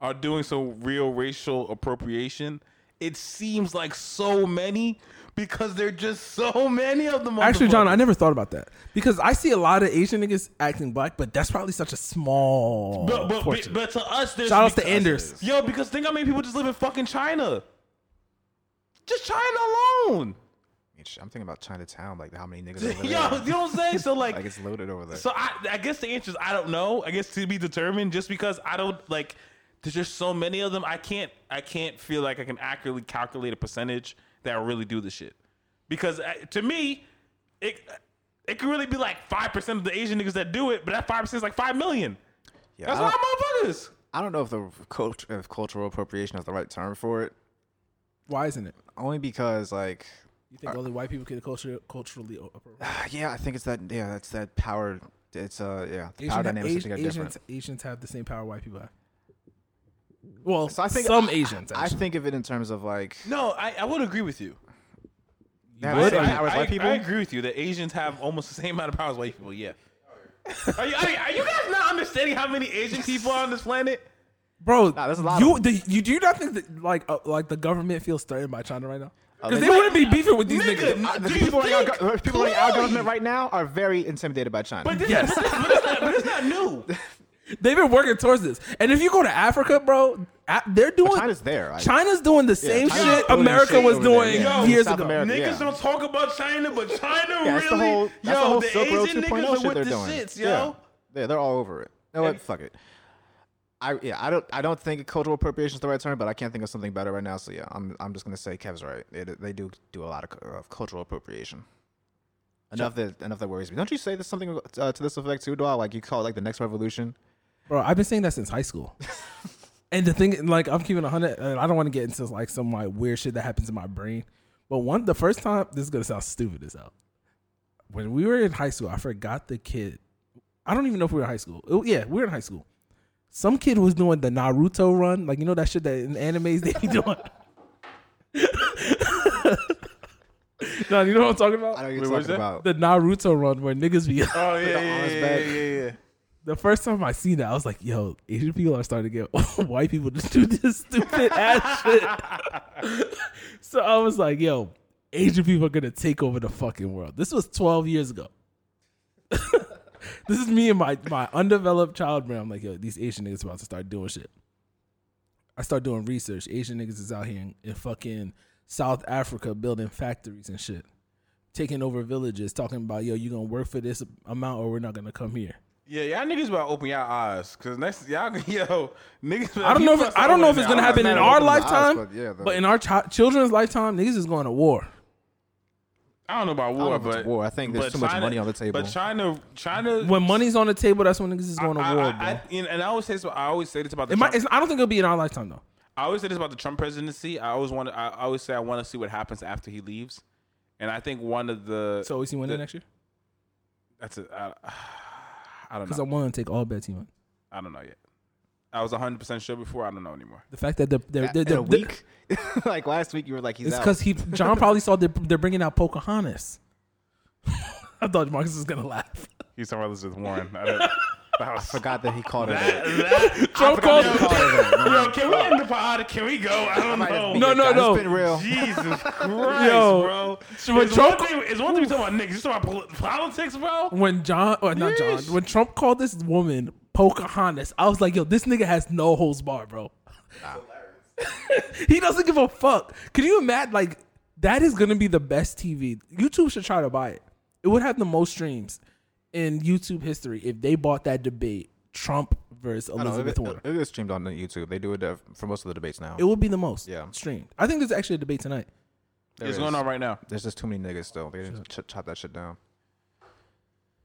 [SPEAKER 2] are doing some real racial appropriation, it seems like so many because there are just so many of them.
[SPEAKER 1] Actually, John, I never thought about that because I see a lot of Asian niggas acting black, but that's probably such a small
[SPEAKER 2] but but, but
[SPEAKER 1] portion.
[SPEAKER 2] but to us, there's
[SPEAKER 1] Shout outs to
[SPEAKER 2] because-
[SPEAKER 1] Anders.
[SPEAKER 2] Yo, because think how many people just live in fucking China. Just China alone.
[SPEAKER 3] I'm thinking about Chinatown, like how many niggas over
[SPEAKER 2] Yo,
[SPEAKER 3] there.
[SPEAKER 2] you know what I'm saying? So like,
[SPEAKER 3] like it's loaded over there.
[SPEAKER 2] so I, I guess the answer is I don't know. I guess to be determined. Just because I don't like, there's just so many of them. I can't, I can't feel like I can accurately calculate a percentage that really do the shit. Because uh, to me, it it could really be like five percent of the Asian niggas that do it, but that five percent is like five million.
[SPEAKER 3] yeah,
[SPEAKER 2] That's a
[SPEAKER 3] I,
[SPEAKER 2] lot
[SPEAKER 3] don't,
[SPEAKER 2] of motherfuckers.
[SPEAKER 3] I don't know if the cult, if cultural appropriation is the right term for it,
[SPEAKER 1] Why isn't it?
[SPEAKER 3] only because like
[SPEAKER 1] You think only white people can culture culturally appropriate?
[SPEAKER 3] yeah, I think it's that yeah, that's that power. It's uh yeah, the power dynamics I
[SPEAKER 1] Asian,
[SPEAKER 3] think are different.
[SPEAKER 1] Asians, Asians have the same power white people have. Well,
[SPEAKER 3] So I think
[SPEAKER 1] some Asians.
[SPEAKER 3] I
[SPEAKER 1] Actually.
[SPEAKER 3] think of it in terms of like
[SPEAKER 2] No, I, I would agree with you.
[SPEAKER 3] they have
[SPEAKER 2] I,
[SPEAKER 3] the same
[SPEAKER 2] I-
[SPEAKER 3] power as
[SPEAKER 2] I-
[SPEAKER 3] white people.
[SPEAKER 2] I agree with you that Asians have almost the same amount of power as white people. Yeah. Are you, are you- are you guys not understanding how many Asian people are on this planet?
[SPEAKER 1] bro,
[SPEAKER 3] Nah, there's a lot
[SPEAKER 1] you,
[SPEAKER 3] of them.
[SPEAKER 1] the- you do you not think that like uh, like the government feels threatened by China right now? Because
[SPEAKER 3] Oh, they-
[SPEAKER 1] they wouldn't be beefing with these
[SPEAKER 2] Nigga,
[SPEAKER 1] niggas.
[SPEAKER 2] n-
[SPEAKER 3] The
[SPEAKER 2] do you
[SPEAKER 3] people, in our,
[SPEAKER 2] think?
[SPEAKER 3] go- people in our
[SPEAKER 2] Clearly.
[SPEAKER 3] government right now are very intimidated by China.
[SPEAKER 2] But this, yes. but, this, but, it's not, but it's not new.
[SPEAKER 1] They've been working towards this. And if you go to Africa, bro, a- they're doing
[SPEAKER 3] China's there, I-
[SPEAKER 1] China's doing the same
[SPEAKER 3] China's
[SPEAKER 1] shit
[SPEAKER 3] doing
[SPEAKER 1] America
[SPEAKER 3] shit
[SPEAKER 1] was
[SPEAKER 3] over there,
[SPEAKER 1] doing
[SPEAKER 3] yeah.
[SPEAKER 1] years
[SPEAKER 3] South
[SPEAKER 1] ago.
[SPEAKER 3] America.
[SPEAKER 2] Niggas
[SPEAKER 3] Yeah.
[SPEAKER 2] don't talk about China, but China
[SPEAKER 3] Yeah,
[SPEAKER 2] really.
[SPEAKER 3] that's the whole,
[SPEAKER 2] yo,
[SPEAKER 3] that's the whole Silk Road
[SPEAKER 2] Asian niggas
[SPEAKER 3] 2.0 shit
[SPEAKER 2] are
[SPEAKER 3] they're
[SPEAKER 2] with the
[SPEAKER 3] doing.
[SPEAKER 2] shits, yo.
[SPEAKER 3] yeah. yeah, they're all over it. You know what? Fuck it. I yeah, I don't I don't think cultural appropriation is the right term, but I can't think of something better right now. So yeah, I'm I'm just gonna say Kev's right. It, they do do a lot of, cu- of cultural appropriation. Enough that enough that worries me. Don't you say there's something uh, to this effect too, Dwal? Like you call it like the next revolution.
[SPEAKER 1] Bro, I've been saying that since high school. and the thing, like, I'm keeping a hundred. And I don't want to get into like some like weird shit that happens in my brain. But one, the first time, this is gonna sound stupid as hell. When we were in high school, I forgot the kid. I don't even know if we were in high school. Oh, yeah, we were in high school. Some kid was doing the Naruto run, like you know that shit that in animes they be doing. no, you know what I'm talking about?
[SPEAKER 3] I know you're
[SPEAKER 2] Wait, what is
[SPEAKER 3] talking
[SPEAKER 2] that?
[SPEAKER 3] about.
[SPEAKER 1] the Naruto run where niggas be.
[SPEAKER 2] Oh yeah, yeah,
[SPEAKER 3] arms
[SPEAKER 2] yeah,
[SPEAKER 3] back.
[SPEAKER 2] yeah, yeah, yeah.
[SPEAKER 1] the first time I seen that, I was like, yo, Asian people are starting to get white people just do this stupid ass shit. so I was like, yo, Asian people are gonna take over the fucking world. This was 12 years ago. this is me and my, my undeveloped child brain. I'm like, yo, these Asian niggas about to start doing shit. I start doing research. Asian niggas is out here in, in fucking South Africa building factories and shit. Taking over villages, talking about, yo, you gonna work for this amount or we're not gonna come here.
[SPEAKER 2] Yeah, y'all niggas about to open y'all eyes, cause next y'all, yo, niggas.
[SPEAKER 1] I don't know if I don't know if it's gonna happen in our
[SPEAKER 3] open my eyes,
[SPEAKER 1] lifetime,
[SPEAKER 3] but
[SPEAKER 1] but,
[SPEAKER 3] yeah, the-
[SPEAKER 1] in our chi- children's lifetime, niggas is going to war.
[SPEAKER 2] I don't know about war,
[SPEAKER 3] know if it's
[SPEAKER 2] but
[SPEAKER 3] war. I think there's
[SPEAKER 2] but
[SPEAKER 3] too much money on the table.
[SPEAKER 2] But China, China,
[SPEAKER 1] When money's on the table, that's when niggas is going to
[SPEAKER 2] I-
[SPEAKER 1] war,
[SPEAKER 2] I-
[SPEAKER 1] bro.
[SPEAKER 2] I- you know, and I always say this. I always say this about the.
[SPEAKER 1] it might,
[SPEAKER 2] Trump-
[SPEAKER 1] it's, I don't think it'll be in our lifetime though.
[SPEAKER 2] I always say this about the Trump presidency. I always want. I always say I want to see what happens after he leaves, and I think one of the.
[SPEAKER 1] So is he winning
[SPEAKER 2] the-
[SPEAKER 1] next year?
[SPEAKER 2] That's a. I, I don't
[SPEAKER 1] Because
[SPEAKER 2] know.
[SPEAKER 1] I want to take all bets he won.
[SPEAKER 2] I don't know yet. I was 100 percent sure before. I don't know anymore.
[SPEAKER 1] The fact that the the, the,
[SPEAKER 3] in
[SPEAKER 1] the,
[SPEAKER 3] a week, like last week, you were like he's
[SPEAKER 1] it's
[SPEAKER 3] out.
[SPEAKER 1] because he John probably saw they're, they're bringing out Pocahontas. I thought Marcus was gonna laugh.
[SPEAKER 2] He's talking about this with Warren. I don't, that was,
[SPEAKER 3] forgot that he called it. out.
[SPEAKER 1] Trump
[SPEAKER 3] Forgot
[SPEAKER 1] called.
[SPEAKER 3] that he called it. out.
[SPEAKER 2] Yo, can we end the pod? Can we go? I don't know.
[SPEAKER 1] No, no, no.
[SPEAKER 3] It's been real.
[SPEAKER 2] Jesus Christ,
[SPEAKER 1] Yo.
[SPEAKER 2] bro. It's
[SPEAKER 1] when
[SPEAKER 2] one,
[SPEAKER 1] Trump-
[SPEAKER 2] thing, it's one thing to talk about niggas. You talk about pol- politics, bro.
[SPEAKER 1] When John, or not John,
[SPEAKER 2] Yeesh.
[SPEAKER 1] when Trump called this woman Pocahontas, I was like, yo, this nigga has no holes bar, bro. he doesn't give a fuck. Can you imagine? Like that is gonna be the best TV. YouTube should try to buy it. It would have the most streams in YouTube history if they bought that debate, Trump versus
[SPEAKER 3] I know, it,
[SPEAKER 1] Elizabeth Warren.
[SPEAKER 3] it, it is streamed on YouTube. They do it uh, for most of the debates now.
[SPEAKER 1] It would be the most
[SPEAKER 3] Yeah.
[SPEAKER 1] streamed. I think there's actually a debate tonight.
[SPEAKER 3] There
[SPEAKER 2] it's
[SPEAKER 3] is.
[SPEAKER 2] going on right now.
[SPEAKER 3] There's just too many niggas still. They didn't ch- chop that shit down.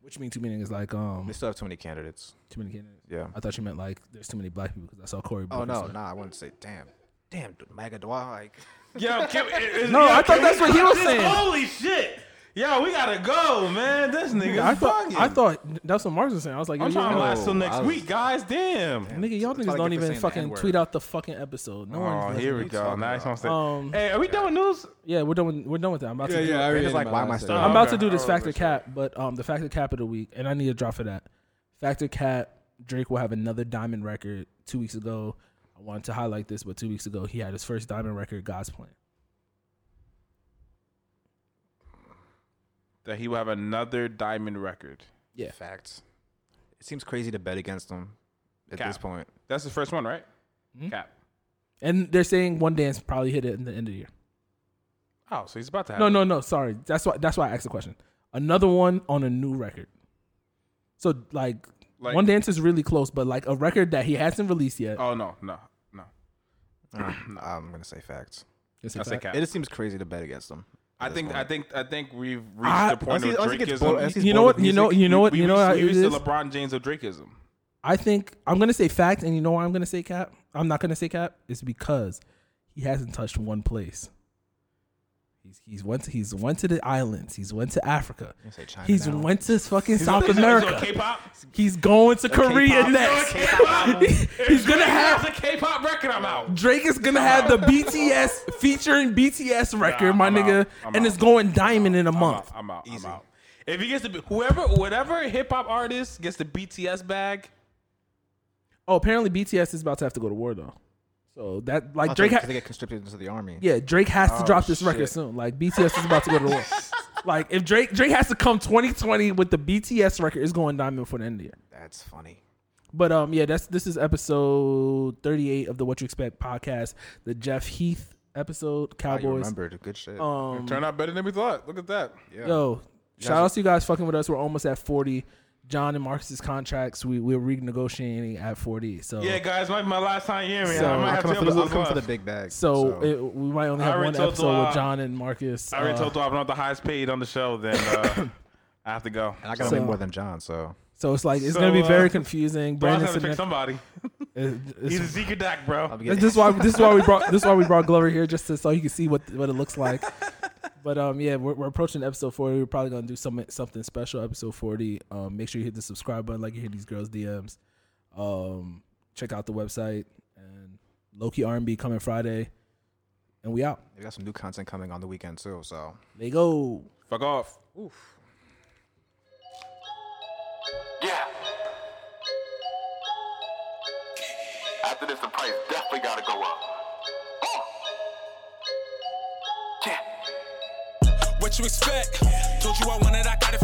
[SPEAKER 1] Which means too many is like um
[SPEAKER 3] They still have too many candidates.
[SPEAKER 1] too many candidates.
[SPEAKER 3] Yeah.
[SPEAKER 1] I thought you meant like there's too many black people because I saw Corey.
[SPEAKER 3] Oh
[SPEAKER 1] Booker
[SPEAKER 3] no,
[SPEAKER 1] say-
[SPEAKER 3] nah. I wouldn't say damn, damn, Maga Dwyer. Like,
[SPEAKER 2] Yo, can, is,
[SPEAKER 1] No, I thought that's what he was saying.
[SPEAKER 2] Holy shit! Yo, we gotta go, man. This nigga,
[SPEAKER 1] I thought I thought that's what Mars was saying. I was like,
[SPEAKER 2] I'm
[SPEAKER 1] yo,
[SPEAKER 2] trying to
[SPEAKER 1] yo,
[SPEAKER 2] last till next
[SPEAKER 3] I was-
[SPEAKER 2] week, guys. Damn.
[SPEAKER 1] nigga, y'all
[SPEAKER 3] That's why
[SPEAKER 1] niggas don't
[SPEAKER 3] I get for
[SPEAKER 1] even
[SPEAKER 3] saying the
[SPEAKER 1] fucking
[SPEAKER 3] N-word.
[SPEAKER 1] tweet out the fucking episode. No
[SPEAKER 2] Oh,
[SPEAKER 1] one's
[SPEAKER 2] here we
[SPEAKER 1] listening.
[SPEAKER 2] go. Now it's on stage.
[SPEAKER 1] Um,
[SPEAKER 2] Hey, are we done with news?
[SPEAKER 1] Yeah, we're done. With, we're done with that. I'm about to. do-
[SPEAKER 6] I
[SPEAKER 3] it's like, why am I still?
[SPEAKER 1] I'm about to
[SPEAKER 2] Okay.
[SPEAKER 1] do this
[SPEAKER 2] I remember
[SPEAKER 1] factor cap, but um, the factor cap of the week, and I need a drop for that. Factor cap, Drake will have another diamond record. Two weeks ago, I wanted to highlight this, but two weeks ago he had his first diamond record. God's plan.
[SPEAKER 2] That he will have another diamond record.
[SPEAKER 1] Yeah,
[SPEAKER 3] Facts. It seems crazy to bet against them at
[SPEAKER 2] Cap.
[SPEAKER 3] this point.
[SPEAKER 2] That's the first one, right?
[SPEAKER 1] Mm-hmm.
[SPEAKER 2] Cap.
[SPEAKER 1] and they're saying one dance probably hit it in the end of the year.
[SPEAKER 2] Oh, so he's about to have.
[SPEAKER 1] No, no, no. Sorry, that's why. That's why I asked the question. Another one on a new record. So like,
[SPEAKER 2] Like-
[SPEAKER 1] one dance is really close, but like a record that he hasn't released yet.
[SPEAKER 2] Oh no, no, no.
[SPEAKER 3] Uh, I'm gonna say facts.
[SPEAKER 1] It's a
[SPEAKER 2] I say
[SPEAKER 1] fact.
[SPEAKER 2] cap.
[SPEAKER 3] It just seems crazy to bet against them.
[SPEAKER 2] I think, I think, I think we've reached
[SPEAKER 1] I-
[SPEAKER 2] the point
[SPEAKER 3] once he-
[SPEAKER 2] of
[SPEAKER 3] once he gets bored- once
[SPEAKER 2] Drakeism.
[SPEAKER 3] he's
[SPEAKER 1] Ah, you know
[SPEAKER 3] bored
[SPEAKER 1] what?
[SPEAKER 3] with
[SPEAKER 1] You know.
[SPEAKER 3] music,
[SPEAKER 1] You know what?
[SPEAKER 2] We
[SPEAKER 1] you know.
[SPEAKER 2] reached,
[SPEAKER 1] how
[SPEAKER 2] we
[SPEAKER 1] it
[SPEAKER 2] reached the
[SPEAKER 1] is?
[SPEAKER 2] LeBron James of Drakeism.
[SPEAKER 1] I think I'm gonna say fact, and you know why I'm gonna say cap. I'm not gonna say cap. It's because he hasn't touched one place. He's he's went to, he's went to the islands. He's went to Africa.
[SPEAKER 3] say China
[SPEAKER 1] He's
[SPEAKER 3] now.
[SPEAKER 1] went to fucking South
[SPEAKER 2] So
[SPEAKER 1] America.
[SPEAKER 2] K-pop.
[SPEAKER 1] He's going to Korea
[SPEAKER 3] K-pop.
[SPEAKER 1] next. he's gonna
[SPEAKER 2] the
[SPEAKER 1] have
[SPEAKER 2] K-pop record. I'm out.
[SPEAKER 1] Drake is gonna have the BTS featuring BTS record, my
[SPEAKER 2] I'm
[SPEAKER 1] nigga,
[SPEAKER 2] out. I'm
[SPEAKER 1] and
[SPEAKER 2] out.
[SPEAKER 1] it's going diamond in a
[SPEAKER 2] I'm
[SPEAKER 1] month.
[SPEAKER 2] out. I'm out. I'm out. If he gets the whoever, whatever hip hop artist gets the BTS bag,
[SPEAKER 1] Oh, apparently BTS is about to have to go to war though. So that like
[SPEAKER 3] I
[SPEAKER 1] Drake,
[SPEAKER 3] think
[SPEAKER 1] ha-
[SPEAKER 3] they get conscripted into the army.
[SPEAKER 1] yeah, Drake has
[SPEAKER 2] Oh,
[SPEAKER 1] to drop this
[SPEAKER 3] shit.
[SPEAKER 1] record soon. Like BTS is about to go to war. like if Drake Drake has to come 2020 with the BTS record, it's going diamond for the end of the year.
[SPEAKER 3] That's funny.
[SPEAKER 1] But um, yeah, that's this is episode 38 of the What You Expect podcast, the Jeff Heath episode,
[SPEAKER 3] I you
[SPEAKER 1] Cowboys.
[SPEAKER 3] remembered. Good shit.
[SPEAKER 1] Um,
[SPEAKER 2] turned out better than we thought. Look at that. Yeah.
[SPEAKER 1] Yo, shout out to you guys fucking with us. We're almost at 40. John and Marcus's contracts, we, we're renegotiating at 40. So,
[SPEAKER 2] Yeah, guys, might be my last time here, man.
[SPEAKER 1] So,
[SPEAKER 2] I might
[SPEAKER 3] I'm
[SPEAKER 2] have
[SPEAKER 3] coming
[SPEAKER 2] to
[SPEAKER 3] for the,
[SPEAKER 2] episode
[SPEAKER 3] I'm coming for the
[SPEAKER 2] left.
[SPEAKER 3] big bag.
[SPEAKER 1] so, it, we might only
[SPEAKER 2] I
[SPEAKER 1] have
[SPEAKER 2] already
[SPEAKER 1] one
[SPEAKER 2] told
[SPEAKER 1] episode
[SPEAKER 2] Dwight-
[SPEAKER 1] with John and Marcus.
[SPEAKER 2] I already
[SPEAKER 1] Uh,
[SPEAKER 2] told you I'm not the highest paid on the show. Then uh, I have to go.
[SPEAKER 3] and I gotta
[SPEAKER 1] so-
[SPEAKER 3] make more than John. So
[SPEAKER 1] so it's like, it's
[SPEAKER 2] So,
[SPEAKER 1] going to be very
[SPEAKER 2] uh,
[SPEAKER 1] confusing.
[SPEAKER 2] Bro, I
[SPEAKER 1] Brandon
[SPEAKER 2] have to pick somebody. He's a
[SPEAKER 1] this
[SPEAKER 2] Zeke Dak, bro.
[SPEAKER 3] I'll be getting,
[SPEAKER 1] is why this is why we brought this is why we brought Glover here just to, so you can see what what it looks like. But um yeah, we're, we're approaching episode forty. We're probably gonna do some something special episode forty. Um, make sure you hit the subscribe button, like you hit these girls DMs. Um, check out the website and Loki R and B coming Friday, and we out.
[SPEAKER 3] we got some new content coming on the weekend too. So.
[SPEAKER 1] They go.
[SPEAKER 2] Fuck off.
[SPEAKER 4] Yeah. After this, the price definitely gotta go up. Oh. Yeah.
[SPEAKER 5] What you expect? Told you I wanted, I got it for